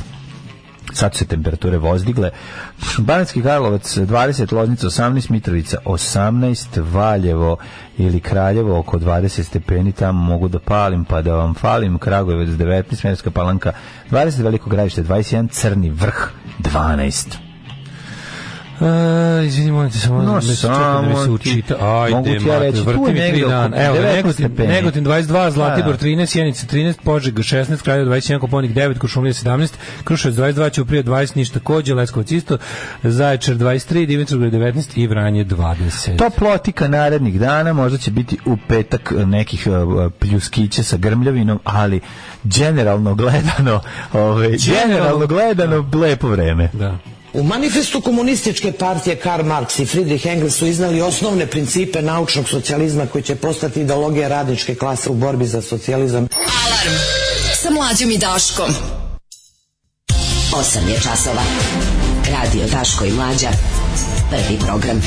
Speaker 6: sad su se temperature vozdigle. Banatski Karlovac 20, Loznica 18, Mitrovica 18, Valjevo ili Kraljevo oko 20 stepeni, tamo mogu da palim pa da vam falim, Kragujevac 19, Smederska palanka 20, Veliko gradište 21, Crni vrh 12.
Speaker 5: A, E, izvini, molim te, samo
Speaker 6: No,
Speaker 5: da se čekam da mi se
Speaker 6: samo ti.
Speaker 5: učita. Ajde,
Speaker 6: Mogu ti ja
Speaker 5: mater,
Speaker 6: reći, tu
Speaker 5: vrti
Speaker 6: je
Speaker 5: mi tri
Speaker 6: negde
Speaker 5: dana.
Speaker 6: oko
Speaker 5: Evo,
Speaker 6: 19
Speaker 5: Negotin,
Speaker 6: stepeni.
Speaker 5: Negotin 22, Zlatibor
Speaker 6: Da.
Speaker 5: 13, Jenica 13, Požega 16, Kraljevo 21, Koponik 9, Kuršumlija 17, Kruševac 22, Ćuprija 20, Niš takođe, Leskovac isto, Zaječar 23, Dimitrovgrad 19 i Vranje 20.
Speaker 6: Toplotika narednih dana možda će biti u petak e, nekih e, e, pljuskića sa grmljavinom, ali generalno gledano, ovaj, generalno gledano, lepo vreme.
Speaker 5: Da.
Speaker 11: U manifestu komunističke partije Karl Marx i Friedrich Engels su iznali osnovne principe naučnog socijalizma koji će postati ideologija radničke klase u borbi za socijalizam.
Speaker 8: Alarm sa mlađom i Daškom.
Speaker 12: 8 je časova. Radio Daško i Mlađa. Prvi program.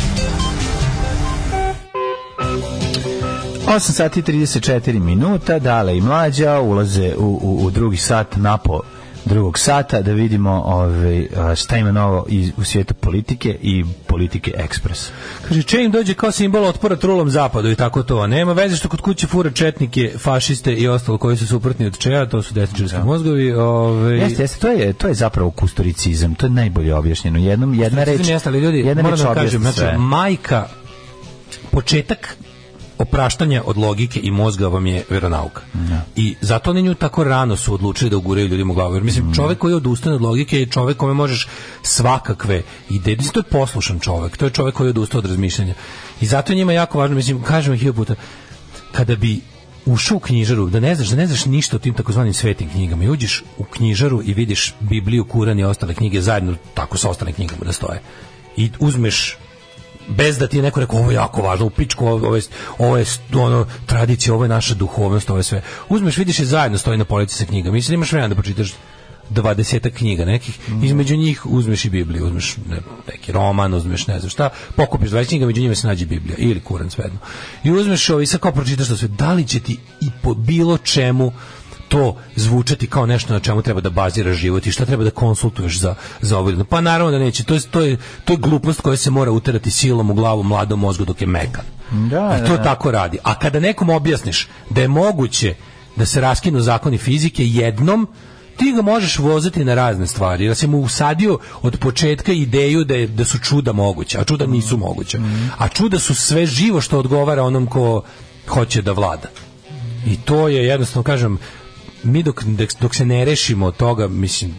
Speaker 6: 8 sati i 34 minuta, Dale i Mlađa ulaze u, u, u drugi sat napo drugog sata da vidimo ovaj, a, šta ima novo iz, u svijetu politike i politike ekspres.
Speaker 5: Kaže, Čejm dođe kao simbol otpora trulom zapadu i tako to. Nema veze što kod kuće fura četnike, fašiste i ostalo koji su suprotni od Čeja, to su desničarski mozgovi. ovaj, Ove,
Speaker 6: Jeste, jeste, to je, to je zapravo kusturicizam, to je najbolje objašnjeno. Jednom, jedna reč,
Speaker 5: Međutim, jeste, ali ljudi,
Speaker 6: jedna
Speaker 5: moram
Speaker 6: reč
Speaker 5: da vam
Speaker 6: objasni
Speaker 5: kažem, znači,
Speaker 6: sve.
Speaker 5: majka, početak opraštanja od logike i mozga vam je veronauka. I zato oni nju tako rano su odlučili da uguraju ljudima u glavu. Jer mislim, čovek koji odustane od logike je čovek kome možeš svakakve ideje. Mislim, to je poslušan čovek. To je čovek koji odustao od razmišljanja. I zato je njima jako važno, mislim, kažem ih puta, kada bi ušao u knjižaru, da ne znaš, da ne znaš ništa o tim takozvanim svetim knjigama i uđeš u knjižaru i vidiš Bibliju, Kuran i ostale knjige zajedno tako sa ostalim knjigama da stoje. I uzmeš bez da ti je neko rekao ovo je jako važno, u pičku ovo, ovo je, ovo je ono, tradicija, ovo je naša duhovnost, ovo je sve. Uzmeš, vidiš je zajedno stoji na polici sa knjigama. Mislim, imaš vremena da pročitaš dvadesetak knjiga nekih, između njih uzmeš i Bibliju, uzmeš ne, neki roman, uzmeš ne znam šta, pokupiš 20 knjiga, među njima se nađe Biblija ili Kuran, svejedno. I uzmeš ovo i sad kao pročitaš to sve, da li će ti i po bilo čemu to zvučati kao nešto na čemu treba da baziraš život i šta treba da konsultuješ za za ovo. ili ono. Pa naravno da neće. To je to je to je glupost koja se mora uterati silom u glavu mladom mozgu dok je mekan.
Speaker 6: Da,
Speaker 5: I to
Speaker 6: da.
Speaker 5: tako radi. A kada nekom objasniš da je moguće da se raskinu zakoni fizike jednom, ti ga možeš voziti na razne stvari. Da si mu usadio od početka ideju da, je, da su čuda moguća, a čuda nisu moguća.
Speaker 6: Mhm.
Speaker 5: A čuda su sve živo što odgovara onom ko hoće da vlada. I to je jednostavno, kažem, mi dok, dok se ne rešimo od toga, mislim,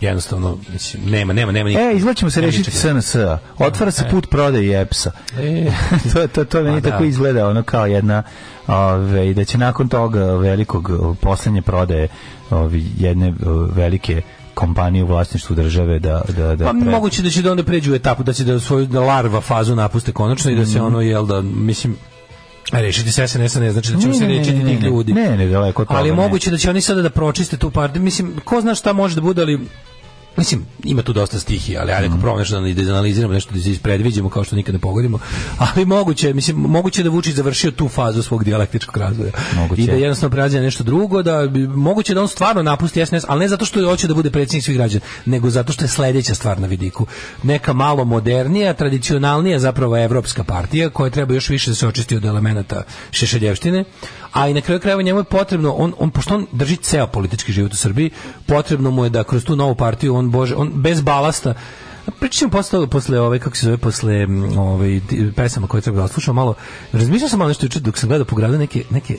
Speaker 5: jednostavno, mislim, nema, nema, nema nikakve-
Speaker 6: E, izvlačimo se
Speaker 5: nema
Speaker 6: rešiti
Speaker 5: ničega.
Speaker 6: SNS. -a. Otvara se put prodaje EPS-a.
Speaker 5: E.
Speaker 6: to, to, to
Speaker 5: Pa
Speaker 6: meni
Speaker 5: da.
Speaker 6: tako izgleda, ono kao jedna ove, da će nakon toga velikog o, poslednje prodaje ove, jedne o, velike kompanije u vlasništvu države da, da, da
Speaker 5: Pa
Speaker 6: pre-
Speaker 5: moguće da će da onda pređu u etapu da će da svoju da larva fazu napuste konačno i da se ono jel da mislim rešiti se SNS-a ne znači da ćemo
Speaker 6: Ne,
Speaker 5: se
Speaker 6: ne, ne,
Speaker 5: rešiti
Speaker 6: ne,
Speaker 5: tih
Speaker 6: ne.
Speaker 5: ljudi.
Speaker 6: Ne, ne, daleko od toga,
Speaker 5: Ali je
Speaker 6: ne.
Speaker 5: moguće da će oni sada da pročiste tu par. Mislim, ko zna šta može da bude, ali Mislim, ima tu dosta stihija, ali
Speaker 6: Mhm.
Speaker 5: ajde ako probamo nešto da izanaliziramo, nešto da ispredviđemo kao što nikad ne pogodimo, ali moguće, je, mislim, moguće je da Vučić završio tu fazu svog dijalektičkog razvoja.
Speaker 6: Moguće
Speaker 5: I da
Speaker 6: je.
Speaker 5: jednostavno prelazi na nešto drugo, da bi- moguće je da on stvarno napusti SNS, ali ne zato što je hoće da bude predsjednik svih građana, nego zato što je sledeća stvar na vidiku. Neka malo modernija, tradicionalnija zapravo evropska partija koja treba još više da se očisti od elemenata šešeljevštine, a i na kraju krajeva njemu je potrebno, on, on, pošto on drži ceo politički život u Srbiji, potrebno mu je da kroz tu novu partiju, on, bože, on bez balasta, Pričat ćemo posle, posle ove, kako se zove, posle m, ove, ti- pesama koje treba da odslušamo malo. Razmišljao sam malo nešto juče dok sam gledao po gradu neke, neke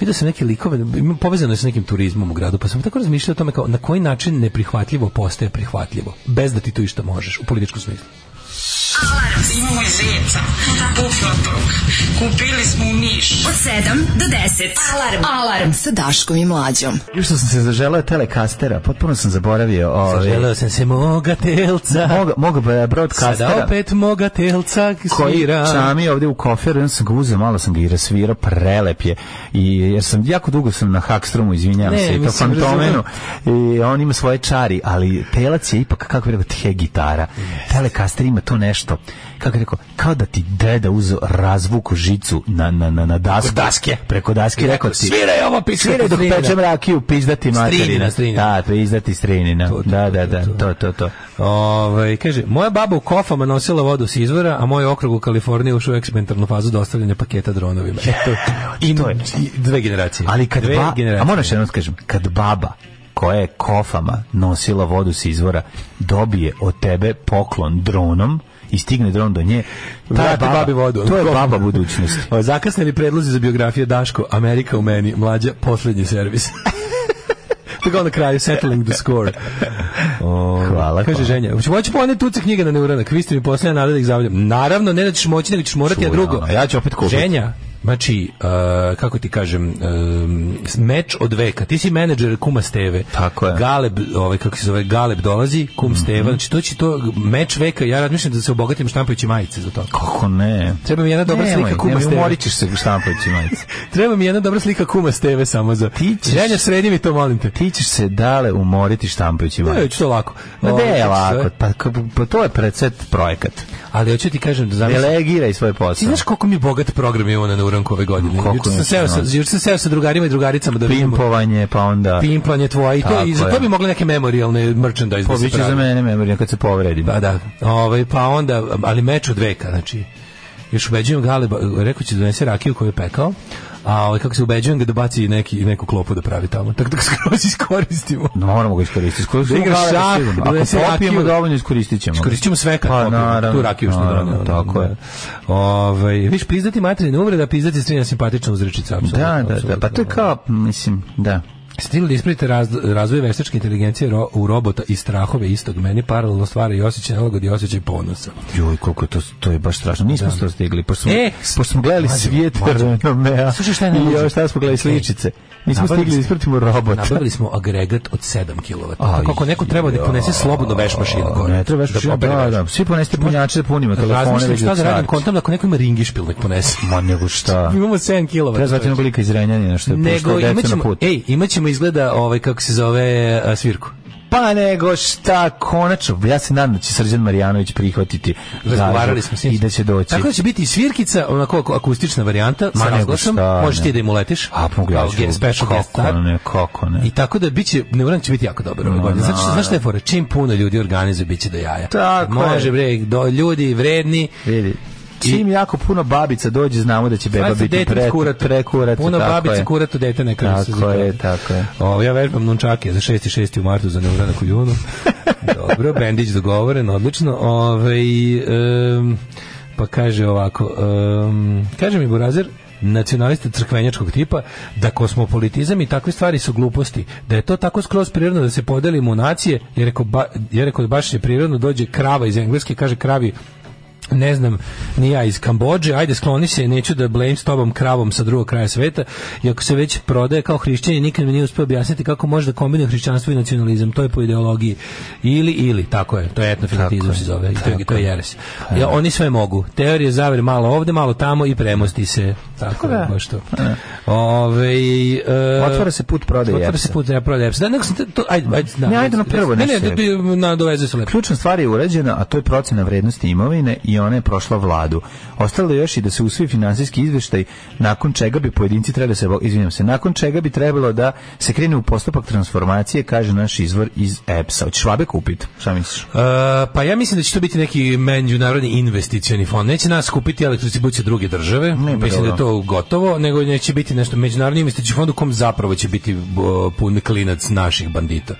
Speaker 5: Vidio sam neke likove, ima- povezano je sa nekim turizmom u gradu, pa sam tako razmišljao o tome kao na koji način neprihvatljivo postaje prihvatljivo, bez da ti tu išta možeš, u političkom smislu.
Speaker 4: Alarm. Imamo i zeca. Puflatok. Kupili smo u Niš.
Speaker 8: Od 7 do 10. Alarm. Alarm sa Daškom i Mlađom.
Speaker 6: Još što sam se zaželeo telekastera, potpuno sam zaboravio. Ove,
Speaker 5: Zaželeo sam se moga telca,
Speaker 6: Moga, moga
Speaker 5: sada
Speaker 6: broadcastera
Speaker 5: opet moga telca
Speaker 6: koji
Speaker 5: svira.
Speaker 6: čami ovde u koferu, ja sam ga uzeo, malo sam ga i rasvirao, prelep je. I, jer sam, jako dugo sam na Hakstromu, izvinjavam
Speaker 5: Ne,
Speaker 6: se, i to
Speaker 5: mislim,
Speaker 6: fantomenu. I on ima svoje čari, ali telac je ipak, kako bi rekao, tje gitara. Telecaster ima to nešto, kako bi rekao, kao da ti deda uzeo razvuku žicu na, na, na, na dasku.
Speaker 5: Preko daske.
Speaker 6: Preko daske,
Speaker 5: I
Speaker 6: rekao
Speaker 5: rekao,
Speaker 6: ti.
Speaker 5: "Sviraj ovo, pička,
Speaker 6: Sviraj dok
Speaker 5: strina."
Speaker 6: pečem rakiju, pizdati materina.
Speaker 5: Strina, strina.
Speaker 6: Da, pizdati strinina. Da, da, da, to, to, to.
Speaker 5: Ovaj, kaže, moja baba u kofama nosila vodu s izvora, a moj okrug u Kaliforniji ušao u eksperimentalnu fazu dostavljanja paketa dronovima. Eto, i,
Speaker 6: to je.
Speaker 5: i dve generacije.
Speaker 6: Ali kad
Speaker 5: dve
Speaker 6: ba, a
Speaker 5: generacije.
Speaker 6: moraš jednom da kažem, kad baba koja je kofama nosila vodu s izvora dobije od tebe poklon dronom i stigne dron do nje. Ta je
Speaker 5: Vrati babi vodu.
Speaker 6: To je baba budućnosti.
Speaker 5: O, zakasnili predlozi za biografije Daško, Amerika u meni, mlađa, poslednji servis. Tako na kraju, settling the score. O,
Speaker 6: Hvala,
Speaker 5: Kaže
Speaker 6: hvala.
Speaker 5: ženja, hoću moći poneti tuce knjige na neuranak, vi ste mi posljedna nada da ih zavljam. Naravno, ne da ćeš moći, nego ćeš morati, a
Speaker 6: Čuj,
Speaker 5: drugo.
Speaker 6: ono, ja ću opet kupiti.
Speaker 5: Ženja, Znači, e, kako ti kažem, e, meč od veka. Ti si menadžer kuma Steve.
Speaker 6: Tako je. Mhm.
Speaker 5: Galeb, ovaj kako se zove, Galeb dolazi, kum Steva. Znači to će to meč veka. Ja razmišljam da se obogatim štampajući majice za to.
Speaker 6: Kako ne?
Speaker 5: Treba mi jedna dobra slika kuma
Speaker 6: nemoj,
Speaker 5: Steve.
Speaker 6: umorit ćeš se štampajući majice.
Speaker 5: Treba mi jedna dobra slika kuma Steve samo za.
Speaker 6: Ti ćeš-
Speaker 5: Ženja, sredi mi to, molim te.
Speaker 6: Ti ćeš se dale umoriti štampajući
Speaker 5: Da,
Speaker 6: majice.
Speaker 5: ću to lako.
Speaker 6: Ma
Speaker 5: Ovaj,
Speaker 6: de je
Speaker 5: kako se zove?
Speaker 6: lako, pa, pa to je predset projekat.
Speaker 5: Ali hoću ti kažem da zamisli-
Speaker 6: Delegiraj svoj
Speaker 5: Ti
Speaker 6: posao.
Speaker 5: znaš koliko mi bogat program imamo na Neuranku ove godine?
Speaker 6: Koliko
Speaker 5: Juče sam
Speaker 6: je
Speaker 5: seo sa,
Speaker 6: stvarno.
Speaker 5: juče sam seo sa drugarima i drugaricama da vidimo
Speaker 6: Pimpovanje, pa onda...
Speaker 5: pimplanje tvoje i, to,
Speaker 6: Tako
Speaker 5: i za to
Speaker 6: je.
Speaker 5: bi mogli neke memorialne merchandise da se
Speaker 6: Pobit će
Speaker 5: prave.
Speaker 6: za mene memorija kad se povredim.
Speaker 5: Pa da, ovaj, pa onda, ali meč od veka, znači, još ubeđujem Galeba, rekao će da donese rakiju koju je pekao, a ovaj, kako se ubeđujem ga da baci neki, neku klopu da pravi tamo, tako da ga skroz iskoristimo.
Speaker 6: No, moramo ga iskoristiti. Skoro
Speaker 5: Da igra
Speaker 6: igraš
Speaker 5: šah, da
Speaker 6: Ako
Speaker 5: donese
Speaker 6: popijemo
Speaker 5: rakiju.
Speaker 6: dovoljno, iskoristit ćemo. ga.
Speaker 5: Iskoristit ćemo sve kad
Speaker 6: pa,
Speaker 5: popijemo,
Speaker 6: naravno,
Speaker 5: tu rakiju što
Speaker 6: naravno,
Speaker 5: naravno,
Speaker 6: Tako je.
Speaker 5: Ovaj, viš, priznati materine uvreda, priznati strina simpatična uzrečica, apsolutno.
Speaker 6: Da, da, da. Pa to je
Speaker 5: apsolutno.
Speaker 6: kao, mislim, da.
Speaker 5: Stigli da ispravite raz, razvoj veštačke inteligencije ro, u robota i strahove istog meni paralelno stvara i osjećaj nelagod i osjećaj ponosa.
Speaker 6: Joj, koliko je to, to je baš strašno. Nismo to stigli, pošto smo,
Speaker 5: E,
Speaker 6: pošto smo gledali
Speaker 5: mlađo,
Speaker 6: svijet
Speaker 5: mlađo.
Speaker 6: Renomea.
Speaker 5: Slušaj, šta je
Speaker 6: I
Speaker 5: najluđe?
Speaker 6: još šta smo gledali sličice. Nismo
Speaker 5: Nabavili
Speaker 6: stigli da
Speaker 5: smo-
Speaker 6: ispratimo robota.
Speaker 5: Nabavili smo agregat od 7 kW.
Speaker 6: Aj,
Speaker 5: Kako neko treba da ponese slobodno veš mašinu gore.
Speaker 6: Ne trebaš da,
Speaker 5: opere
Speaker 6: da,
Speaker 5: veš.
Speaker 6: da, svi poneste punjače da punimo telefone
Speaker 5: Razmišljam
Speaker 6: već
Speaker 5: šta
Speaker 6: od
Speaker 5: da radim
Speaker 6: start.
Speaker 5: kontam da ako neko ima ringišpil nek ponese.
Speaker 6: Ma nego šta?
Speaker 5: Imamo 7 kW.
Speaker 6: Treba zvati jednog lika iz Renjanina što je
Speaker 5: Nego
Speaker 6: puštao decu na
Speaker 5: imaćemo,
Speaker 6: put.
Speaker 5: ej, imaćemo izgleda ovaj kako se zove a, svirku.
Speaker 6: Pa nego šta, konačno, ja se nadam da će Srđan Marjanović prihvatiti
Speaker 5: Razgovarali
Speaker 6: gažu
Speaker 5: smo sinoć.
Speaker 6: i da će doći.
Speaker 5: Tako da će biti i svirkica, onako ako- akustična varijanta
Speaker 6: Ma
Speaker 5: sa
Speaker 6: nego
Speaker 5: razglasom.
Speaker 6: šta,
Speaker 5: Možeš
Speaker 6: ne.
Speaker 5: ti da im uletiš.
Speaker 6: A mogu ja
Speaker 5: Kao
Speaker 6: ću,
Speaker 5: ge- special guest star.
Speaker 6: kako ne, kako ne.
Speaker 5: I tako da biće neuran će biti jako dobar ove
Speaker 6: Ma,
Speaker 5: godine. Znači
Speaker 6: naravno.
Speaker 5: znaš šta je fora? Čim puno ljudi organizuje biće do jaja.
Speaker 6: Tako
Speaker 5: Može
Speaker 6: je.
Speaker 5: bre, do ljudi vredni.
Speaker 6: Vidi, čim jako puno babica dođe, znamo da će beba
Speaker 5: Sad se
Speaker 6: biti
Speaker 5: dete
Speaker 6: pre,
Speaker 5: kurat,
Speaker 6: prekurac.
Speaker 5: Puno
Speaker 6: tako
Speaker 5: babica
Speaker 6: je.
Speaker 5: kurat u dete neka se
Speaker 6: Tako
Speaker 5: zove.
Speaker 6: je, tako je.
Speaker 5: O, ja vežbam nunčake za 6. 6. u martu za neuranak u junu. Dobro, bendić dogovoren, odlično. Ove, pa kaže ovako, em, kaže mi Burazer, nacionalista crkvenjačkog tipa, da kosmopolitizam i takve stvari su gluposti, da je to tako skroz prirodno da se podelimo u nacije, jer rekao, ba, jer rekao baš je prirodno, dođe krava iz engleske, kaže kravi, ne znam, ni ja iz Kambođe, ajde skloni se, neću da blame s tobom kravom sa drugog kraja sveta, i ako se već prodaje kao hrišćanin, nikad mi nije uspio objasniti kako može da kombinuje hrišćanstvo i nacionalizam, to je po ideologiji. Ili, ili, tako je, to je etnofilatizam se zove, i to je, to je jeres. Ja, oni sve mogu, teorije zavere malo ovde, malo tamo i premosti se. Tako da. Baš to. Ovej, e,
Speaker 6: E. Otvara se put prodaje
Speaker 5: Otvara se
Speaker 6: jepsa.
Speaker 5: put da prodaje jepsa. Da, nego sam te- to, ajde, ajde, da,
Speaker 6: Ne, ajde na prvo
Speaker 5: Ne, ne,
Speaker 6: nešto.
Speaker 5: da ti nadovezuje se lepo.
Speaker 6: Ključna stvar je urađena, a to je procena vrednosti imovine i ona je prošla vladu. Ostalo je još i da se usvoji finansijski izveštaj nakon čega bi pojedinci trebali se izvinjam se, nakon čega bi trebalo da se krene u postupak transformacije, kaže naš izvor iz EPS-a. Hoćeš vabe kupiti? Šta misliš?
Speaker 5: E, pa ja mislim da će to biti neki međunarodni investicioni fond. Neće nas kupiti elektrodistribucija druge države.
Speaker 6: pa
Speaker 5: mislim da je to gotovo, nego neće biti nešto međunarodni investicioni fond u kom zapravo će biti o, pun klinac naših bandita.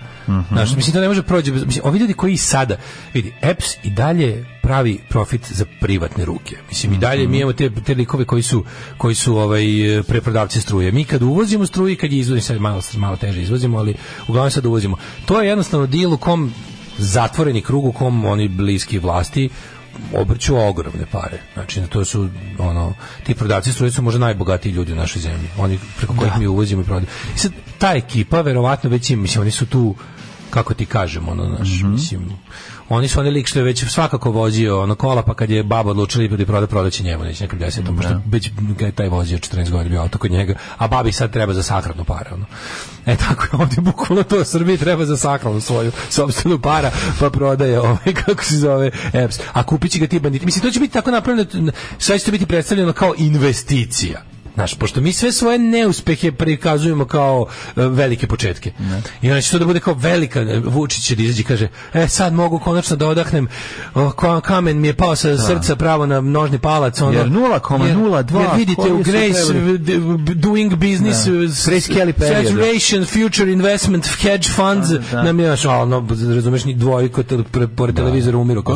Speaker 5: Znaš, mislim da ne može prođe bez, mislim, ovi ljudi koji i sada vidi EPS i dalje pravi profit za privatne ruke. Mislim i dalje mi imamo te, te likove koji su koji su ovaj e, preprodavci struje. Mi kad uvozimo struju i kad je izvozimo sad malo malo teže izvozimo, ali uglavnom sad uvozimo. To je jednostavno deal u kom zatvoreni krug u kom oni bliski vlasti obrću ogromne pare. Znači, to su, ono, ti prodavci struje su možda najbogatiji ljudi u našoj zemlji. Oni preko kojih mi uvozimo i prodajemo. I sad, ta ekipa, verovatno, već im, mislim, oni su tu, kako ti kažem, ono, znaš, mislim, oni su oni lik što je već svakako vozio ono kola, pa kad je baba odlučila ipak da proda, prodaće njemu, neće nekom desetom, pošto već ga je taj vozio 14 godina bio auto kod njega, a babi sad treba za sahranu para. Ono. E tako je ovdje bukvalno to Srbiji treba za sahranu svoju sopstvenu para, pa prodaje ovaj, kako se zove, EPS. A kupit će ga ti banditi. Mislim, to će biti tako napravljeno, sve će to biti predstavljeno kao investicija. Znaš, pošto mi sve svoje neuspehe prikazujemo kao e, velike početke. I onda će to da bude kao velika, e, Vučić će da izađe i kaže, e sad mogu konačno da odahnem, o, ka- kamen mi je pao sa srca pravo na nožni palac. Ono,
Speaker 6: Jer 0,02
Speaker 5: jer vidite u
Speaker 6: koji su
Speaker 5: Grace
Speaker 6: trebali-
Speaker 5: d- d- doing business
Speaker 6: Da.
Speaker 5: uh, s-
Speaker 6: Grace Kelly periodu.
Speaker 5: Federation Future Investment Hedge Funds
Speaker 6: da.
Speaker 5: nam je znaš, a ono, razumeš, ni dvoji kod tele- pre- pored televizora umiru. Kao,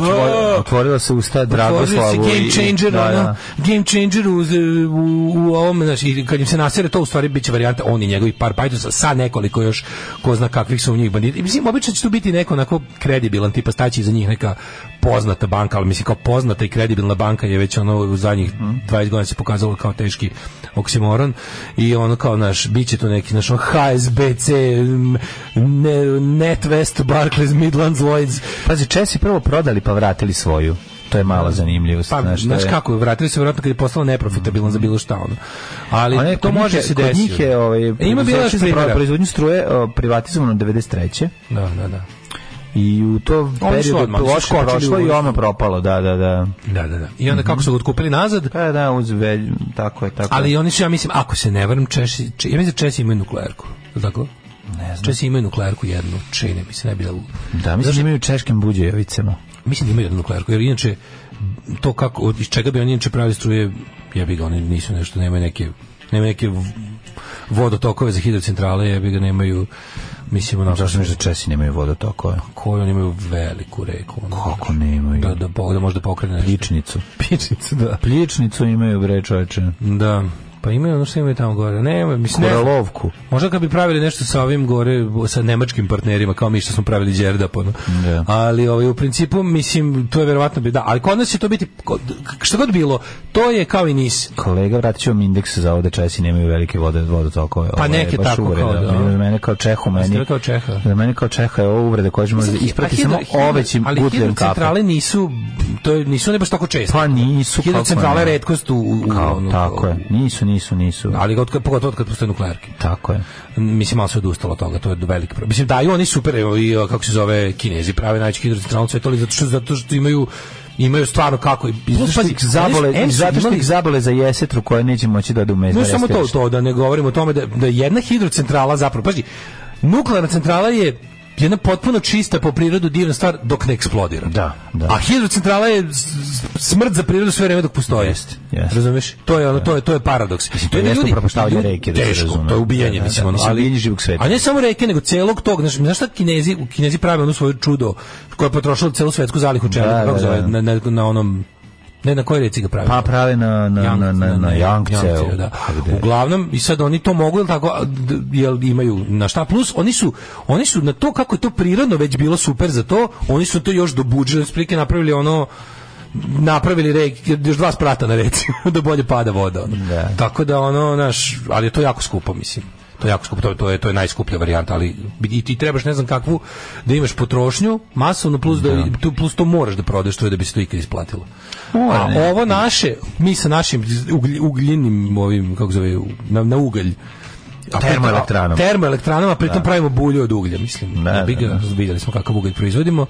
Speaker 5: "A,
Speaker 6: Otvorila- Otvorila se usta
Speaker 5: Otvorio
Speaker 6: Dragoslavu.
Speaker 5: se game
Speaker 6: i-
Speaker 5: changer,
Speaker 6: da,
Speaker 5: ono,
Speaker 6: da.
Speaker 5: game changer u, u, u ovom, znači, i kad im se nasere, to u stvari biće varijanta on i njegovi par pajtosa sa nekoliko još ko zna kakvih su u njih bandita. I mislim, obično će tu biti neko onako kredibilan, tipa staći iza njih neka poznata banka, ali mislim kao poznata i kredibilna banka je već ono u zadnjih
Speaker 6: Mhm.
Speaker 5: 20 godina se pokazalo kao teški oksimoron i ono kao naš biće tu neki naš ono, HSBC m, ne, NetWest Barclays Midlands Lloyds
Speaker 6: Pazi, Česi prvo prodali pa vratili svoju. To je mala zanimljivost.
Speaker 5: pa, znaš,
Speaker 6: to je-
Speaker 5: kako, vratili se vjerojatno kad je postalo neprofitabilno za bilo šta ono. Ali
Speaker 6: A ne,
Speaker 5: to
Speaker 6: kod
Speaker 5: može
Speaker 6: njih je-
Speaker 5: se
Speaker 6: Kod
Speaker 5: desiti. E,
Speaker 6: njih je ovaj,
Speaker 5: Ima bilo još
Speaker 6: preduzeće za
Speaker 5: primjera.
Speaker 6: proizvodnju struje o, privatizovano 93.
Speaker 5: Da, da, da.
Speaker 6: I u to
Speaker 5: su
Speaker 6: periodu
Speaker 5: odmah,
Speaker 6: loše
Speaker 5: skočili
Speaker 6: prošlo
Speaker 5: u-
Speaker 6: i ono propalo, da, da, da.
Speaker 5: Da, da, da. I onda kako su ga otkupili nazad,
Speaker 6: Pa da, uz velj, tako je, tako je.
Speaker 5: ali oni su, ja mislim, ako se ne varam, Češi, Če- ja mislim da Česi imaju nuklearku. Je li Tako?
Speaker 6: Ne znam.
Speaker 5: Česi imaju nuklearku jednu, čini mi se, ne bi da...
Speaker 6: Da, mislim da imaju češkim buđejovicama.
Speaker 5: Mislim da imaju jednu nuklearku, jer inače to kako, od- iz čega bi oni inače pravili struje, ja bi ga, oni nisu nešto, nemaju neke, nemaju neke v- vodotokove za hidrocentrale, ja bi ga, nemaju, mislim, ono, onako...
Speaker 6: Zašto misliš da Česi nemaju vodotokove?
Speaker 5: koju oni imaju veliku reku. ono.
Speaker 6: Kako nemaju?
Speaker 5: Da, da, Bog da možda pokrene nešto.
Speaker 6: Pličnicu.
Speaker 5: Pičnicu, da.
Speaker 6: Pličnicu imaju, bre, čoveče.
Speaker 5: Da. Pa imaju ono što imaju tamo gore. Ne, mislim, ne. znam.
Speaker 6: Koralovku.
Speaker 5: Možda kad bi pravili nešto sa ovim gore, sa nemačkim partnerima, kao mi što smo pravili Đerdap, ono.
Speaker 6: Da.
Speaker 5: Ali ovaj, u principu, mislim, to je verovatno bi, da. Ali kod nas će to biti, kod- šta god bilo, to je kao i nis.
Speaker 6: Kolega, vratit ću vam indeks za ovo da Česi nemaju velike vode, vodotokove. Ovo je
Speaker 5: neke
Speaker 6: baš
Speaker 5: Pa tako
Speaker 6: uvreda.
Speaker 5: kao da.
Speaker 6: Za mene kao Čehu,
Speaker 5: Jeste
Speaker 6: meni...
Speaker 5: vi kao Čeha?
Speaker 6: Za mene kao Čeha je ovo uvreda koja ćemo
Speaker 5: Znači,
Speaker 6: isprati samo ovećim
Speaker 5: ali
Speaker 6: gutljem kafe.
Speaker 5: hidrocentrale nisu, to je, nisu ne baš tako često.
Speaker 6: Pa nisu. kako
Speaker 5: Hidrocentrale je
Speaker 6: ne.
Speaker 5: redkost u, u, u
Speaker 6: Kao,
Speaker 5: ono,
Speaker 6: tako je. Nisu, nisu, nisu.
Speaker 5: Ali od, pogotovo od kad postoje nuklearke.
Speaker 6: Tako je.
Speaker 5: mislim malo se odustalo od toga, to je veliki problem. Mislim daju oni super evo, i o, kako se zove Kinezi prave najveći hidrocentralu sve to ali zato što zato što imaju imaju stvarno kako i
Speaker 6: Zato što ih zabole, i zato što ih zabole za jesetru koja neće moći da ode u mezda
Speaker 5: ne samo to to da ne govorimo o tome da da jedna hidrocentrala zapravo pazi nuklearna centrala je jedna potpuno čista po prirodu divna stvar dok ne eksplodira.
Speaker 6: Da, da.
Speaker 5: A hidrocentrala je s- s- smrt za prirodu sve vreme dok postoji.
Speaker 6: Jeste, jeste.
Speaker 5: Razumeš? To je ono, to je to je paradoks.
Speaker 6: to
Speaker 5: Ljudi-
Speaker 6: jeste
Speaker 5: ljudi-
Speaker 6: upropaštavanje
Speaker 5: ljudi-
Speaker 6: reke, da se
Speaker 5: teško,
Speaker 6: razume.
Speaker 5: to je ubijanje,
Speaker 6: Da, da,
Speaker 5: mislim,
Speaker 6: da,
Speaker 5: ono,
Speaker 6: mislim,
Speaker 5: ali-
Speaker 6: ubijanje živog sveta.
Speaker 5: A ne samo reke, nego celog tog, znaš, znaš šta Kinezi, Kinezi prave ono svoje čudo koje je potrošilo celu svetsku zalihu čelika,
Speaker 6: Da,
Speaker 5: kako
Speaker 6: da,
Speaker 5: zove,
Speaker 6: da.
Speaker 5: na, na, na onom ne na kojoj reci ga prave?
Speaker 6: Pa prave na, na, na, na, na, na Yangtze-u.
Speaker 5: Yangtze-u, da.
Speaker 6: A gde?
Speaker 5: Uglavnom i sad oni to mogu jel tako a, d- jel imaju na šta plus oni su oni su na to kako je to prirodno već bilo super za to, oni su to još do budžeta sprike napravili ono napravili rek, još dva sprata na reci, da bolje pada voda. Ono.
Speaker 6: Da.
Speaker 5: Tako da ono, naš, ali je to jako skupo, mislim. To je jako skupo, to, je- to je, to je najskuplja varijanta, ali i ti trebaš ne znam kakvu da imaš potrošnju masovno plus da, tu plus to moraš da prodaješ to je da bi se to ikad isplatilo.
Speaker 6: Mora,
Speaker 5: A
Speaker 6: ne.
Speaker 5: ovo naše, mi sa našim uglj- ugljenim ovim kako zove na, na ugalj a pritom-
Speaker 6: Termoelektranama.
Speaker 5: Termoelektranama, pritom pravimo bulju od uglja, mislim.
Speaker 6: Da,
Speaker 5: Da, bi ga,
Speaker 6: da, da.
Speaker 5: Vidjeli smo kakav ugalj proizvodimo.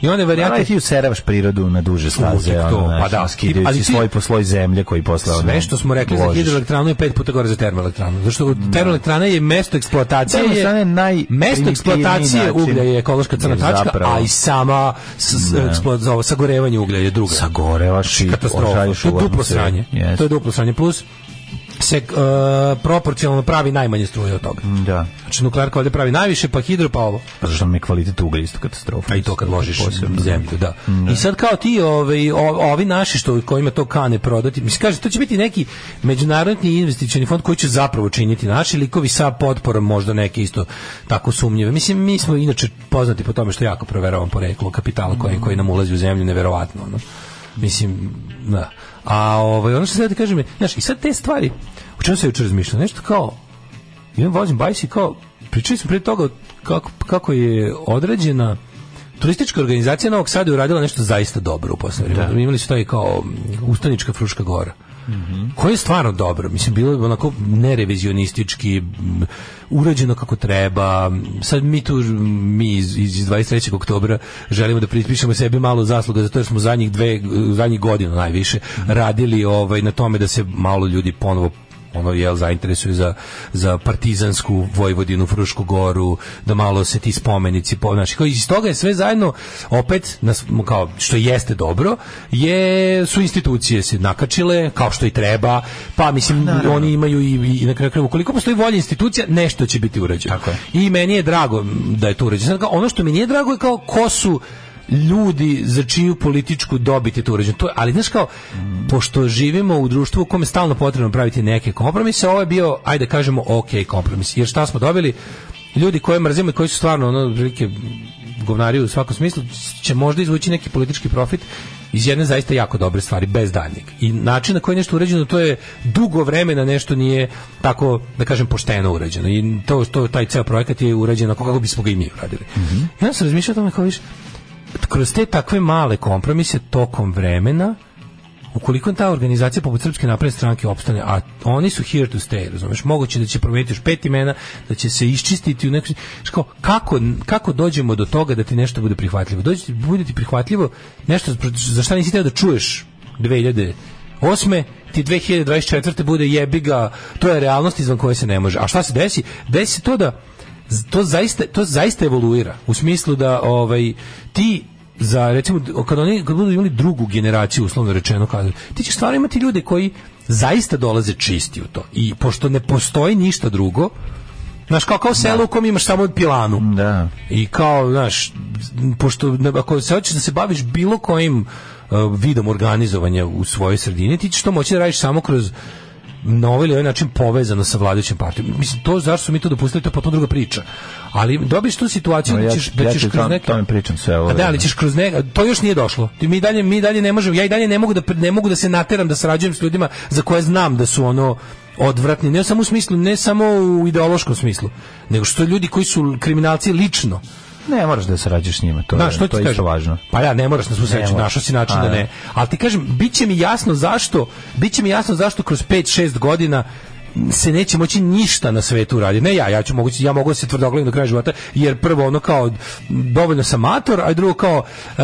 Speaker 5: I onda je varijanta
Speaker 6: Ali ti useravaš prirodu na duže staze,
Speaker 5: Uvijek to,
Speaker 6: ono,
Speaker 5: pa
Speaker 6: znaš,
Speaker 5: da.
Speaker 6: skidajući
Speaker 5: Ali ti-
Speaker 6: sloj po sloj zemlje koji posle... ono,
Speaker 5: Sve što smo rekli za
Speaker 6: ložiš.
Speaker 5: hidroelektranu je pet puta gore za termoelektranu. Zato što termoelektrana je mesto eksploatacije.
Speaker 6: Termoelektrana je najprimitivniji
Speaker 5: mesto eksploatacije
Speaker 6: način.
Speaker 5: uglja je ekološka crna
Speaker 6: Je
Speaker 5: tačka,
Speaker 6: zapravo-
Speaker 5: a i sama s, s, eksplo- za ovo sagorevanje uglja je druga.
Speaker 6: Sagorevaš i
Speaker 5: katastrofa.
Speaker 6: ožalješ
Speaker 5: To
Speaker 6: u
Speaker 5: je duplo
Speaker 6: atmosferu.
Speaker 5: sranje.
Speaker 6: Jeste.
Speaker 5: To je duplo sranje plus se e, proporcionalno pravi najmanje struje od toga.
Speaker 6: Da.
Speaker 5: Znači nuklearka ovdje pravi najviše, pa hidro, pa ovo.
Speaker 6: Pa Zašto nam je kvalitet uglja isto katastrofa?
Speaker 5: A i to kad ložiš
Speaker 6: Posebno.
Speaker 5: zemlju, da. I sad kao ti ovi, ovi naši što kojima to kane prodati, mislim kaže to će biti neki međunarodni investicioni fond koji će zapravo činiti naši likovi sa potporom možda neke isto tako sumnjive. Mislim mi smo inače poznati po tome što jako proveravamo poreklo kapitala koji koji nam ulazi u zemlju neverovatno, ono. Mislim, da. A ovaj ono što sad kažem, je, znaš, i sad te stvari o čemu se jučer razmišljao, nešto kao ja vozim bajs i kao pričali smo pre toga kako, kako je određena turistička organizacija Novog Sada je uradila nešto zaista dobro u poslednje vreme. Imali su to i kao mm, Ustanička Fruška Gora. Koje je stvarno dobro, mislim, bilo je onako nerevizionistički, mm, urađeno kako treba, sad mi tu, mi iz, iz 23. oktobra želimo da pripišemo sebi malo zasluga, zato jer smo zadnjih dve, zadnjih godina najviše radili ovaj, na tome da se malo ljudi ponovo ono jel zainteresuju za, za partizansku Vojvodinu, Frušku goru, da malo se ti spomenici po znači kao iz toga je sve zajedno opet nas kao što jeste dobro je su institucije se nakačile kao što i treba, pa mislim oni imaju i, i na kraju krajeva koliko postoji volja institucija nešto će biti urađeno. I meni je drago da je to urađeno. Sad kao, ono što mi nije drago je kao ko su ljudi za čiju političku dobit je to urađeno. To, je- ali znaš kao, pošto živimo u društvu u kome je stalno potrebno praviti neke kompromise, ovo je bio, ajde kažemo, ok kompromis. Jer šta smo dobili? Ljudi koje mrzimo i koji su stvarno ono, otprilike, govnari u svakom smislu, će možda izvući neki politički profit iz jedne zaista jako dobre stvari, bez daljnjeg. I način na koji je nešto urađeno, to je dugo vremena nešto nije tako, da kažem, pošteno urađeno. I to, to, taj ceo projekat je urađen onako kako bismo ga i mi uradili. I onda sam razmišljao o tome kao, viš, kroz te takve male kompromise tokom vremena ukoliko ta organizacija poput Srpske napredne stranke opstane, a oni su here to stay, razumeš, moguće da će promijeniti još pet imena, da će se iščistiti u nekoj... Znaš kao, kako, kako dođemo do toga da ti nešto bude prihvatljivo? Dođe ti, bude ti prihvatljivo nešto za šta nisi teo da čuješ 2008 ti 2024. bude jebiga, to je realnost izvan koje se ne može. A šta se desi? Desi se to da to zaista to zaista evoluira u smislu da ovaj ti za recimo kad oni kad budu imali drugu generaciju uslovno rečeno kad ti ćeš stvarno imati ljude koji zaista dolaze čisti u to i pošto ne postoji ništa drugo Znaš, kao, kao selo u kom imaš samo pilanu. Da. I kao, znaš, pošto, ako se hoćeš da se baviš bilo kojim uh, vidom organizovanja u svojoj sredini, ti ćeš to moći da radiš samo kroz na ovaj ili ovaj način povezano sa vladajućim partijom. Mislim, to zašto su mi to dopustili, to je potom druga priča. Ali dobiješ tu situaciju
Speaker 6: Ja,
Speaker 5: da ćeš, da
Speaker 6: ja
Speaker 5: ćeš
Speaker 6: ti
Speaker 5: kroz
Speaker 6: o
Speaker 5: neke...
Speaker 6: tome pričam sve ovo.
Speaker 5: A da, ali
Speaker 6: vreme.
Speaker 5: ćeš kroz neka, to još nije došlo. Ti mi dalje mi dalje ne možemo, ja i dalje ne mogu da pr- ne mogu da se nateram da sarađujem s ljudima za koje znam da su ono odvratni, ne samo u smislu, ne samo u ideološkom smislu, nego što ljudi koji su kriminalci lično.
Speaker 6: Ne moraš da sarađuješ s njima, to,
Speaker 5: Da,
Speaker 6: je,
Speaker 5: što ti
Speaker 6: to je isto
Speaker 5: kažem?
Speaker 6: važno.
Speaker 5: Pa ja ne moraš na svu
Speaker 6: Ne
Speaker 5: sreću,
Speaker 6: moraš.
Speaker 5: našao si način
Speaker 6: A,
Speaker 5: da
Speaker 6: da.
Speaker 5: ne. Ali ti kažem, bit će mi jasno zašto, bit će mi jasno zašto kroz 5-6 godina se neće moći ništa na svetu uraditi. Ne ja, ja ću mogući, ja mogu da se tvrdoglavim do kraja života, jer prvo ono kao dovoljno sam mator, a drugo kao e,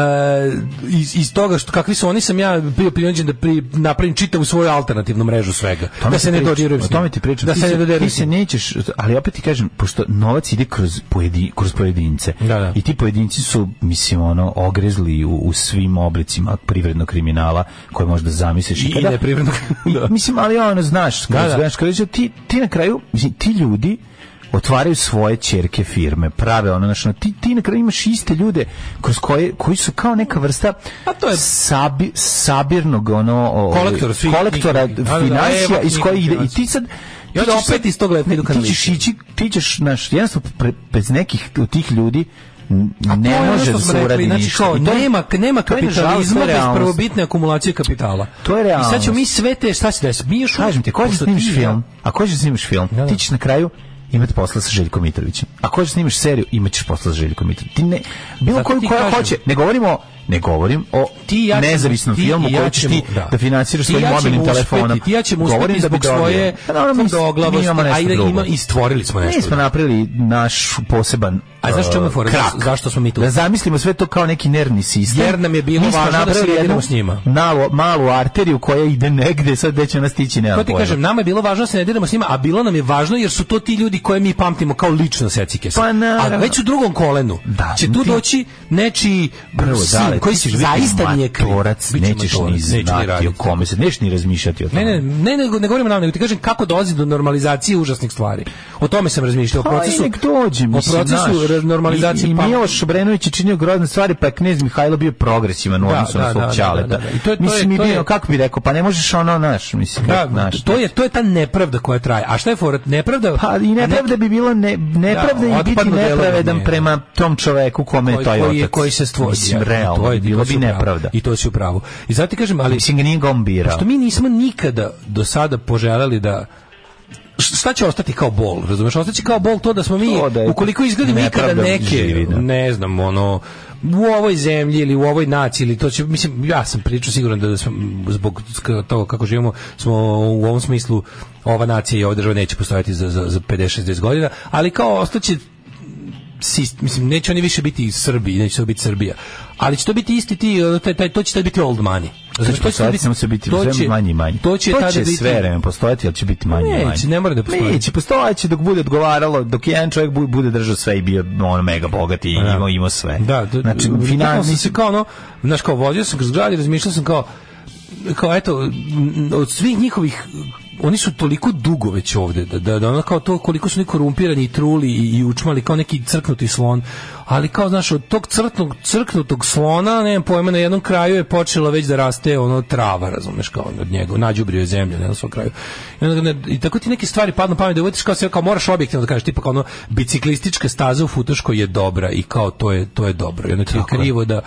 Speaker 5: iz, iz toga što kakvi su oni sam ja bio prinuđen da pri, napravim čitavu svoju alternativnu mrežu svega.
Speaker 6: O
Speaker 5: Da
Speaker 6: tome ti
Speaker 5: se ne
Speaker 6: pričam,
Speaker 5: dodirujem. s
Speaker 6: O tome
Speaker 5: njim.
Speaker 6: ti pričam.
Speaker 5: Da
Speaker 6: ti
Speaker 5: se ne dodirujem.
Speaker 6: ti
Speaker 5: s
Speaker 6: se
Speaker 5: njim.
Speaker 6: nećeš, ali opet ti kažem, pošto novac ide kroz, pojedi, kroz pojedince. I ti pojedinci su, mislim, ono, ogrezli u, u svim oblicima privrednog kriminala koje možda zamisliš.
Speaker 5: I
Speaker 6: Kada-
Speaker 5: neprivrednog,
Speaker 6: I,
Speaker 5: da.
Speaker 6: Mislim, ali ono, znaš, kroz,
Speaker 5: Da, da.
Speaker 6: znaš, kroz- ti, ti na kraju, mislim, ti ljudi otvaraju svoje ćerke firme, prave ono, znaš, ono, ti, ti na kraju imaš iste ljude kroz koje, koji su kao neka vrsta
Speaker 5: Pa
Speaker 6: sabi, sabirnog ono, o,
Speaker 5: Kolektor svih
Speaker 6: kolektora
Speaker 5: njihovih- Da, da, da, evo,
Speaker 6: financija iz
Speaker 5: njihovih
Speaker 6: koje ide i
Speaker 5: financija.
Speaker 6: ti sad
Speaker 5: I onda
Speaker 6: ti ćeš
Speaker 5: opet
Speaker 6: sad-
Speaker 5: iz tog leta idu
Speaker 6: Ti ćeš
Speaker 5: kanalisti.
Speaker 6: ići, ti ćeš, znaš, jednostavno pre- bez nekih od tih ljudi n-
Speaker 5: To je
Speaker 6: ne
Speaker 5: ono
Speaker 6: može
Speaker 5: što
Speaker 6: da
Speaker 5: smo
Speaker 6: se
Speaker 5: rekli,
Speaker 6: uradi
Speaker 5: znači,
Speaker 6: ništa.
Speaker 5: kao,
Speaker 6: I to je-
Speaker 5: nema, nema
Speaker 6: to je nažalost, to
Speaker 5: kapitalizma
Speaker 6: je
Speaker 5: bez
Speaker 6: realnost.
Speaker 5: prvobitne akumulacije kapitala.
Speaker 6: To je
Speaker 5: I sad
Speaker 6: realnost.
Speaker 5: ćemo mi sve te, šta se desi? Mi još
Speaker 6: Kažem ti, ko će
Speaker 5: pošto
Speaker 6: snimiš
Speaker 5: ti-
Speaker 6: film? A ko će snimiš film? Ti ćeš na kraju imati posla sa Željkom Mitrovićem. A ko će snimiš seriju, imat ćeš posla sa Željkom Mitrovićem. Ti ne, bilo
Speaker 5: Zato
Speaker 6: koju
Speaker 5: ti
Speaker 6: koja
Speaker 5: kažem.
Speaker 6: hoće, ne govorimo ne govorim o
Speaker 5: Ti i ja ćemo-
Speaker 6: nezavisnom
Speaker 5: ti
Speaker 6: filmu
Speaker 5: i ja
Speaker 6: koji ćeš ti
Speaker 5: ćemo-
Speaker 6: da, financiraš
Speaker 5: Ti i ja
Speaker 6: svojim
Speaker 5: ćemo
Speaker 6: mobilnim
Speaker 5: uspeti,
Speaker 6: telefonom.
Speaker 5: Ti i ja ćemo
Speaker 6: Govorim
Speaker 5: uspeti
Speaker 6: da bi
Speaker 5: zbog
Speaker 6: dobio.
Speaker 5: svoje
Speaker 6: Pa naravno, mi- mi
Speaker 5: tvrdoglavosti.
Speaker 6: imamo nešto
Speaker 5: Ajde,
Speaker 6: drugo.
Speaker 5: ima, i stvorili smo nešto.
Speaker 6: Mi smo napravili naš poseban uh,
Speaker 5: A znaš u čemu je fora?
Speaker 6: krak.
Speaker 5: Zašto smo mi tu?
Speaker 6: Da zamislimo sve to kao neki nervni sistem.
Speaker 5: Jer nam je bilo
Speaker 6: Mi smo
Speaker 5: važno da se
Speaker 6: napravili
Speaker 5: jedemo
Speaker 6: jednu
Speaker 5: s njima.
Speaker 6: Malu, malu arteriju koja ide negde, sad gde će ona stići, nemam
Speaker 5: To ti
Speaker 6: pojma.
Speaker 5: kažem, nama je bilo važno da se ne diramo s njima, a bilo nam je važno jer su to ti ljudi koje mi pamtimo kao lično secike.
Speaker 6: Pa naravno.
Speaker 5: a već u drugom kolenu
Speaker 6: Da,
Speaker 5: će tu
Speaker 6: ti-
Speaker 5: doći nečiji
Speaker 6: Prvo,
Speaker 5: sin
Speaker 6: dale,
Speaker 5: koji
Speaker 6: ti
Speaker 5: si
Speaker 6: ćeš biti
Speaker 5: zaista nije kriv.
Speaker 6: matorac,
Speaker 5: Biće
Speaker 6: nećeš
Speaker 5: matorac,
Speaker 6: ni
Speaker 5: neću ni
Speaker 6: znati o
Speaker 5: raditi.
Speaker 6: kome se, nećeš ni razmišljati o tome.
Speaker 5: Ne, ne, ne, ne, ne govorim o nama, nego ti kažem kako dolazi do normalizacije užasnih stvari. O tome sam razmišljao, o
Speaker 6: Pa,
Speaker 5: procesu,
Speaker 6: i nek dođe,
Speaker 5: o
Speaker 6: mislim,
Speaker 5: procesu
Speaker 6: znaš.
Speaker 5: re- normalizacije pa-
Speaker 6: I, i
Speaker 5: pamćenja.
Speaker 6: Miloš Obrenović je činio grozne stvari, pa je knez Mihajlo bio progresivan u
Speaker 5: Da,
Speaker 6: odnosu na
Speaker 5: da, da,
Speaker 6: svog
Speaker 5: da,
Speaker 6: čaleta.
Speaker 5: da, da. I to je- to
Speaker 6: mislim,
Speaker 5: je-
Speaker 6: i
Speaker 5: to
Speaker 6: bio,
Speaker 5: je-
Speaker 6: kako bi rekao, pa ne možeš ono, naš, mislim,
Speaker 5: Da,
Speaker 6: naš,
Speaker 5: to je to je ta nepravda koja traje. A šta je forat? Nepravda?
Speaker 6: Pa i nepravda bi bila ne, nepravda
Speaker 5: Da,
Speaker 6: i biti
Speaker 5: otpadno delo
Speaker 6: nepravedan
Speaker 5: nije.
Speaker 6: prema tom čoveku kome je
Speaker 5: koji,
Speaker 6: taj
Speaker 5: koji, je-
Speaker 6: otac.
Speaker 5: koji se stvorio.
Speaker 6: Mislim,
Speaker 5: Ja,
Speaker 6: realno,
Speaker 5: to je-
Speaker 6: bilo
Speaker 5: to si
Speaker 6: bi
Speaker 5: u pravu.
Speaker 6: nepravda.
Speaker 5: I to si u pravu. I zato ti kažem, ali
Speaker 6: Mislim, ga nije gombirao.
Speaker 5: što mi nismo nikada do sada poželjeli da š- šta će ostati kao bol, razumeš? Ostaće kao bol to da smo mi,
Speaker 6: To da je
Speaker 5: ukoliko izgledimo ikada
Speaker 6: nepravda
Speaker 5: neke,
Speaker 6: živi, da.
Speaker 5: ne znam, ono, u ovoj zemlji ili u ovoj naciji ili to će, mislim, ja sam pričao sigurno da smo, m, zbog sk- toga kako živimo, smo u ovom smislu, ova nacija i ova država neće postojati za, za, za 50-60 godina, ali kao ostaće sist- mislim neće oni više biti Srbi, neće to biti Srbija. Ali će to biti isti ti ono, taj, taj to će tad biti old money.
Speaker 6: Znači, to će biti, samo se biti
Speaker 5: to
Speaker 6: sve
Speaker 5: će-
Speaker 6: manje i manje.
Speaker 5: to će tada biti-
Speaker 6: sve vreme postojati, ali će biti manje i
Speaker 5: Neće,
Speaker 6: manje.
Speaker 5: ne mora da postoji.
Speaker 6: Neće, postojaće dok bude odgovaralo, dok jedan čovjek bu- bude držao sve i bio ono mega bogat i imao, imao sve.
Speaker 5: Pa Da, da
Speaker 6: znači,
Speaker 5: bukvalno sam
Speaker 6: finansi...
Speaker 5: se kao ono, znaš, kao vozio sam kroz grad i razmišljao sam kao, kao eto, n- od svih njihovih oni su toliko dugo već ovde da, da, da ono kao to koliko su oni korumpirani i truli i, i učmali kao neki crknuti slon ali kao znaš od tog crknog, crknutog slona nemam pojma na jednom kraju je počela već da raste ono trava razumeš kao ono od njega nađubrio je zemlja na jednom svom kraju i, onda, ne- i tako ti neke stvari padnu na pamet da uvetiš kao se kao moraš objektivno da kažeš tipa kao ono biciklistička staza u futoškoj je dobra i kao to je to je dobro i onda ti je krivo da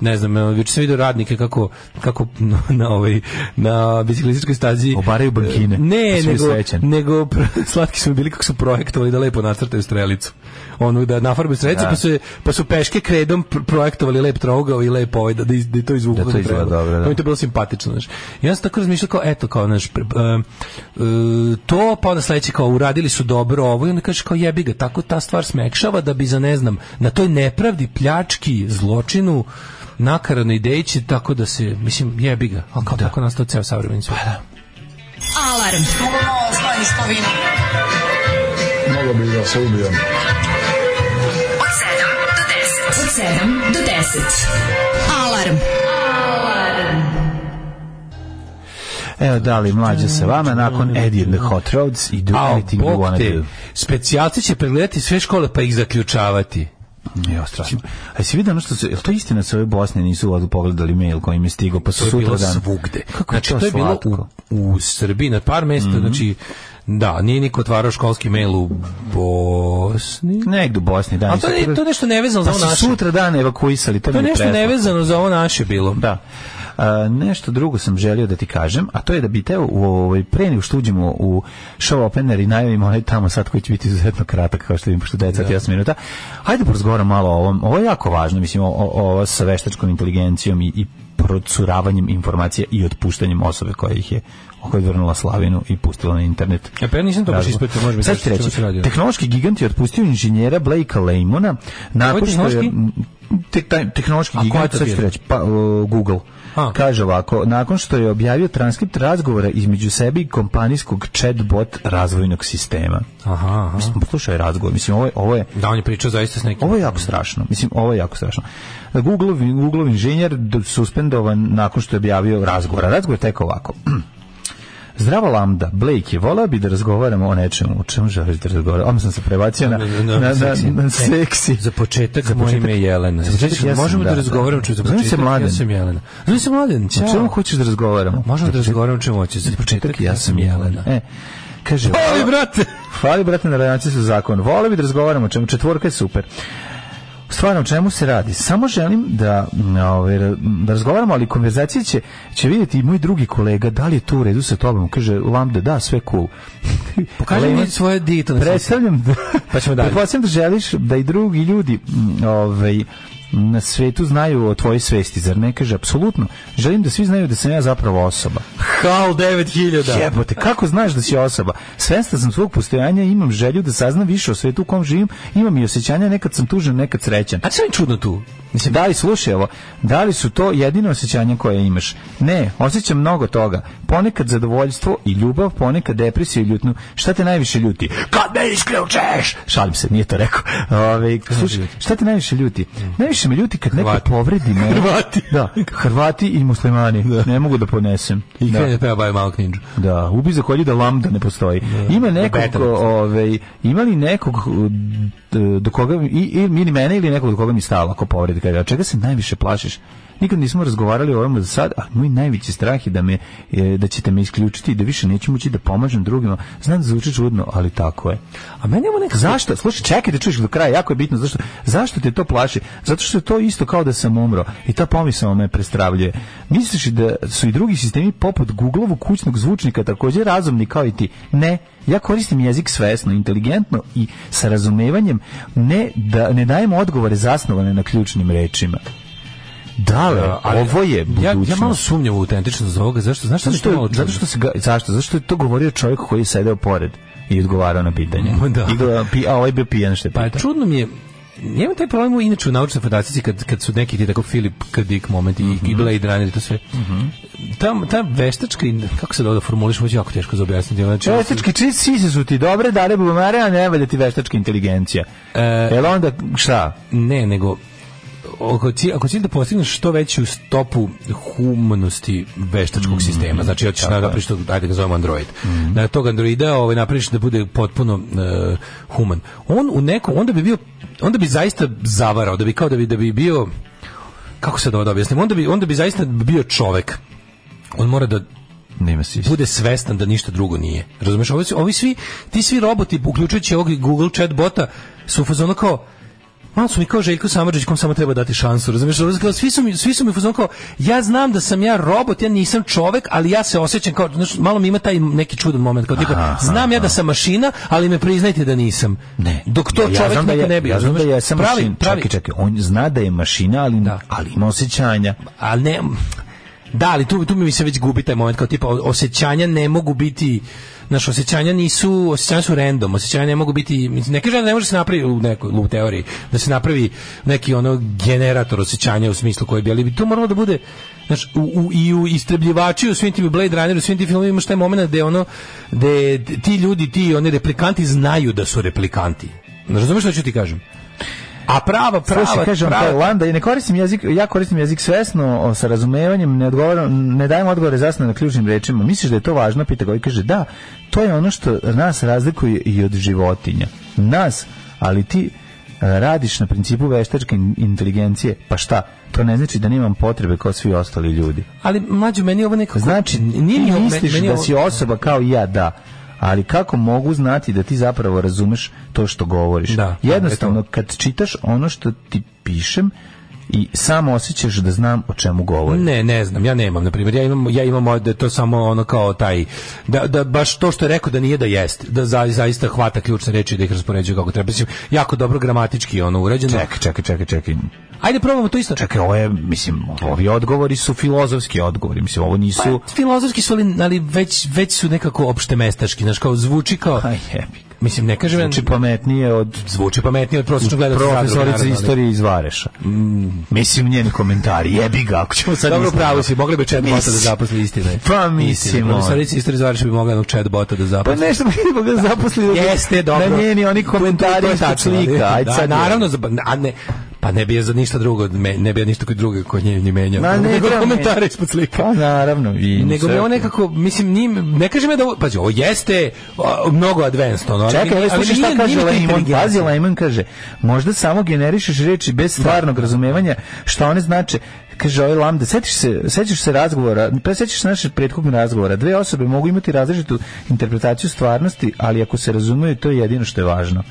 Speaker 5: ne znam evo, juče sam video radnike kako kako na- na ovaj na biciklističkoj stazi e,
Speaker 6: Obaraju bankine.
Speaker 5: ne,
Speaker 6: Pa si bio
Speaker 5: nego,
Speaker 6: srećan.
Speaker 5: nego pr- slatki su mi bili kako su projektovali da lepo nacrtaju strelicu. Ono da nafarbaju strelicu,
Speaker 6: Da.
Speaker 5: pa, su, je- pa su peške kredom pr- projektovali lep trougao i lepo ovaj, da, da, iz- da to izvuku.
Speaker 6: Da to
Speaker 5: kako
Speaker 6: izgleda
Speaker 5: treba.
Speaker 6: dobro, da.
Speaker 5: To mi je to bilo simpatično, znaš. I onda sam tako razmišljao kao, eto, kao, znaš, pre- em, e, to, pa onda sledeće kao, uradili su dobro ovo i onda kažeš kao, jebi ga, tako ta stvar smekšava da bi za, ne znam, na toj nepravdi, pljački, zločinu, nakaranoj idejići, tako da se, mislim, jebi ga, ali kao tako nastao ceo savremeni
Speaker 6: Pa
Speaker 5: svijet.
Speaker 8: Alarm.
Speaker 13: Mogu bi da se ubijem.
Speaker 8: Od 7 do 10. Od 7 do 10. Alarm. Alarm.
Speaker 6: Evo, da li mlađe sa vama, nakon Eddie and the Hot Roads i do
Speaker 5: A,
Speaker 6: anything you
Speaker 5: bog
Speaker 6: wanna
Speaker 5: te,
Speaker 6: do.
Speaker 5: specijalci će pregledati sve škole pa ih zaključavati.
Speaker 6: Jo, strašno. A si vidio ono što su, je li to istina sa ove Bosne nisu ovdje pogledali mail koji im je stigao, pa su
Speaker 5: To je
Speaker 6: sutra
Speaker 5: bilo
Speaker 6: dan.
Speaker 5: svugde.
Speaker 6: Kako
Speaker 5: znači, to, je bilo
Speaker 6: slatko? Mhm.
Speaker 5: u, u Srbiji na par mesta, znači, da, nije niko otvarao školski mail u Bosni.
Speaker 6: Negde u Bosni, da.
Speaker 5: Ali to, je, to je nešto nevezano
Speaker 6: pa
Speaker 5: za
Speaker 6: su
Speaker 5: ovo naše.
Speaker 6: sutra dan evakuisali, to,
Speaker 5: To je
Speaker 6: mi je
Speaker 5: nešto
Speaker 6: preslatko.
Speaker 5: nevezano za ovo naše bilo.
Speaker 6: Da. A, nešto drugo sam želio da ti kažem, a to je da bi te u ovoj pre nego što uđemo u show opener i najavimo onaj tamo sad koji će biti izuzetno kratak kao što vidim pošto deca
Speaker 5: Da.
Speaker 6: 8 minuta. Hajde porazgovaramo malo o ovom. Ovo je jako važno, mislim o, o, ovo sa veštačkom inteligencijom i, i procuravanjem informacija i otpuštanjem osobe koja ih je koja je odvrnula slavinu i pustila na internet.
Speaker 5: Ja pa ja nisam to baš
Speaker 6: Razlog.
Speaker 5: ispratio, može mi
Speaker 6: Sad
Speaker 5: kažeš
Speaker 6: ću
Speaker 5: o čemu se radi.
Speaker 6: reći, tehnološki gigant je otpustio inženjera Blakea Lemona nakon što je...
Speaker 5: tehnološki?
Speaker 6: Te, taj, tehnološki
Speaker 5: A koja
Speaker 6: gigant,
Speaker 5: je to
Speaker 6: sad ću ti
Speaker 5: firma?
Speaker 6: reći, pa, o, Google.
Speaker 5: A.
Speaker 6: Kaže ovako, nakon što je objavio transkript razgovora između sebe i kompanijskog chatbot razvojnog sistema.
Speaker 5: Aha, aha.
Speaker 6: Mislim, poslušaj razgovor, mislim, ovo je, ovo je
Speaker 5: Da, on je pričao zaista s nekim.
Speaker 6: ovo je jako strašno. Mislim, ovo je jako strašno. Google, Google inženjer d- suspendovan nakon što je objavio razgovor. A Razgovor je tekao ovako. Zdravo Lambda, Blake je, volao bi da razgovaramo o nečemu. O čemu želiš da razgovaramo? Odmah sam se prebacio na, na, na, na seksi.
Speaker 5: Za početak,
Speaker 6: Za
Speaker 5: moje
Speaker 6: početak-
Speaker 5: ime je Jelena.
Speaker 6: Za početak
Speaker 5: Znači,
Speaker 6: ja sam,
Speaker 5: možemo da,
Speaker 6: da,
Speaker 5: razgovaramo
Speaker 6: da.
Speaker 5: čemu za
Speaker 6: Zovem se
Speaker 5: početak. Ja
Speaker 6: Mladen.
Speaker 5: sam Jelena. Zovem se mladen. Ćao.
Speaker 6: O čemu hoćeš da razgovaramo?
Speaker 5: Možemo da razgovaramo čemu hoćeš. Za početak, ja sam Jelena.
Speaker 6: E, kaže,
Speaker 5: Ali, brate!
Speaker 6: Hvala brate na relaciji sa zakon. Volio bi da razgovaramo o čemu četvorka je super. Stvarno, o čemu se radi? Samo želim da, m, ovaj, ra- m, da razgovaramo, ali konverzacije će, će vidjeti i moj drugi kolega, da li je to u redu sa tobom? Kaže, Lambda, da, sve cool.
Speaker 5: Pokaži
Speaker 6: Lejman,
Speaker 5: mi svoje digitalne slike.
Speaker 6: Predstavljam da,
Speaker 5: Pa ćemo dalje.
Speaker 6: Pretpostavljam da želiš da i drugi ljudi m, ovaj, na svetu znaju o tvojoj svesti, zar ne kaže? Apsolutno. Želim da svi znaju da sam ja zapravo osoba.
Speaker 5: HAL 9000.
Speaker 6: Jebote, kako znaš da si osoba? Svesna sam svog postojanja, imam želju da saznam više o svetu u kom živim, imam i osjećanja, nekad sam tužan, nekad srećan.
Speaker 5: A što je čudno tu?
Speaker 6: Mislim, da li slušaj ovo, da li su to jedine osjećanja koje imaš? Ne, osjećam mnogo toga. Ponekad zadovoljstvo i ljubav, ponekad depresiju i ljutnu. Šta te najviše ljuti? Kad me isključeš! Šalim se, nije to rekao. Ove, slušaj, šta te najviše ljuti? Najviše me ljuti kad neko
Speaker 5: Mm. Hrvati.
Speaker 6: povredi me.
Speaker 5: Hrvati.
Speaker 6: Da, Hrvati i muslimani. Ne mogu da podnesem.
Speaker 5: I
Speaker 6: Da.
Speaker 5: krene da peva Bajo malo knjiđu.
Speaker 6: Da, ubi za kolju da lambda ne postoji. Ima nekog,
Speaker 5: Better.
Speaker 6: ovaj, ima li nekog uh, d- do koga, mi- i, i, ili mene ili nekog do koga mi stalo ako povredi, kaže, a čega se najviše plašiš? Nikad nismo razgovarali o ovome do sad, a moj najveći strah je da, me, e, da ćete me isključiti i da više neću moći da pomažem drugima. Znam da zvuči čudno, ali tako je.
Speaker 5: A meni je ovo nekako...
Speaker 6: Zašto? Slušaj, čekaj da čuješ do kraja, jako je bitno. Zašto, zašto te to plaši? Zato što je to isto kao da sam umro i ta pomisao me prestravljuje. Misliš da su i drugi sistemi poput Googleovog kućnog zvučnika također razumni kao i ti? Ne. Ja koristim jezik svesno, inteligentno i sa razumevanjem ne, da, ne dajem odgovore zasnovane na ključnim rečima. Dale,
Speaker 5: A, ali-
Speaker 6: ovo je
Speaker 5: Ja,
Speaker 6: budućnost.
Speaker 5: ja malo sumnjam u autentičnost ovoga. Zašto? Znaš što
Speaker 6: Zato
Speaker 5: mi je to
Speaker 6: što,
Speaker 5: malo čudno?
Speaker 6: zato što se ga, zašto? Zato što je to govorio čovjek koji je sedeo pored i odgovarao na pitanje.
Speaker 5: Ma da.
Speaker 6: I gleda- pi- a ovaj bio pijan što je
Speaker 5: Pa
Speaker 6: pitao.
Speaker 5: čudno mi je Ja imam taj problem inače u naučnoj fantastici kad, kad su neki ti tako Filip K. Dick moment i, mm -hmm. i Blade Runner i to sve. Mm -hmm. ta, ta veštačka, in- kako se da ovdje formuliš, ovo je jako teško za objasniti. Znači, ono su-
Speaker 6: Veštački čist sise su ti dobre, dare bubamare, a ne valja ti veštačka inteligencija.
Speaker 5: E,
Speaker 6: Jel onda šta?
Speaker 5: Ne, nego ako cilj, ako cilj da postigneš što veću stopu humanosti veštačkog sistema, znači hoćeš da napraviš to, ajde ga zovemo android. Da tog androida ovaj, napraviš da bude potpuno eh, human. On u nekom, onda bi bio, onda bi zaista zavarao, da bi kao da bi, da bi bio, kako se da ovo da objasnim, onda bi, onda bi zaista bio čovek. On mora da
Speaker 6: Nema sise.
Speaker 5: bude svestan da ništa drugo nije. Razumeš, ovi, svi- ovi svi, ti svi roboti, uključujući ovog Google chat bota, su u fazonu kao, Malo su mi kao Željko Samadžić, kom samo treba dati šansu, razumiješ? Kao, Svi su mi, svi su mi u fazonu kao, ja znam da sam ja robot, ja nisam čovek, ali ja se osjećam kao, znaš, malo mi ima taj neki čudan moment, kao tipa, znam ja da sam mašina, ali me priznajte da nisam. Ne. Dok to
Speaker 6: Ja
Speaker 5: čovek
Speaker 6: znam da
Speaker 5: nikad
Speaker 6: je-
Speaker 5: ne bi,
Speaker 6: ja znam da
Speaker 5: razumeš?
Speaker 6: jesam
Speaker 5: pravi,
Speaker 6: mašin-
Speaker 5: pravi,
Speaker 6: Čekaj, čekaj, on zna da je mašina, ali, ali ima osjećanja.
Speaker 5: a ne da ali tu tu mi se već gubi taj moment kao tipa o- osjećanja ne mogu biti naš osjećanja nisu osjećanja su random osjećanja ne mogu biti mislim, ne kažem da ne može se napravi u nekoj u teoriji da se napravi neki ono generator osjećanja u smislu koji bi ali bi to moralo da bude znaš, u, u- i u istrebljivači u svim tim Blade Runneru, u svim tim filmovima imaš taj moment gde ono gde ti ljudi ti oni replikanti znaju da su replikanti razumeš što ću ti kažem a prava prava
Speaker 6: Slušaj, kažem
Speaker 5: prava-
Speaker 6: prava. Landa, i ne koristim jezik, ja koristim jezik svesno, o, sa razumevanjem, ne, odgovaram, ne dajem odgovore zasnovane na ključnim rečima. Misliš da je to važno? Pita ga i kaže, da, to je ono što nas razlikuje i od životinja. Nas, ali ti e, radiš na principu veštačke in- inteligencije, pa šta? To ne znači da nemam potrebe kao svi ostali ljudi.
Speaker 5: ali mlađo meni je ovo nekako
Speaker 6: Znači,
Speaker 5: nije
Speaker 6: ti
Speaker 5: mi ovo-
Speaker 6: misliš
Speaker 5: meni je
Speaker 6: da
Speaker 5: ovo-
Speaker 6: si osoba kao i ja, da. Ali kako mogu znati da ti zapravo razumeš to što govoriš? Jednostavno, kad čitaš ono što ti pišem i samo osjećaš da znam o čemu govorim.
Speaker 5: Ne, ne znam, ja nemam, na primjer, ja imam, ja imam od- da je to samo ono kao taj, da, da baš to što je rekao da nije da jest, da za, zaista hvata ključne reči da ih raspoređuje kako treba, mislim, jako dobro gramatički ono urađeno.
Speaker 6: Čekaj, čekaj, čekaj, čekaj.
Speaker 5: Ajde, probamo to isto.
Speaker 6: Čekaj, ovo je, mislim, ovi odgovori su filozofski odgovori, mislim, ovo nisu...
Speaker 5: Pa, Filozofski su, ali, ali već, već su nekako opšte mestački, znaš, kao zvuči kao...
Speaker 6: Aj, Pa jebi ga.
Speaker 5: Mislim, ne kažem...
Speaker 6: Zvuči pametnije od
Speaker 5: Zvuči pametnije od prosječnog gledalca.
Speaker 6: profesorice
Speaker 5: naravno, ali-
Speaker 6: istorije iz Vareša. Mislim, njen komentar, jebi ga, ako ćemo sad...
Speaker 5: Dobro,
Speaker 6: istina.
Speaker 5: pravo si, mogli bi chat bota da
Speaker 6: Mislim.
Speaker 5: zaposli istine.
Speaker 6: Pa, mislim, ono.
Speaker 5: Profesorici istorije zvariš bi mogla jednog chat bota da
Speaker 6: Pa
Speaker 5: zaposli.
Speaker 6: nešto bi ga zaposlili
Speaker 5: Jeste, dobro.
Speaker 6: na njeni oni komentari
Speaker 5: To je
Speaker 6: ispod
Speaker 5: tačno, ali-
Speaker 6: slika. Ajde
Speaker 5: da,
Speaker 6: sad
Speaker 5: naravno, za, a ne, pa ne bi je za ništa drugo, me- ne bi je ništa koji druge kod nje ni menjao.
Speaker 6: Ma, ne
Speaker 5: nego
Speaker 6: treba
Speaker 5: komentare
Speaker 6: menjati.
Speaker 5: ispod slika.
Speaker 6: Pa naravno. I
Speaker 5: Nego
Speaker 6: sve
Speaker 5: me on
Speaker 6: okej.
Speaker 5: nekako, mislim, njim, ne kažem ja da ovo, pazi, ovo jeste a, mnogo advanced, ono, ali,
Speaker 6: Čekaj, ali slušaj šta
Speaker 5: nije-
Speaker 6: kaže
Speaker 5: nije mi to
Speaker 6: Lehman.
Speaker 5: inteligencija.
Speaker 6: Pazi, Lehman kaže, možda samo generišeš reči bez stvarnog razumevanja šta one znače. Kaže ovaj Lambda, sećaš se, sećaš se razgovora, pa sećaš se našeg prethodnog razgovora. Dve osobe mogu imati različitu interpretaciju stvarnosti, ali ako se razumeju, to je jedino što je važno.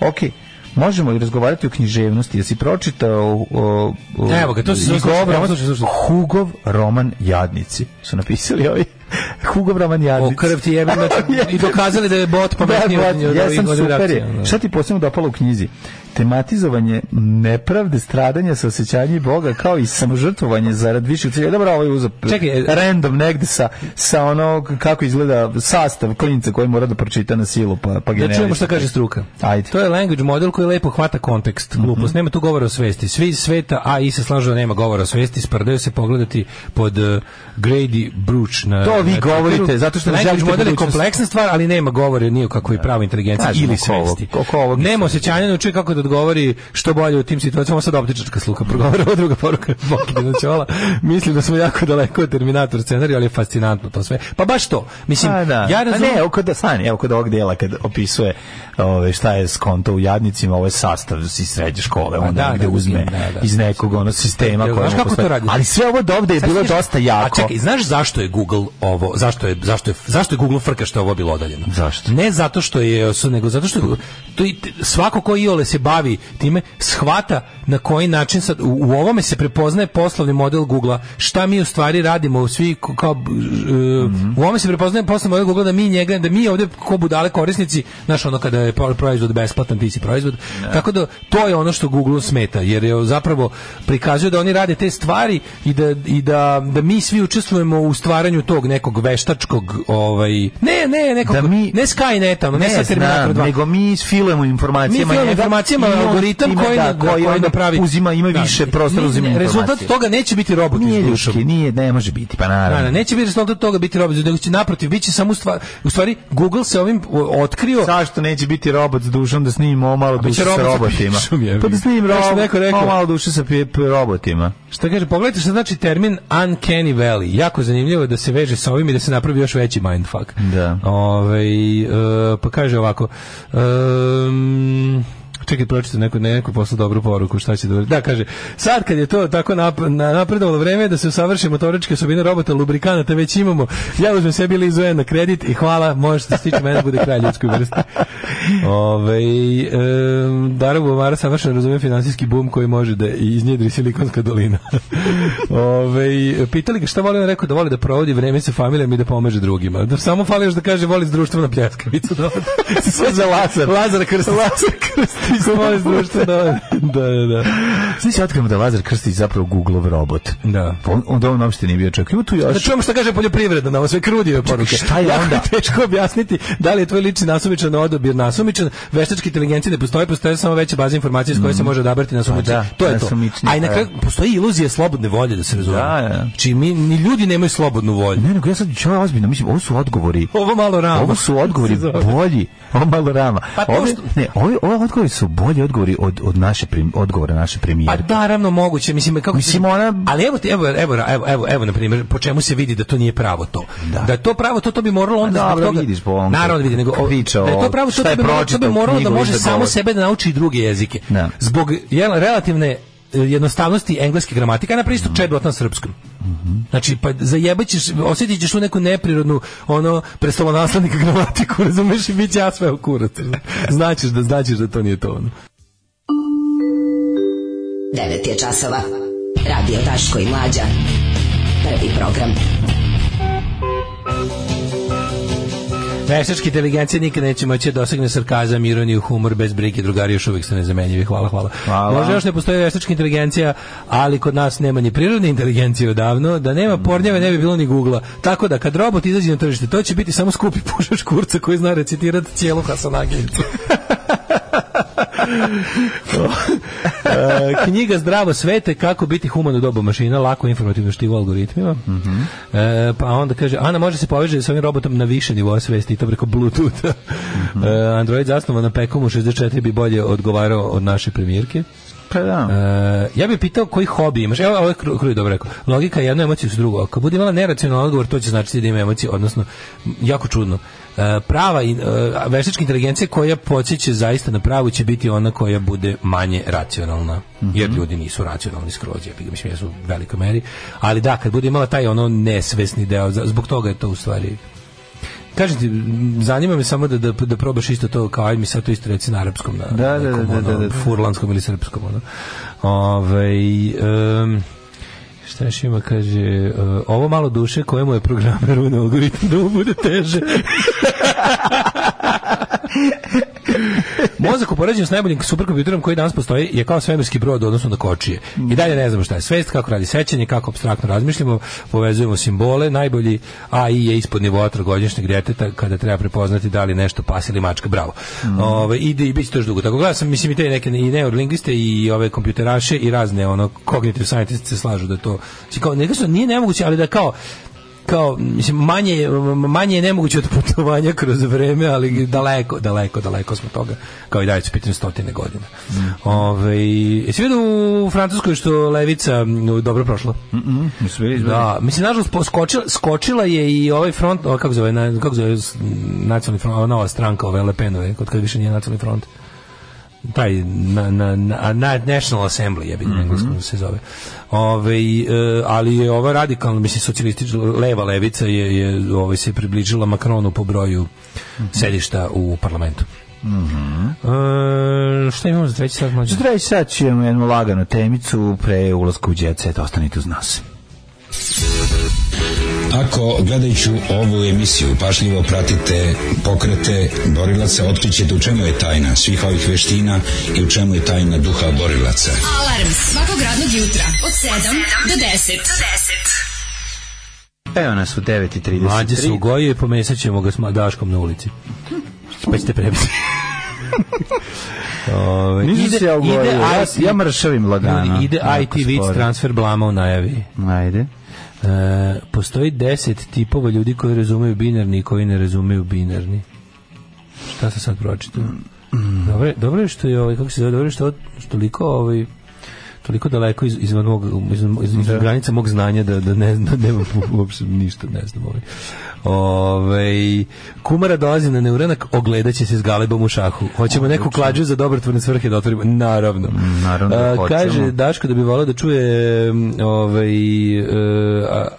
Speaker 6: Okej, Možemo i razgovarati o književnosti. Jesi pročitao o, o,
Speaker 5: Evo ga, to si
Speaker 6: njegov
Speaker 5: slušaj,
Speaker 6: roman?
Speaker 5: evo, slušaj, slušaj.
Speaker 6: Hugov roman Jadnici su napisali ovi. Hugov roman
Speaker 5: O
Speaker 6: Jadnici.
Speaker 5: krv ti jebem, znači, i dokazali da je bot pametniji
Speaker 6: Da,
Speaker 5: od ono.
Speaker 6: brat,
Speaker 5: nje.
Speaker 6: ja sam super je. Šta ti posebno dopalo u knjizi? Tematizovanje nepravde, stradanja, saosećanja Boga, kao i samožrtvovanje zarad višeg cilja. Dobro, ovo je uzap
Speaker 5: Čekaj, e-
Speaker 6: random negde sa, sa ono kako izgleda sastav klinca koji mora da pročita na silu, pa, pa
Speaker 5: Da čujemo
Speaker 6: generiše.
Speaker 5: šta kaže struka.
Speaker 6: Ajde. Mhm.
Speaker 5: To je language model koji lepo hvata kontekst. Glupost, nema tu govora o svesti. Svi iz sveta, a i se slažu da nema govora o svesti, sprdaju se pogledati pod uh, Grady Bruch na
Speaker 6: To vi
Speaker 5: na Twitteru.
Speaker 6: govorite, zato što ne
Speaker 5: language
Speaker 6: želite
Speaker 5: model je
Speaker 6: budućnost.
Speaker 5: kompleksna stvar, ali nema govora ni o kakvoj pravi inteligenciji
Speaker 6: Kažem,
Speaker 5: ili
Speaker 6: oko ovog-
Speaker 5: svesti.
Speaker 6: oko ovog
Speaker 5: nema osjećanja, nauči kako da odgovori što bolje u tim situacijama. Ovo sad optičarska sluka progovara, ovo druga poruka Bokidina Ćola. Mislim da smo jako daleko od Terminator scenarija, ali je fascinantno to sve. Pa baš to. Mislim,
Speaker 6: A, da.
Speaker 5: ja
Speaker 6: A
Speaker 5: razumem...
Speaker 6: ne, evo kod, stani, evo kod ovog dela kad opisuje ove, šta je skonto u jadnicima, ovo je sastav iz srednje škole,
Speaker 5: A,
Speaker 6: onda
Speaker 5: Pa da,
Speaker 6: negde
Speaker 5: da,
Speaker 6: uzme
Speaker 5: da, da.
Speaker 6: iz nekog ono sistema
Speaker 5: Jel,
Speaker 6: koje
Speaker 5: znaš
Speaker 6: mu
Speaker 5: kako to
Speaker 6: postoji.
Speaker 5: radi?
Speaker 6: Ali sve ovo dovde je bilo
Speaker 5: Znaš,
Speaker 6: dosta jako.
Speaker 5: A čekaj, znaš zašto je Google ovo, zašto je zašto je zašto je Google frka što je ovo bilo odaljeno?
Speaker 6: Zašto?
Speaker 5: Ne zato što je su- nego zato što to i- svako ko iole se bavi time shvata na koji način sad u, u ovome se prepoznaje poslovni model Googlea. Šta mi u stvari radimo svi ko- kao e,
Speaker 6: Mhm.
Speaker 5: u ovome se prepoznaje poslovni model Googlea da mi njega da mi ovdje ko budale korisnici, znaš ono kada je pro- proizvod besplatan, ti si proizvod. Tako da to je ono što Google smeta jer je zapravo prikazuje da oni rade te stvari i da, i da, da mi svi učestvujemo u stvaranju tog nekog veštačkog ovaj ne ne nekog
Speaker 6: Da mi-
Speaker 5: ne Skyneta, ono, ne, sa
Speaker 6: znam,
Speaker 5: Terminator 2.
Speaker 6: nego mi filujemo
Speaker 5: Mi
Speaker 6: informacijama.
Speaker 5: filujemo
Speaker 6: njega,
Speaker 5: ima
Speaker 6: i on
Speaker 5: algoritam
Speaker 6: time
Speaker 5: koji
Speaker 6: da,
Speaker 5: na- koji
Speaker 6: onda
Speaker 5: onda pravi-
Speaker 6: uzima ima
Speaker 5: Da,
Speaker 6: više
Speaker 5: ne-
Speaker 6: prostora
Speaker 5: ne-
Speaker 6: uzima
Speaker 5: ne,
Speaker 6: informacije.
Speaker 5: rezultat toga neće biti robot
Speaker 6: nije
Speaker 5: iz duša.
Speaker 6: ljudski, nije, ne može biti, pa
Speaker 5: Da,
Speaker 6: naravno.
Speaker 5: da, neće biti rezultat toga biti robot, nego će naprotiv, bit će samo u stvari, u stvari Google se ovim o, otkrio
Speaker 6: Zašto neće biti robot s dušom da snimimo ovo malo
Speaker 5: biće
Speaker 6: duše sa
Speaker 5: robot sa
Speaker 6: robotima?
Speaker 5: pišom, jebi.
Speaker 6: Pa da snimim
Speaker 5: Kao što
Speaker 6: robot,
Speaker 5: neko rekao.
Speaker 6: ovo malo duše sa pi- pi- robotima.
Speaker 5: Šta kaže, pogledajte što znači termin uncanny valley. Jako zanimljivo je da se veže sa ovim i da se napravi još veći mindfuck.
Speaker 6: Da.
Speaker 5: Ove, pa kaže ovako, um, čekaj, pročitam neku, neku poslu dobru poruku, šta će da uradi. Da, kaže, sad kad je to tako nap, na- napredovalo vreme da se usavrši motoričke osobine robota, lubrikanata već imamo, ja uzmem sebi Lizu N na kredit i hvala, možete stići mene, bude kraj ljudskoj vrsti. Ove, um, Dara Bumara savršeno razume finansijski bum koji može da iznjedri silikonska dolina. Ove, pitali ga šta voli, on je rekao da voli da provodi vreme sa familijom i da pomaže drugima. Da samo fali još da kaže voli s društvom na pljačkavicu. Da ode.
Speaker 6: Sve za Lazar.
Speaker 5: Lazar Krstić. Lazar Krstić. Voli s društvom da ode. Da, da, da.
Speaker 6: Svi se otkrimo da je Lazar Krstić zapravo Googlov robot. Pa
Speaker 5: Da. Znači,
Speaker 6: On, onda on uopšte nije bio čovjek. Ima tu još...
Speaker 5: Da čujemo Pa šta kaže poljoprivreda, nam sve krudi je poruke.
Speaker 6: šta je
Speaker 5: Jako
Speaker 6: onda?
Speaker 5: teško objasniti da li je tvoj lični nasumičan odabir nasumičan, veštačke inteligencije ne postoje, postoje samo veća baza informacija s koje se može odabrati nasumičan.
Speaker 6: Mhm. Pa da,
Speaker 5: to je to.
Speaker 6: nasumični,
Speaker 5: A i na
Speaker 6: da.
Speaker 5: kraju postoji iluzija slobodne volje da se razume.
Speaker 6: Da, da.
Speaker 5: Znači mi ni ljudi nemaju slobodnu volju.
Speaker 6: Ne, nego ja sad ću ozbiljno, mislim, ovo su odgovori.
Speaker 5: Ovo malo ramo.
Speaker 6: Ovo su odgovori
Speaker 5: Se zove.
Speaker 6: bolji. Ovo malo rama.
Speaker 5: Pa to
Speaker 6: Ove,
Speaker 5: što-
Speaker 6: ne, ove, ove odgovori su bolji odgovori od, od naše prim, odgovora naše
Speaker 5: Pa
Speaker 6: premijerke.
Speaker 5: naravno moguće, mislim kako
Speaker 6: Mislim, ona-
Speaker 5: Ali evo ti, evo evo evo evo, evo na primjer po čemu se vidi da to nije pravo to. Da, je to pravo to to bi moralo onda
Speaker 6: A
Speaker 5: zbog
Speaker 6: Pa dobro,
Speaker 5: toga-
Speaker 6: vidiš po ovom
Speaker 5: Naravno vidi nego o-
Speaker 6: priča
Speaker 5: da je to
Speaker 6: o-
Speaker 5: pravo to,
Speaker 6: šta
Speaker 5: to
Speaker 6: je
Speaker 5: bi moralo, to bi
Speaker 6: pročitao
Speaker 5: moralo da
Speaker 6: knjigu,
Speaker 5: može
Speaker 6: iza
Speaker 5: samo
Speaker 6: govora.
Speaker 5: sebe da nauči i druge jezike.
Speaker 6: Da.
Speaker 5: Zbog jel, relativne e, jednostavnosti engleske gramatike, a na pristup čedlot na srpskom. Znači, pa zajebaćeš, osjetit ćeš tu neku neprirodnu, ono, prestolonaslednika gramatiku, razumeš, i bit će ja sve u kurac. Značiš da, značiš da to nije to. Ono.
Speaker 12: 9 je časova. Radio Daško i Mlađa. Prvi program.
Speaker 5: Veštačka inteligencija nikad neće moći da dosegne sarkazam, ironiju, humor, bez brige, drugari još uvijek ste nezamenjivi. Hvala, hvala.
Speaker 6: Hvala.
Speaker 5: Možda još ne postoji veštačka inteligencija, ali kod nas nema ni prirodne inteligencije odavno. Da nema pornjave ne bi bilo ni Google-a. Tako da kad robot izađe na tržište, to će biti samo skupi pušač kurca koji zna recitirati cijelu Hasanaginicu. E, knjiga Zdravo svete kako biti human u dobu mašina, lako informativno štivo algoritmima. E, pa onda kaže, Ana može se poveže s ovim robotom na više nivoa svesti i to preko Bluetootha. E, Android zasnovan na Pekomu 64 bi bolje odgovarao od naše premijerke.
Speaker 6: Pa da.
Speaker 5: E, ja bih pitao koji hobi imaš. Evo, ovo je Kru- Kruj dobro rekao. Logika je jedno, emocije su drugo. Ako bude imala neracionalan odgovor, to će značiti da ima emocije, odnosno, m, jako čudno. E, prava i- e, veštačka inteligencija koja podsjeće zaista na pravu će biti ona koja bude manje racionalna. Jer ljudi nisu racionalni skroz, ja bih mislim, jesu u velikoj meri. Ali da, kad bude imala taj ono nesvesni deo, za- zbog toga je to u stvari Kažete, m, zanima me samo da, da, da probaš isto to kao aj mi sad to isto reci na arapskom, na
Speaker 6: Da, da,
Speaker 5: nekom,
Speaker 6: da, da,
Speaker 5: ono,
Speaker 6: da, da.
Speaker 5: furlanskom ili srpskom. Ono. Ove, šta još ima, kaže, e, ovo malo duše kojemu je programer u algoritam da mu bude teže. Mozak u poređenju s najboljim superkompjuterom koji danas postoji je kao svemirski brod odnosno na kočije. I dalje ne znamo šta je svest, kako radi sećanje, kako abstraktno razmišljamo, povezujemo simbole, najbolji AI je ispod nivoa trogodišnjeg djeteta kada treba prepoznati da li je nešto pas ili mačka, bravo. Ove, ide i bit će to još dugo. Tako gledam sam, mislim i te neke i neurolingviste i ove kompjuteraše i razne ono cognitive scientists se slažu da to znači, kao, nekako, nije nemoguće, ali da kao kao mislim manje je- manje je nemoguće od putovanja kroz vreme, ali daleko, daleko, daleko smo toga. Kao i dalje će biti stotine godina. Ovaj jesi vidio u Francuskoj što levica m, dobro prošla?
Speaker 6: E.
Speaker 5: mhm, Da, mislim nažalost po- skočila, skočila je i ovaj front, o, kako zove, na- kako zove s- nacionalni front, ova nova stranka ove Le Penove, kod kad više nije nacionalni front taj na, na, na, na- National Assembly je na engleskom se zove. Ove, e, ali je ova radikalna, mislim socijalistička leva levica je, je ovaj, se približila Makronu po broju sedišta u parlamentu. E, šta imamo za treći sat mlađe?
Speaker 6: Sutra i sad ćemo jednu laganu temicu pre ulazka u djecet, ostanite uz nas.
Speaker 9: Ako gledajući ovu emisiju pašljivo pratite pokrete borilaca, otkrićete u čemu je tajna svih ovih veština i u čemu je tajna duha borilaca.
Speaker 8: Alarm svakog radnog jutra od 7 do 10.
Speaker 6: Evo nas u 9.33.
Speaker 5: Mlađe se ugojio i pomesat ćemo ga s ma- Daškom na ulici. Pa ćete prebiti. Ove,
Speaker 6: Nisu se ja ogojio, ja- ja mršavim lagano.
Speaker 5: Ljudi, Ide
Speaker 6: Jako
Speaker 5: IT vic
Speaker 6: sporo.
Speaker 5: transfer blama u najavi.
Speaker 6: Ajde.
Speaker 5: E, postoji deset tipova ljudi koji razumeju binarni i koji ne razumeju binarni. Šta sam sad pročitao? Dobro, je- dobro je što je ovaj kako se zove, dobro je što je od- što toliko ovaj toliko daleko iz, izvan, mog, izvan, iz- izvan granica mog znanja da, da ne znam, nemam uopšte ništa, ne znam. Ovaj. Ovaj, kumara dolazi na neuranak, ogledat će se s galebom u šahu. Hoćemo neku klađu za dobrotvorne svrhe da otvorimo. Naravno.
Speaker 6: Mm, naravno da
Speaker 5: A,
Speaker 6: hoćemo.
Speaker 5: kaže Daško da bi volao da čuje m, ovaj, e,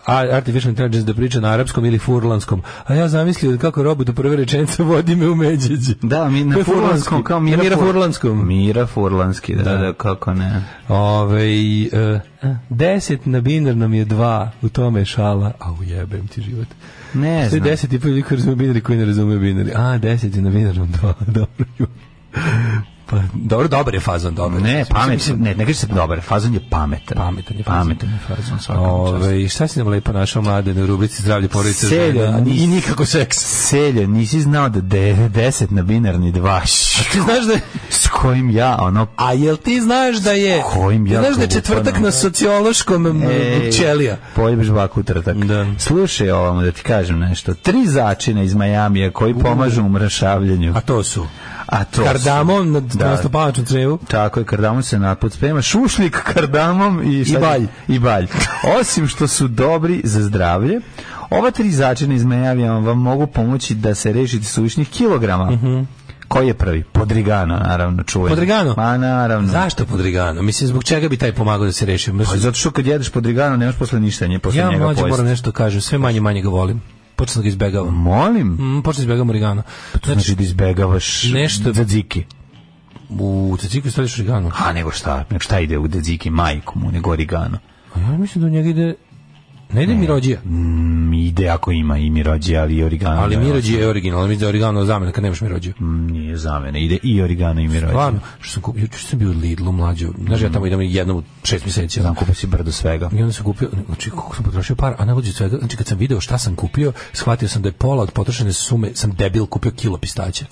Speaker 5: a- Artificial Intelligence da priča na arapskom ili furlanskom. A ja zamislio kako robot u prve rečenice vodi me u Međeđe.
Speaker 6: Da, mi na
Speaker 5: To je
Speaker 6: furlanskom, kao Mira,
Speaker 5: Na Mira
Speaker 6: Fur-
Speaker 5: furlanskom.
Speaker 6: Mira Furlanski, da, da, kako ne.
Speaker 5: Ove, e, deset na binarnom je dva, u tome je šala, a ujebem ti život.
Speaker 6: Ne
Speaker 5: Sve
Speaker 6: znam.
Speaker 5: deset i pa ljudi koji razumeju binari, koji ne razumeju binari. A, deset je na binarnom dva, dobro. Pa, dobro, dobar je fazon, dobar.
Speaker 6: Ne,
Speaker 5: Mislim,
Speaker 6: pamet,
Speaker 5: mislim,
Speaker 6: ne, ne kaže se dobar, fazon je pametan.
Speaker 5: Pametan je fazon.
Speaker 6: Pametan je fazon, svaka mu čast.
Speaker 5: Ove, šta si nam lepo našao mlade u rubrici zdravlje porodice
Speaker 6: Seljo,
Speaker 5: žena
Speaker 6: nisi-
Speaker 5: i nikako seks.
Speaker 6: Seljo, nisi znao da de, 10 na binarni 2.
Speaker 5: Ti znaš da
Speaker 6: S kojim ja, ono,
Speaker 5: A jel ti znaš da je
Speaker 6: Kojim
Speaker 5: ti
Speaker 6: ja
Speaker 5: znaš da je
Speaker 6: to
Speaker 5: četvrtak
Speaker 6: upadam?
Speaker 5: na sociološkom m,
Speaker 6: Ej,
Speaker 5: ćelija?
Speaker 6: Poljub e, žvaku utratak.
Speaker 5: Da.
Speaker 6: Slušaj ovamo da ti kažem nešto. Tri začina iz Majamija koji pomažu u mrašavljanju.
Speaker 5: A Pa to su
Speaker 6: A to su-
Speaker 5: kardamon na,
Speaker 6: Da.
Speaker 5: na stopanačnom crevu.
Speaker 6: Tako je, kardamon se naput sprema, šušlik kardamom i, šta-
Speaker 5: balj.
Speaker 6: I balj. Osim što su dobri za zdravlje, ova tri začina iz Majamija vam mogu pomoći da se rešite suvišnih kilograma. Koji je prvi? Podrigano, naravno, čuveni.
Speaker 5: Mhm. Podrigano?
Speaker 6: Pa naravno.
Speaker 5: Zašto podrigano? Mislim, zbog čega bi taj pomagao da se reši?
Speaker 6: Pa
Speaker 5: Mislim,
Speaker 6: zato što kad jedeš podrigano, nemaš posle ništa, nje posle
Speaker 5: ja
Speaker 6: njega
Speaker 5: mlađe
Speaker 6: pojesti.
Speaker 5: moram nešto kažem, sve manje manje ga volim. Počnem da ga Pa izbegavam.
Speaker 6: Molim?
Speaker 5: Mm, počnem da izbegavam origano.
Speaker 6: Znači da izbegavaš
Speaker 5: Nešto-
Speaker 6: dadziki.
Speaker 5: U ceciku staviš origano.
Speaker 6: A nego šta, nego šta ide u dadziki majku mu, nego origano.
Speaker 5: A ja mislim da u njega ide... Ne ide mi rođija.
Speaker 6: Mm, ide ako ima i mirođe, ali i origano.
Speaker 5: Ali
Speaker 6: da je
Speaker 5: Mirođi je original, mi je originalno zamena kad nemaš Mirođi.
Speaker 6: osnovno. Mm, Nije zamene, ide i origano i mirođe.
Speaker 5: Stvarno, što sam kupio, što sam bio u Lidlu mlađo. Znaš, ja tamo idem jednom u šest mjeseci.
Speaker 6: Znam, kupi si brdo svega.
Speaker 5: I onda sam kupio, znači koliko sam potrošio para, a najluđe od svega, znači kad sam video šta sam kupio, shvatio sam da je pola od potrošene sume, sam debil kupio kilo pistaća.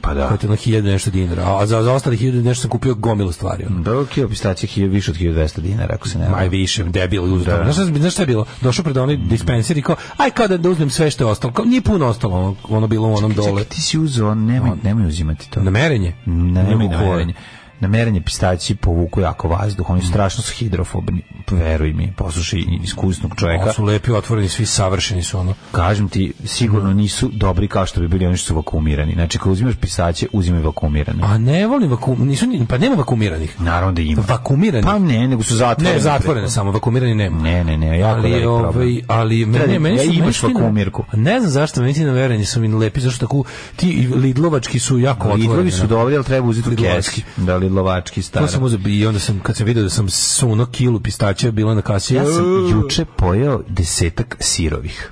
Speaker 6: Pa da.
Speaker 5: Koje je na hiljadu i nešto dinara, a za, za ostali hiljadu i nešto sam kupio gomilu stvari. Ono.
Speaker 6: Dobro, kilo pistacije hilj- više od 1200 dinara, ako se ne...
Speaker 5: Maj
Speaker 6: varam.
Speaker 5: više, debil uzeo. Znaš, šta- znaš šta je bilo? Došao pred
Speaker 6: Mm.
Speaker 5: onaj dispenser i kao, aj kao da, da uzmem sve što je ostalo. Kao, nije puno ostalo, ono, ono bilo u onom dole.
Speaker 6: Čekaj, ti si uzeo, on, nemoj, nemoj uzimati to.
Speaker 5: Na merenje?
Speaker 6: Nemoj na
Speaker 5: Koje?
Speaker 6: merenje. Na merenje pistaći povuku jako vazduh,
Speaker 5: Mm.
Speaker 6: oni strašno su hidrofobni, veruj mi, poslušaj iskusnog čoveka.
Speaker 5: Ovo su lepi, otvoreni, svi savršeni su ono.
Speaker 6: kažem ti, sigurno
Speaker 5: Mm.
Speaker 6: nisu dobri kao što bi bili oni što su vakuumirani. Znači, kad uzimaš pisaće, uzimaj vakuumirane.
Speaker 5: A Pa ne volim vakum, nisu, ni- pa nema vakumiranih.
Speaker 6: Naravno da ima.
Speaker 5: Vakumirani?
Speaker 6: Pa ne, nego su zatvorene.
Speaker 5: Ne, zatvorene samo, vakumirani nema.
Speaker 6: Ne, ne, ne, jako
Speaker 5: ali
Speaker 6: velik problem.
Speaker 5: ovaj ali
Speaker 6: Treba
Speaker 5: meni
Speaker 6: da-
Speaker 5: meni
Speaker 6: ja
Speaker 5: su- meni
Speaker 6: imaš
Speaker 5: su ti na-
Speaker 6: vakuumirku.
Speaker 5: A Ne znam zašto meni ti na verenje su mi lepi zašto tako ti i lidlovački su jako otvoreni.
Speaker 6: Lidlovi Pa su
Speaker 5: na-
Speaker 6: dobri, ali treba uzeti u
Speaker 5: Lidlovački.
Speaker 6: keski. Da, lidlovački stara.
Speaker 5: To sam uzeo i onda sam kad sam video da sam suno kilu pistaća bila na kasi.
Speaker 6: Ja sam juče pojeo desetak sirovih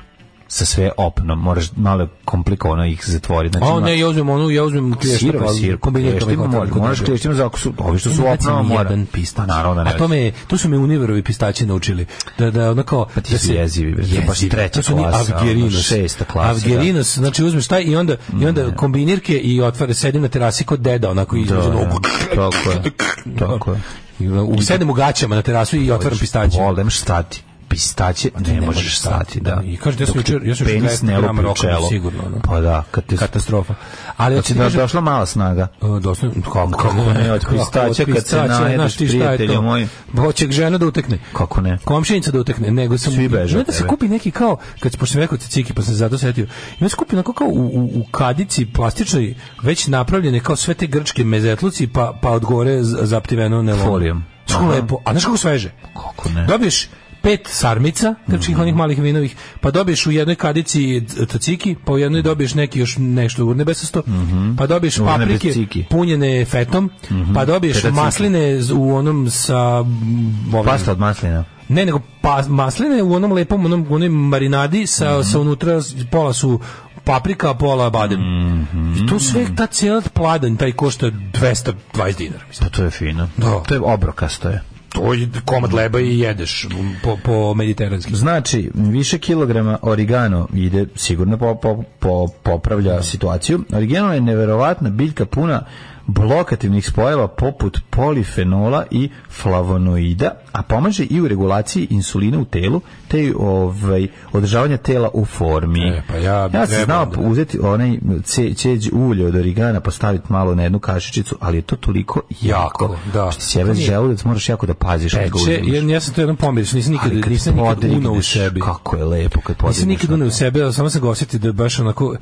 Speaker 6: sa sve opnom, moraš malo komplikovano ih zatvoriti. Znači,
Speaker 5: A ne, pa ja uzmem onu, ja uzmem klješta.
Speaker 6: sirove, sir, klještima, moraš, moraš klještima, za ako su, ovi što su opnova, mora.
Speaker 5: jedan
Speaker 6: Pa
Speaker 5: pistač.
Speaker 6: naravno da ne.
Speaker 5: A to me, to su me univerovi pistači naučili. Da da onako pa
Speaker 6: ti su jezivi, bre, to je baš treća
Speaker 5: to su oni
Speaker 6: klasa, ono,
Speaker 5: Avgerinos.
Speaker 6: šesta klasa,
Speaker 5: Avgerinos, znači uzmeš taj i onda i onda kombinirke i otvara sedim na terasi kod deda onako i
Speaker 6: Da,
Speaker 5: između nogu.
Speaker 6: Tako je, tako je.
Speaker 5: I u sedem u gaćama na terasu i otvaram pistaće.
Speaker 6: Vol, nemaš stati. Pistaće ne, možeš stati, da.
Speaker 5: I kaže da sam
Speaker 6: Dok ti
Speaker 5: jučer, ja sam
Speaker 6: penis
Speaker 5: jučer
Speaker 6: ne
Speaker 5: 20 grama
Speaker 6: lupi u
Speaker 5: roka,
Speaker 6: čelo.
Speaker 5: sigurno, ono.
Speaker 6: Pa da, kad te...
Speaker 5: katastrofa. Ali
Speaker 6: Znači
Speaker 5: hoću ti
Speaker 6: da
Speaker 5: kažem-
Speaker 6: došla mala snaga.
Speaker 5: E, Doslovno, kako,
Speaker 6: Kako ne, od pistaća kad se najedeš, prijatelju moj.
Speaker 5: Boćeg žena da utekne.
Speaker 6: Kako ne?
Speaker 5: Komšinica da utekne, nego sam...
Speaker 6: Svi beže
Speaker 5: Ima
Speaker 6: od
Speaker 5: da se
Speaker 6: tebe.
Speaker 5: kupi neki kao, kad pošto sam rekao ciciki, pa sam se zato setio, ima da se kupi onako kao u, u, u kadici plastičnoj, već napravljene kao sve te grčke mezetluci, pa, pa od gore z- zaptiveno nelom.
Speaker 6: Folijom.
Speaker 5: Što
Speaker 6: Aha.
Speaker 5: lepo. A znaš kako sveže?
Speaker 6: Kako ne? Mhm.
Speaker 5: Dobiješ pet sarmica, grčkih onih malih vinovih, pa dobiješ u jednoj kadici t- taciki, pa u jednoj dobiješ neki još nešto urne besasto,
Speaker 6: Mhm.
Speaker 5: pa dobiješ
Speaker 6: Urne bez
Speaker 5: paprike
Speaker 6: ciki. Mhm.
Speaker 5: punjene fetom, pa dobiješ
Speaker 6: Feta ciki.
Speaker 5: masline z- u onom sa... mm, ovim-
Speaker 6: Pasta od maslina.
Speaker 5: Ne, nego pa, masline u onom lepom, onom, onoj marinadi sa,
Speaker 6: Mhm.
Speaker 5: sa unutra s- pola su paprika, a pola badem.
Speaker 6: Mhm.
Speaker 5: I to sve, ta cijela pladanj, taj košta 220 dinara. Mislim.
Speaker 6: Pa to je fino.
Speaker 5: Da.
Speaker 6: To je obrokasto je.
Speaker 5: to je komad leba i jedeš po, po mediteranski.
Speaker 6: Znači, više kilograma origano ide sigurno po, po, po, popravlja situaciju. Origano je neverovatna biljka puna blokativnih spojeva poput polifenola i flavonoida, a pomaže i u regulaciji insulina u telu, te i ovaj, održavanja tela u formi.
Speaker 5: E, pa ja bi
Speaker 6: sam
Speaker 5: trebao
Speaker 6: znao
Speaker 5: da-
Speaker 6: uzeti onaj ce, ceđ ulje od origana pa staviti malo na jednu kašičicu, ali je to toliko jako.
Speaker 5: da.
Speaker 6: Što si jebe
Speaker 5: Nije.
Speaker 6: želudac, moraš jako da paziš. kad ga
Speaker 5: Peče,
Speaker 6: uzimaš.
Speaker 5: jer ja sam to jednom pomiriš, nisam nikad,
Speaker 6: Ali kad
Speaker 5: nisam nikad
Speaker 6: podrigneš,
Speaker 5: unao u sebi.
Speaker 6: Kako je lepo kad podigneš.
Speaker 5: Nisam nikad unao u sebe, ali samo sam ga osjetio da je baš onako...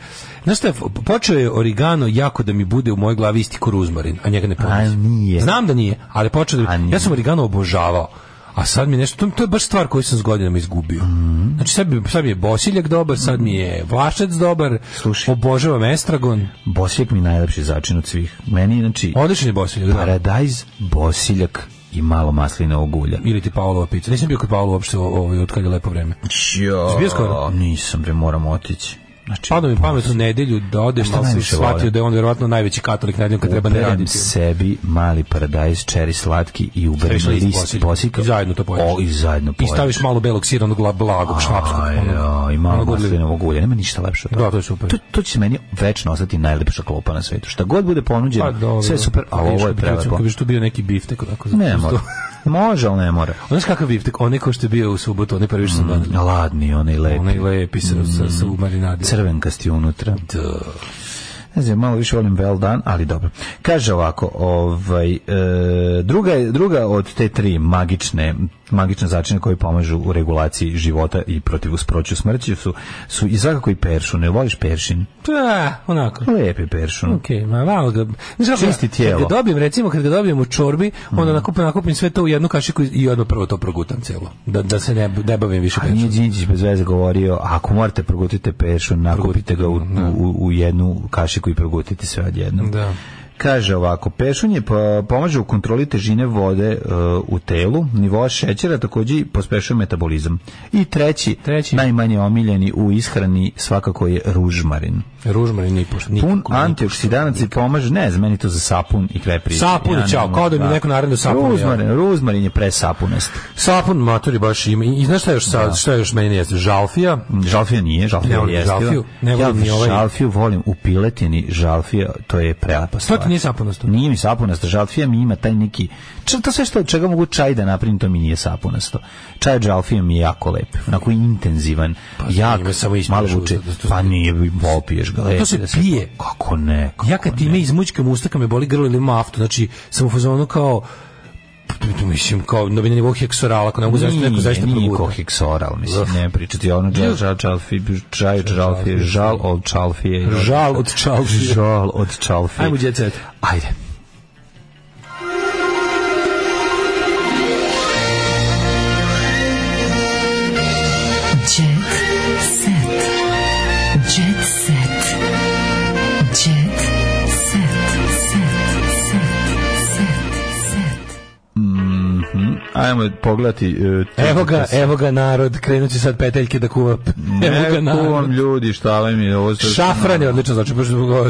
Speaker 5: Znaš šta, počeo je origano jako da mi bude u mojoj glavi isti ko ruzmarin, a njega ne
Speaker 6: A
Speaker 5: pomislim.
Speaker 6: nije.
Speaker 5: Znam da nije, ali počeo da... Ja sam origano obožavao. A sad mi je nešto, to, to je baš stvar koju sam s godinama izgubio.
Speaker 6: Mhm.
Speaker 5: Znači sad mi, sad mi je bosiljak dobar, sad mi je vlašac dobar, obožavam estragon.
Speaker 6: Bosiljak mi je najlepši začin od svih. Meni, znači...
Speaker 5: Odličan je bosiljak, da.
Speaker 6: Paradajz, bosiljak i malo maslinovog ulja.
Speaker 5: Ili ti Paolova pizza. Nisam bio kod Paolo uopšte o- ovaj, od kad je lepo vreme.
Speaker 6: Jo,
Speaker 5: Jesi bio skoro?
Speaker 6: Nisam, bre, moram otići. Znači,
Speaker 5: Padao mi pamet u nedelju da odem,
Speaker 6: šta
Speaker 5: ali sam
Speaker 6: najviše
Speaker 5: shvatio
Speaker 6: volim?
Speaker 5: da je on verovatno najveći katolik nedeljom kad treba ne
Speaker 6: Uberem
Speaker 5: raditi.
Speaker 6: sebi mali paradajz, čeri slatki i uberem
Speaker 5: Staviš list
Speaker 6: list
Speaker 5: bosiljka.
Speaker 6: bosiljka.
Speaker 5: I zajedno to pojedeš.
Speaker 6: O, i zajedno
Speaker 5: I
Speaker 6: pojedeš.
Speaker 5: staviš malo belog sira, onog la- blagog, švapskog.
Speaker 6: Aj,
Speaker 5: onog-
Speaker 6: ja, I malo
Speaker 5: onog odliv-
Speaker 6: maslinovog ulja, nema ništa lepše. od toga.
Speaker 5: Da, to je super.
Speaker 6: To, to će meni večno ostati najlepša klopa na svetu. Šta god bude ponuđeno,
Speaker 5: Pa, dobro.
Speaker 6: sve je super, a ovo je
Speaker 5: Kad bi-
Speaker 6: prelepo.
Speaker 5: Kad bi tu bio neki biftek, onako. za-
Speaker 6: Ne
Speaker 5: uz
Speaker 6: mora.
Speaker 5: to.
Speaker 6: Može, ali ne mora.
Speaker 5: Znaš kakav biftek? Onaj ko što je bio u subotu, onaj prvi što sam donio.
Speaker 6: Ladni, onaj Mm, lepi.
Speaker 5: Onaj lepi sa, sa, sa u marinadi.
Speaker 6: crvenkasti unutra. Da. Ne znam, malo više volim well done, ali dobro. Kaže ovako, ovaj, e, druga, je- druga od te tri magične, magične začine koji pomažu u regulaciji života i protiv usproću smrći su, su i svakako i peršun. Jel voliš peršin?
Speaker 5: Da, Pa, onako.
Speaker 6: Lepi peršun.
Speaker 5: Ok, ma malo ga... Znaš kako,
Speaker 6: Čisti tijelo. Mhm.
Speaker 5: Kad ga dobijem, recimo, kad ga dobijem u čorbi, onda nakupim, nakupim sve to u jednu kašiku i odmah prvo to progutam celo. Da, da se ne, ne bavim više
Speaker 6: A
Speaker 5: pečom.
Speaker 6: nije Đinđić bez veze govorio, ako morate progutite peršun, nakupite ga u, u, u jednu kašiku i progutite sve odjednom.
Speaker 5: Da.
Speaker 6: Kaže ovako, pešun je po- pomaže u kontroli težine vode e, u telu, nivoa šećera takođe i pospešuje metabolizam. I treći, najmanje omiljeni u ishrani svakako je ružmarin.
Speaker 5: Ružmarin ni pošto. Nikako,
Speaker 6: Pun
Speaker 5: nikako.
Speaker 6: antioksidanac i pomaže, ne znam, meni je to za sapun i kraj priče.
Speaker 5: Sapun, ćao,
Speaker 6: ne-
Speaker 5: kao da mi neko naredno sapun, ja.
Speaker 6: Ružmarin, ružmarin je presapunast.
Speaker 5: Sapun maturi baš ima. I, i znaš šta još, sa, šta još meni jeste? Žalfija.
Speaker 6: Žalfija nije,
Speaker 5: Ne
Speaker 6: žalfija
Speaker 5: volim
Speaker 6: je jestiva.
Speaker 5: žalfiju, ne volim
Speaker 6: ja
Speaker 5: ni ovaj.
Speaker 6: žalfiju volim u piletini, žalfija, to je prelepa
Speaker 5: To
Speaker 6: stvar.
Speaker 5: ti nije sapunasto.
Speaker 6: Nije mi sapunasto, žalfija mi ima taj neki... Č- To sve što od čega mogu čaj da napravim, to mi nije sapunasto. Čaj od žalfija mi je jako lep, onako intenzivan, jak,
Speaker 5: njime Pa samo ispiješ
Speaker 6: malo vuče.
Speaker 5: uzad, to-
Speaker 6: Pa nije, popiješ ga. lepi
Speaker 5: se
Speaker 6: da
Speaker 5: pije.
Speaker 6: Kako ne? Kako
Speaker 5: Ja kad time izmućkam usta, kad me boli grlo ili ima aftu, znači sam u fazonu kao mislim kao da bi na nivou heksorala, ako ne mogu zašto neko zaista
Speaker 6: Nije, nije
Speaker 5: proguta.
Speaker 6: koheksoral, mislim, ne pričati ono džal, džal, džalfi, čaj od žalfije, žal od čalfije.
Speaker 5: Žal od čalfije.
Speaker 6: Žal od čalfije.
Speaker 5: Ajmo jet set.
Speaker 6: Ajde.
Speaker 1: Jet set. Jet set. Jet set. Set. Set. Set.
Speaker 6: Mhm. Ajmo pogledati. e,
Speaker 5: Evo ga,
Speaker 6: tekst.
Speaker 5: evo ga narod, krenut će sad peteljke da kuva. Evo ga
Speaker 6: Ne kuvam
Speaker 5: narod.
Speaker 6: ljudi, šta vam je ovo? sve-
Speaker 5: Šafran je odličan znači, baš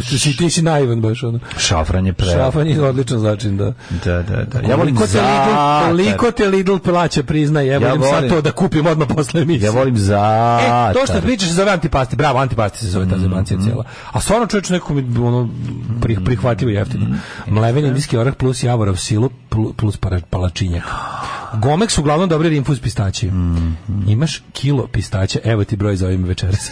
Speaker 5: ti si, ti si naivan baš ono.
Speaker 6: Šafran je pre.
Speaker 5: Šafran je odličan znači, da.
Speaker 6: Da, da, da. Ja
Speaker 5: Ja
Speaker 6: volim
Speaker 5: koliko te Lidl,
Speaker 6: zatar.
Speaker 5: koliko te Lidl plaća, priznaj, evo
Speaker 6: Ja
Speaker 5: idem sad
Speaker 6: volim-
Speaker 5: to da kupim odmah posle emisije.
Speaker 6: Ja volim
Speaker 5: E,
Speaker 6: zatar.
Speaker 5: to što pričaš se zove antipasti, bravo, antipasti se zove ta zemancija cijela. A stvarno čovječ neko mi ono, pri, prihvatljivo jeftino. Mleven indijski orah plus javorov silu plu- plus para- palačinjak. Gomek su uglavnom dobri jer infuz pistacije. Imaš kilo pistaća, evo ti broj za ovim večeras.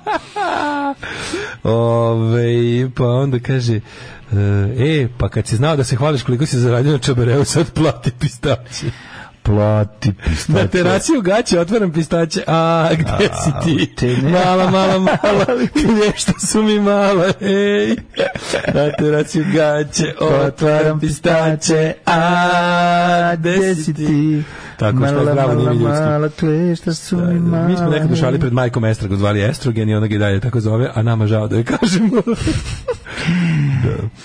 Speaker 5: Ove, pa onda kaže e, pa kad si znao da se hvališ koliko si zaradio na čabareu, sad plati pistaće.
Speaker 6: Plati pistače.
Speaker 5: Na terasi u gaći otvaram pistaće. A, gde si ti?
Speaker 6: te ne.
Speaker 5: Mala, mala, mala. Nešto su mi mala. Ej. Na terasi u gaće otvaram pistaće. A, gde si ti? Tako što zdravo nije mi ljudski.
Speaker 6: Mala klešta su mi mala.
Speaker 5: Mi smo nekad u šali pred majkom Estragu zvali Estrogen i ona ga i dalje tako zove, a nama žao da je kažemo.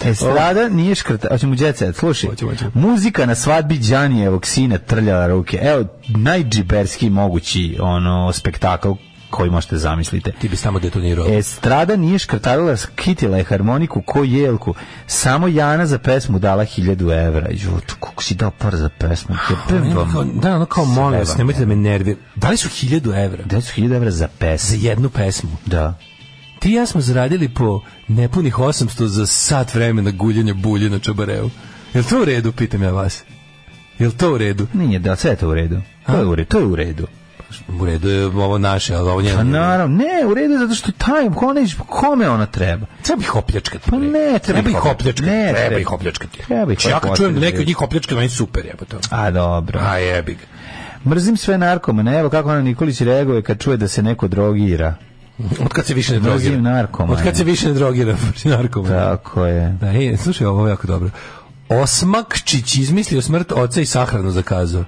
Speaker 6: Estrada E, nije škrta, hoćemo jet set, slušaj.
Speaker 5: Hoćemo, hoćemo.
Speaker 6: Muzika na svadbi Đanijevog sina trljala ruke. Evo, najdžiberski mogući ono, spektakl koji možete zamislite.
Speaker 5: Ti bi samo detonirao.
Speaker 6: Estrada E, nije škrtarila s Kitila je harmoniku ko jelku. Samo Jana za pesmu dala 1000 evra. Jutu, kako si dao par za pesmu? Jebem
Speaker 5: vam. Kao, da, ono kao molim vas, nemojte da me nervi. Dali su 1000 evra.
Speaker 6: Dali su 1000 evra za pesmu.
Speaker 5: Za jednu pesmu.
Speaker 6: Da.
Speaker 5: Ti i ja smo zaradili po nepunih 800 za sat vremena guljenja bulje na čabareu. Je to u redu, pitam ja vas? Je to u redu?
Speaker 6: Nije, da, sve je to u redu. To je u redu, to je u redu.
Speaker 5: U redu je ovo naše, ali ovo njeno.
Speaker 6: Pa naravno, ne, u redu je zato što taj, kome, kome ona treba?
Speaker 5: Treba ih opljačkati.
Speaker 6: Pa ne, treba
Speaker 5: ih opljačkati.
Speaker 6: Ne,
Speaker 5: treba ih opljačkati. Znači,
Speaker 6: Treba ih
Speaker 5: Ja kad čujem neki od njih opljačkati, meni super je. To.
Speaker 6: A dobro.
Speaker 5: A jebi ga.
Speaker 6: Mrzim sve narkomane, evo kako ona Nikolić reaguje kad čuje da se neko drogira.
Speaker 5: Od kad se više ne drogira.
Speaker 6: Mrzim narkomane.
Speaker 5: Od kad se više ne drogira, narkomane.
Speaker 6: Tako je.
Speaker 5: Da, ej, slušaj, ovo je jako dobro. Osmakčić izmislio smrt oca i sahranu zakazao.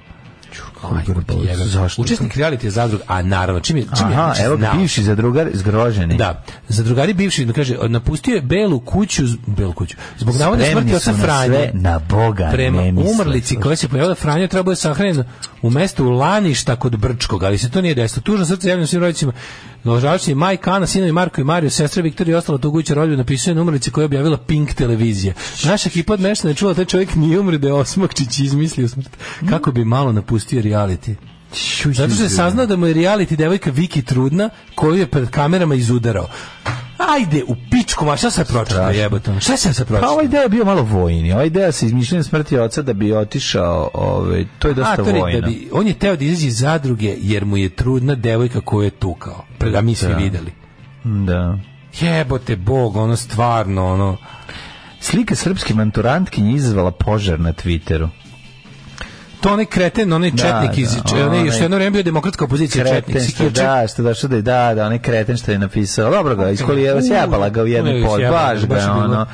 Speaker 5: Jebe.
Speaker 6: Zašto?
Speaker 5: Učesnik reality je zadrug, a naravno, čim je, čim je
Speaker 6: Aha,
Speaker 5: znači,
Speaker 6: evo ga,
Speaker 5: znao.
Speaker 6: bivši zadrugar zgroženi.
Speaker 5: Da, zadrugari bivši, kaže, napustio je belu kuću, z- belu kuću, zbog navodne
Speaker 6: Spremni
Speaker 5: smrti oca
Speaker 6: su na sve,
Speaker 5: Franje.
Speaker 6: na Boga
Speaker 5: Prema
Speaker 6: ne misle.
Speaker 5: umrlici koja se pojavila Franja trebao je sahranjen u mestu Laništa kod Brčkog, ali se to nije desilo. Tužno srce javljeno svim rodicima. Ložavačni Majka, Ana, sinovi Marko i Mario, sestra Viktorija i ostala tugujuća rodbina napisuje na umrlici koja je objavila Pink televizija. Naša ekipa od meštana je čula taj čovjek nije umri da je Osmakčić izmislio smrt. Kako bi malo napustio reality. Zato što je saznao da mu je reality devojka Viki Trudna koju je pred kamerama izudarao. Ajde, u pičku, ma šta se pročitao jebotom? Šta se se
Speaker 6: Pa
Speaker 5: pročitao?
Speaker 6: ova ideja je bio malo vojni. Ova ideja se izmišljena smrti oca da bi otišao, ovaj, to je dosta
Speaker 5: A, to je
Speaker 6: vojno.
Speaker 5: da bi, on je teo da izađe iz zadruge jer mu je trudna devojka koju je tukao. Pred, a mi svi videli.
Speaker 6: Da.
Speaker 5: Jebote bog, ono stvarno, ono...
Speaker 6: Slika srpske manturantkinje izazvala požar na Twitteru.
Speaker 5: To onaj kreten, onaj četnik iz...
Speaker 6: da,
Speaker 5: če- onaj,
Speaker 6: onaj-
Speaker 5: što je jedno vreme bio demokratska opozicija, četnik.
Speaker 6: Kreten što
Speaker 5: Sikirček.
Speaker 6: da, što da što da je- da, da, onaj kreten što je napisao. Dobro ga, iskolijeva se jabala ga u
Speaker 5: Ujeo
Speaker 6: jednu
Speaker 5: je
Speaker 6: pod,
Speaker 5: sjebala,
Speaker 6: baš ga
Speaker 5: baš je
Speaker 6: je
Speaker 5: bilo-
Speaker 6: ono.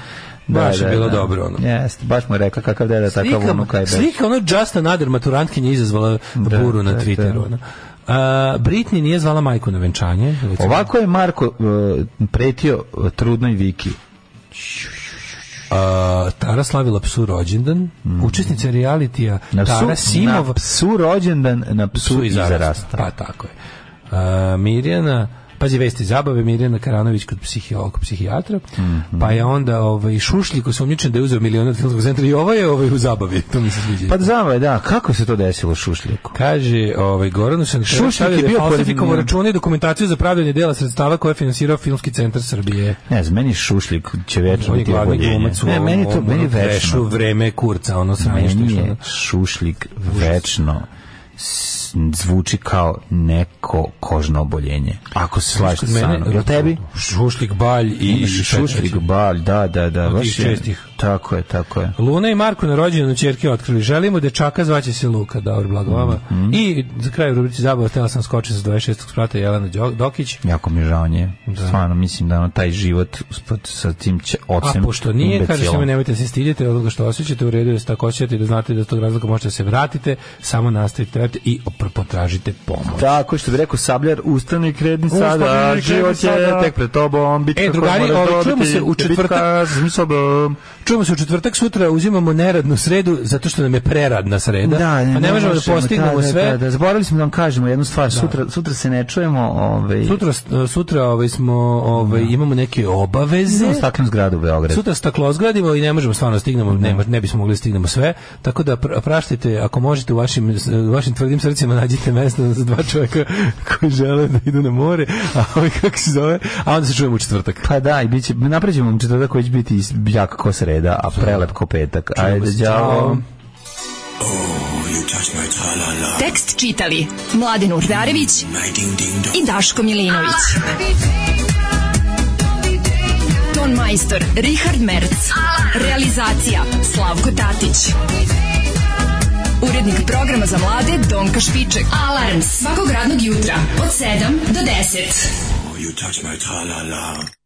Speaker 5: baš je bilo dobro, ono.
Speaker 6: Jeste, baš mu je rekla kakav deda takav
Speaker 5: Slika,
Speaker 6: unuka je bez.
Speaker 5: slika ono Just Another maturantkinje izazvala buru na
Speaker 6: da, da.
Speaker 5: Twitteru. Ono. A, Britney nije zvala majku na venčanje. recimo.
Speaker 6: Ovako je Marko eh, pretio eh, trudnoj Viki.
Speaker 5: A, Tara slavila psu rođendan. Učesnica realitija
Speaker 6: Mm. Na psu,
Speaker 5: Tara Simov.
Speaker 6: na psu rođendan, na psu,
Speaker 5: su
Speaker 6: i
Speaker 5: i
Speaker 6: zarasta.
Speaker 5: zarasta. Pa tako je. A, Mirjana, pazi vesti zabave, Mirjana Karanović kod psihijologa, psihijatra,
Speaker 6: Mhm.
Speaker 5: pa je onda ovaj, Šušljik osumnjičen da je uzeo milion od filmskog centra i ovo je ovaj, u zabavi, to mi se sviđa.
Speaker 6: Pa znamo je, da, kako se to desilo Šušljaku?
Speaker 5: Kaže, ovaj Goranu se
Speaker 6: Šušljik je
Speaker 5: je
Speaker 6: bio
Speaker 5: bio
Speaker 6: pored-
Speaker 5: falsifikovao račune i dokumentaciju za pravljanje dela sredstava koje je finansirao Filmski centar Srbije.
Speaker 6: Ne znam, meni Šušljik će večno
Speaker 5: On je
Speaker 6: biti
Speaker 5: glavni
Speaker 6: oboljenje.
Speaker 5: glumac u
Speaker 6: Ne,
Speaker 5: ovom-
Speaker 6: meni to,
Speaker 5: ovom,
Speaker 6: meni
Speaker 5: ono,
Speaker 6: večno.
Speaker 5: trešu vreme kurca, ono sranje što je
Speaker 6: Meni
Speaker 5: išlo,
Speaker 6: je
Speaker 5: ono.
Speaker 6: Šušljik večno s- zvuči kao neko kožno oboljenje. Ako se slažete
Speaker 5: Kod
Speaker 6: sa
Speaker 5: mene-
Speaker 6: mnom. Jel tebi?
Speaker 5: Šušljik, Balj i
Speaker 6: Šušljik,
Speaker 5: Šušljik.
Speaker 6: balj, da, da, da.
Speaker 5: Od
Speaker 6: baš
Speaker 5: tih
Speaker 6: je-
Speaker 5: čestih.
Speaker 6: Tako je, tako je.
Speaker 5: Luna i Marko na rođenu čerke otkrili. Želimo dečaka, zvaće se Luka, dobro, blago vama.
Speaker 6: Mhm.
Speaker 5: I za kraj u rubrici zabava, htela sam skočiti sa 26. sprata Jelena Đo- Dokić.
Speaker 6: Jako mi je žao nje. Stvarno, mislim da ono, taj život uspod sa tim će
Speaker 5: A
Speaker 6: ocem
Speaker 5: pošto nije, kaže se
Speaker 6: imbecilom.
Speaker 5: mi nemojte da se stidjeti od onoga što osjećate, u redu je da se tako osjećate i da znate da iz tog razloga možete da se vratite, samo nastavite raditi i opr- potražite pomoć.
Speaker 6: Tako što bi rekao Sabljar, ustani i kredni sada,
Speaker 5: Ustani i kredni
Speaker 6: život je
Speaker 5: sada.
Speaker 6: tek pred tobom, bitka
Speaker 5: E,
Speaker 6: koju
Speaker 5: drugari,
Speaker 6: moraš
Speaker 5: ovaj, čujemo
Speaker 6: dobiti,
Speaker 5: se u četvrtak.
Speaker 6: bitka sa sobom.
Speaker 5: Čujemo se u četvrtak sutra, uzimamo neradnu sredu zato što nam je preradna sreda,
Speaker 6: Da, ne,
Speaker 5: pa ne možemo da
Speaker 6: možemo,
Speaker 5: postignemo
Speaker 6: da, da,
Speaker 5: sve.
Speaker 6: Da, da, zaboravili smo da vam kažemo jednu stvar, sutra, sutra se ne čujemo, ovaj,
Speaker 5: Sutra, sutra ovaj, smo, ovaj, imamo neke obaveze.
Speaker 6: imamo staknu zgradu u Beogradu.
Speaker 5: Sutra staklo zgradimo i ne možemo stvarno da stignemo, ne, mo- ne bismo mogli da stignemo sve. Tako da pr- praštite, ako možete u vašim, s- u vašim tvrdim srcima nađite mesto za dva čovjeka koji žele da idu na more, a ovaj kako se zove, a onda se čujemo u četvrtak.
Speaker 6: Pa da, i biće, napređemo vam četvrtak koji će biti is- jak ko sreda, a prelep ko petak. Ajde,
Speaker 5: se,
Speaker 6: đavo.
Speaker 5: ćao.
Speaker 8: Tekst čitali Mladin Urdarević i Daško Milinović. Ton majstor Richard Merc. Realizacija Slavko Tatić. Urednik programa za mlade Donka Špiček. Alarms svakog radnog jutra od 7 do 10.
Speaker 14: You touch my tra-la-la.